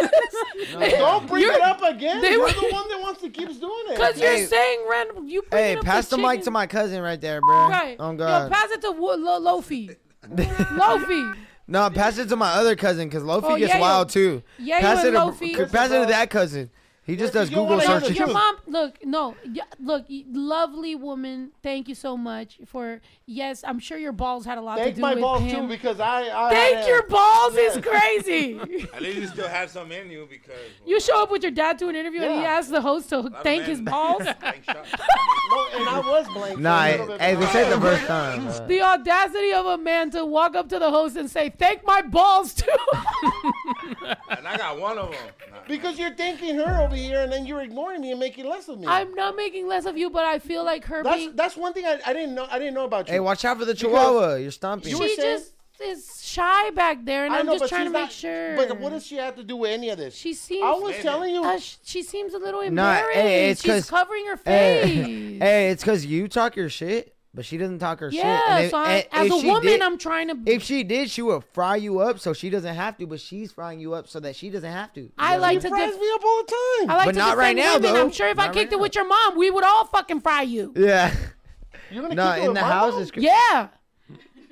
Don't bring
You're-
it up again.
they
You're
were-
the one that wants to keep doing it.
because you're
Hey.
saying random. You bringing
Hey,
up
pass the, mic
chicken-
to my cousin right there, bro.
right.
Oh
Yo,
god.
pass it to Wo- Lo- Lofi. Lofi.
no, pass it to my other cousin because Lofi
Oh,
gets
yeah,
wild
yo.
too.
Yeah, you
pass
and
it
Lofi.
to, pass it to that cousin. He just does
you don't
Google
wanna hear the
searches.
Your
truth.
mom, look, no, y- look, y- lovely woman. Thank you so much for. Yes, I'm sure your balls had a lot to
Thank
do
my
with
balls
him.
too because I. I
Thank
I,
your balls is crazy.
At least you still have some in you because.
you show up with your dad to an interview and he
Yeah.
asks the host to thank his balls.
Thank shot.
No, and I was blank. for
Nah,
a little bit.
hey, this ain't the first time. bro.
the audacity of a man to walk up to the host and say, "Thank my balls too."
And I got one of them. Nah.
Because you're thanking her over here, and then you're ignoring me and making less of me.
I'm not making less of you, but I feel like her
that's
being
that's one thing I, I didn't know. I didn't know about you.
Hey, watch out for the chihuahua. You're stomping.
You were
she
saying-
just is shy back there, and
I
am
know,
just
but
trying to
she's
make
not-
sure.
But what does she have to do with any of this?
she seems?
I was telling you.
Uh, sh- she seems a little
Nah,
embarrassed.
hey, it's
She's
'cause- eh,
covering her face.
Hey, hey, it's because you talk your shit, but she doesn't talk her shit.
yeah,
And if-
so I,
and
as
if
a
she
woman,
did-
I'm trying to.
If she did, she would fry you up, so she doesn't have to. But she's frying you up so that she doesn't have to. You
I
know
like
what
to.
fries
Def-
me up all the time.
I like
But
to
not right
defend
now,
women.
though.
I'm sure if I
Not
kicked
right
it with your mom, we would all fucking fry you.
I mean? Yeah.
you're gonna
No,
keep
in
doing
the
my
house
mom?
is. crazy.
Yeah,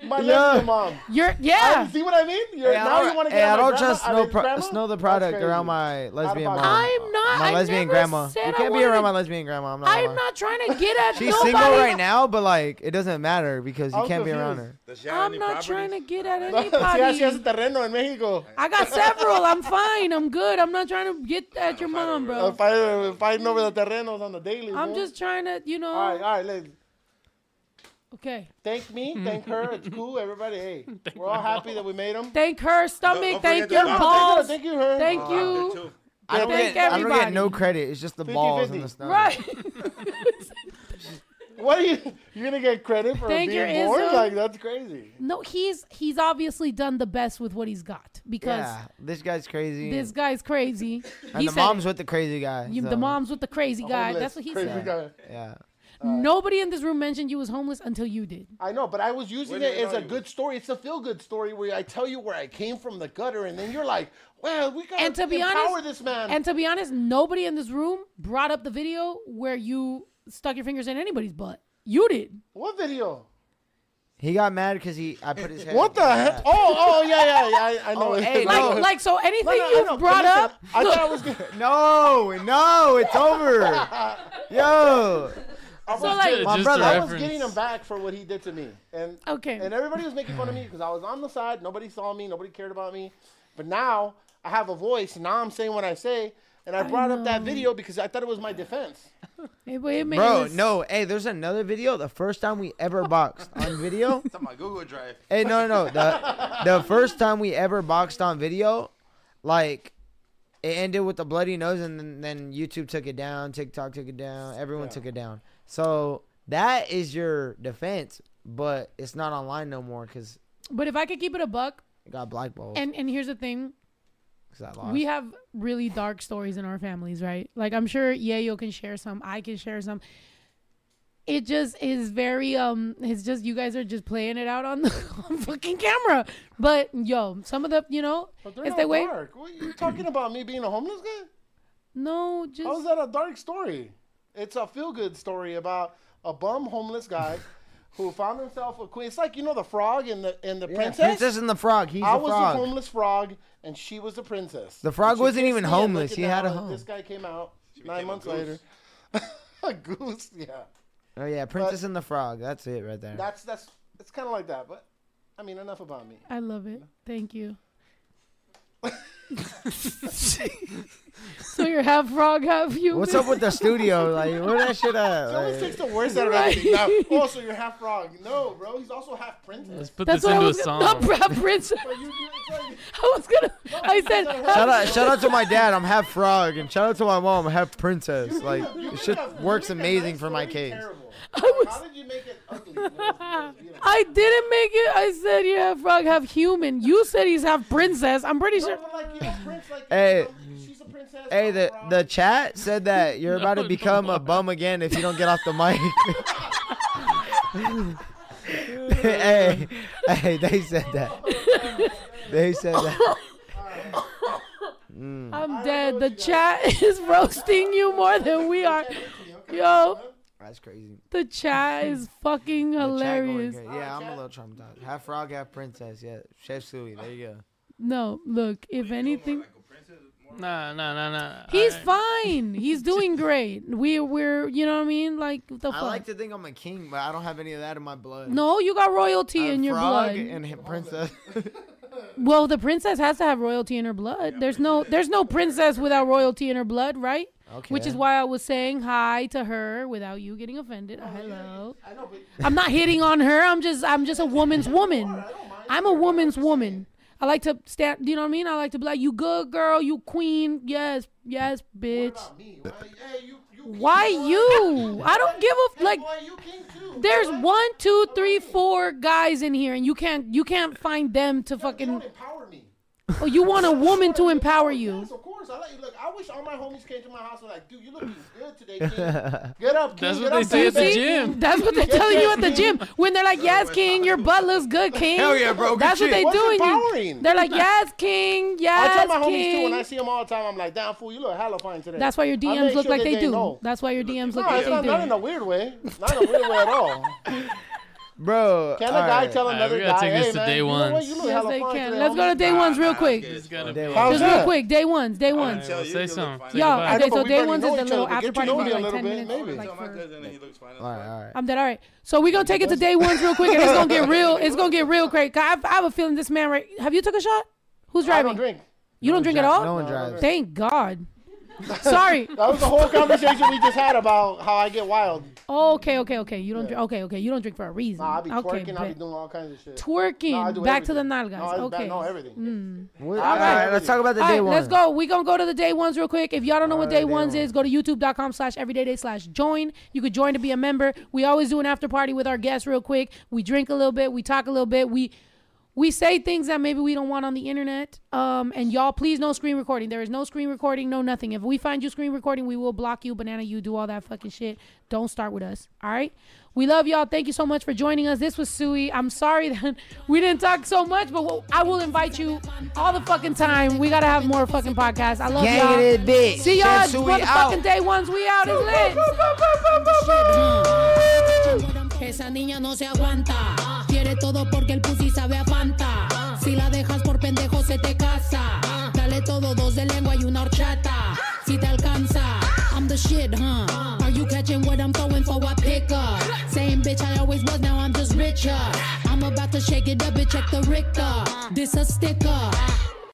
my
Yeah.
lesbian mom.
you're. Yeah,
See what I mean? You're,
Hey, I
now
don't,
you want to
hey,
get
I
on my
don't
grandma?
trust
I
no
mean,
pro-
grandma?
snow the
That's
product
crazy.
around my lesbian
pocket.
mom.
I'm not.
my
I
lesbian
never
grandma.
Said
you
I
can't be
wanted
around
to-
my lesbian grandma. I'm not. gonna
I'm
lie.
not trying to get at
She's
nobody.
single right now, but like it doesn't matter because you
I'm
can't be around
confused.
her.
Does she have
I'm
any
not trying to
properties?
get at
See, I see
anybody.
ese terreno en Mexico.
I got several. I'm fine. I'm good. I'm not trying to get at your mom,
I'm
bro.
fighting, fighting over the terrenos on the daily.
I'm
boy.
just trying to, you
All right,
know.
all right. Let's
Okay.
thank me, thank her. It's cool, everybody. Hey, we're all happy that we made them.
Thank her stomach.
Don't- don't
Thank
forget
your
the
balls.
Thank you, her.
Thank
Doctor,
you.
too.
I don't
Thank
get. I don't get no
everybody.
credit. It's just the balls
50-50.
and the stuff.
Right.
What are you? You're gonna get credit for
Thank
being
your
born?
ism.
Like that's crazy.
No, he's he's obviously done the best with what he's got because
Yeah, this guy's crazy.
this guy's crazy.
and
he
the
said
mom's
it.
with the crazy guy.
You-
so,
the mom's with the crazy guy.
Homeless,
That's what he
crazy
said.
guy.
Yeah.
Nobody in this room mentioned you was homeless until you did.
I know, but I was using
Where
it
did they
as
know
a
you?
good story. It's a feel-good story where I tell you where I came from, the gutter, and then you're like, "Well, we gotta
And to be
empower
honest-
this man."
And to be honest, nobody in this room brought up the video where you stuck your fingers in anybody's butt. You did.
what video?
He got mad because he I put his head.
What the heck? Oh, oh, yeah, yeah, yeah. I, I know.
Oh, hey,
Like,
No.
like so anything
No, no, I
you
know, but
brought
listen,
up.
I
look,
thought I was gonna.
No, no, it's over. Yo,
I was,
So, like-
Just
My
a
brother,
I was
reference.
getting him back for what he did to me, and
okay.
and everybody was making fun of me because I was on the side. Nobody saw me. Nobody cared about me. But now I have a voice. And now I'm saying what I say. And I brought up that
know.
video because I thought it was my defense.
It- it made
bro,
us-
no. Hey, there's another video. The first time we ever boxed on video.
It's on my Google Drive.
Hey, no, no, no. The the first time we ever boxed on video, like it ended with a bloody nose, and then, then YouTube took it down, TikTok took it down, everyone took it down. So that is your defense, but it's not online no more because
But if I could keep it a buck,
it got blackballed.
and and here's the thing,
'cause I lost.
we have really dark stories in our families, right? Like I'm sure Yayo can share some, I can share some. It just is very um it's just you guys are just playing it out on the on fucking camera. But yo, some of the you know
But they're
if
not
they wait
dark. What, you talking about me being a homeless guy?
no just
How Oh, is that a dark story? It's a feel good story about a bum homeless guy who found himself a queen. It's like you know the frog and the and the
Yeah,
princess.
Princess and the Frog. He's
I
the
was
frog.
a homeless frog and she was the princess.
The frog
And she
wasn't
kissed
even
me, and
homeless.
look
He
at now,
had a
like,
home.
This guy came out nine
a
months
goose.
later. a goose, yeah.
oh yeah, Princess and the Frog. That's it right there.
That's that's it's kind of like that, but I mean enough about me.
I love it. Thank you. so you're half frog, half human.
What's up with the studio? Like where that shit at?
It always
Like,
takes the worst out of
Right.
everything. Now, oh, so you're half frog? No, bro. He's also half princess.
Let's put
That's
this
what I
into a
was
song.
gonna, not half prince.
But you, you, it's like,
I was gonna. I said.
shout out, shout out to my dad. I'm half frog, and shout out to my mom. I'm half princess. Like
you
this shit
make a- you
works
make a
amazing
nice
for my
story
kids.
terrible.
was-
How did you make it ugly? That was- that was beautiful.
I didn't make it. I said you're half frog, half human. You said he's half princess. I'm pretty
No,
sure.
but like, you know, Prince, like,
Hey.
you know, she's a princess.
Hey,
I'm
the
frog.
the chat said that you're about to
No,
become a
don't.
bum again if you don't get off the mic. hey, hey, they said that. They said that. Hmm.
I'm
know
dead.
what
The
you got.
chat is roasting you more than we are. Yo,
That's crazy.
the chat is fucking
The chat going
hilarious.
crazy. Yeah, I'm a little traumatized. Half frog, half princess. Yeah, Chef Suey. There you go.
No, look. If anything,
Nah, nah, nah, nah.
he's
Alright.
fine. He's doing great. We we're you know what I mean. Like what the
I
fuck.
like to think I'm a king, but I don't have any of that in my blood.
no, you got royalty
I'm
in your
frog
blood.
and hi- princess.
well, the princess has to have royalty in her blood. There's no, there's no princess without royalty in her blood, right?
okay.
Which is why I was saying hi to her without you getting offended. Hello.
I know, but
I'm not hitting on her. I'm just I'm just a woman's woman. I'm a woman's woman. I like to stand, you know what I mean? I like to be like, you good girl, you queen. Yes, yes, bitch.
about me. Why, hey, you, you king,
Why
boy.
you? I don't give a
Hey,
like
boy, you king too.
there's
boy.
one, two, three, four guys in here and you can't you can't find them to
You don't
fucking
empower me.
oh, you want a woman to
Yes,
empower you.
Yes, of course. I like you. Look, I wish all my homies came to my house and like, dude, you looking good today, king. Get up,
That's
king. Get
what they
up,
say
king.
at the
See?
gym.
That's what they're telling you at the gym when they're like, "Yes, King, your butt looks good, King."
Hell yeah, bro. Good
That's what
shit.
they
What's
doing. You.
empowering?
They're like, "Yes, King.
I
Yes,
tell my homies too
King."
when I see them all the time. I'm like, damn fool, you look hella fine today.
That's why your
I
DMs
make
look
sure
like
that
they
they
do.
know.
That's why your DMs look
No,
like
it's not, not
they
in
do.
a weird way. Not in a weird way at all.
Bro.
Can a
all
guy
right.
tell
right,
another
we
guy,
gotta take
hey
this to
man,
day
you know what?
ones.
You look
Yes,
hella
they
fun
can.
today,
Let's go to
homie."
day ones real quick.
It's gotta
Day
be.
one.
How's
Just real
that?
quick, day ones, day ones.
Tell you,
Say
you look
something.
fine.
Yo,
I
okay,
know,
so
but we
day
barely
ones
know
is the
each
little
other, but
after
get
party
to know
for
me a
like
little
ten
bit,
minutes.
maybe.
Like
Tell my
for-
cousin he looks fine. as
All
fuck.
right, all right.
I'm dead. All right. So we gonna take it to day ones real quick, and it's gonna get real. It's gonna get real crazy. 'Cause I have, I have a feeling this man right. Have you took a shot? Who's
I
driving?
don't drink.
You don't drink at all.
No one drives.
Thank God. Sorry.
That was the whole conversation we just had about how I get wild.
Okay, okay, okay. You don't drink. Okay, okay. You don't drink for a reason.
Nah, I be
okay,
twerking, I be
bet.
doing all kinds of shit.
twerking.
Nah, I do
back to the
everything.
nalgas. guys.
No, it's
okay. Mm.
bad- no, everything.
All
All right.
right, let's talk about the
All
day
right,
one.
let's go. We're going to go to the day ones real quick. If y'all don't know what
All right,
day
day
ones
one.
is, go to youtube.com slash everydayday slash join. You could join to be a member. We always do an after party with our guests real quick. We drink a little bit. We talk a little bit. We we say things that maybe we don't want on the internet. Um, and y'all, please no screen recording. There is no screen recording, no nothing. If we find you screen recording, we will block you, banana you, do all that fucking shit. Don't start with us. All right. We love y'all. Thank you so much for joining us. This was Sui. I'm sorry that we didn't talk so much, but we'll, I will invite you all the fucking time. We gotta have more fucking podcasts. I love
Gang
y'all.
it, bitch.
See y'all,
Chef Suey out.
motherfucking day ones. We out. It's lit.
What I'm
Esa niña no se aguanta. Quiere todo porque el pussy sabe a Fanta. Si la dejas por pendejo se te casa. Dale todo, dos de lengua y una horchata. Si te alcanza. I'm the shit, huh? Are you catching what I'm throwing for a pickup? Same bitch I always was, now I'm just richer. I'm about to shake it up and check the Richter. This a sticker.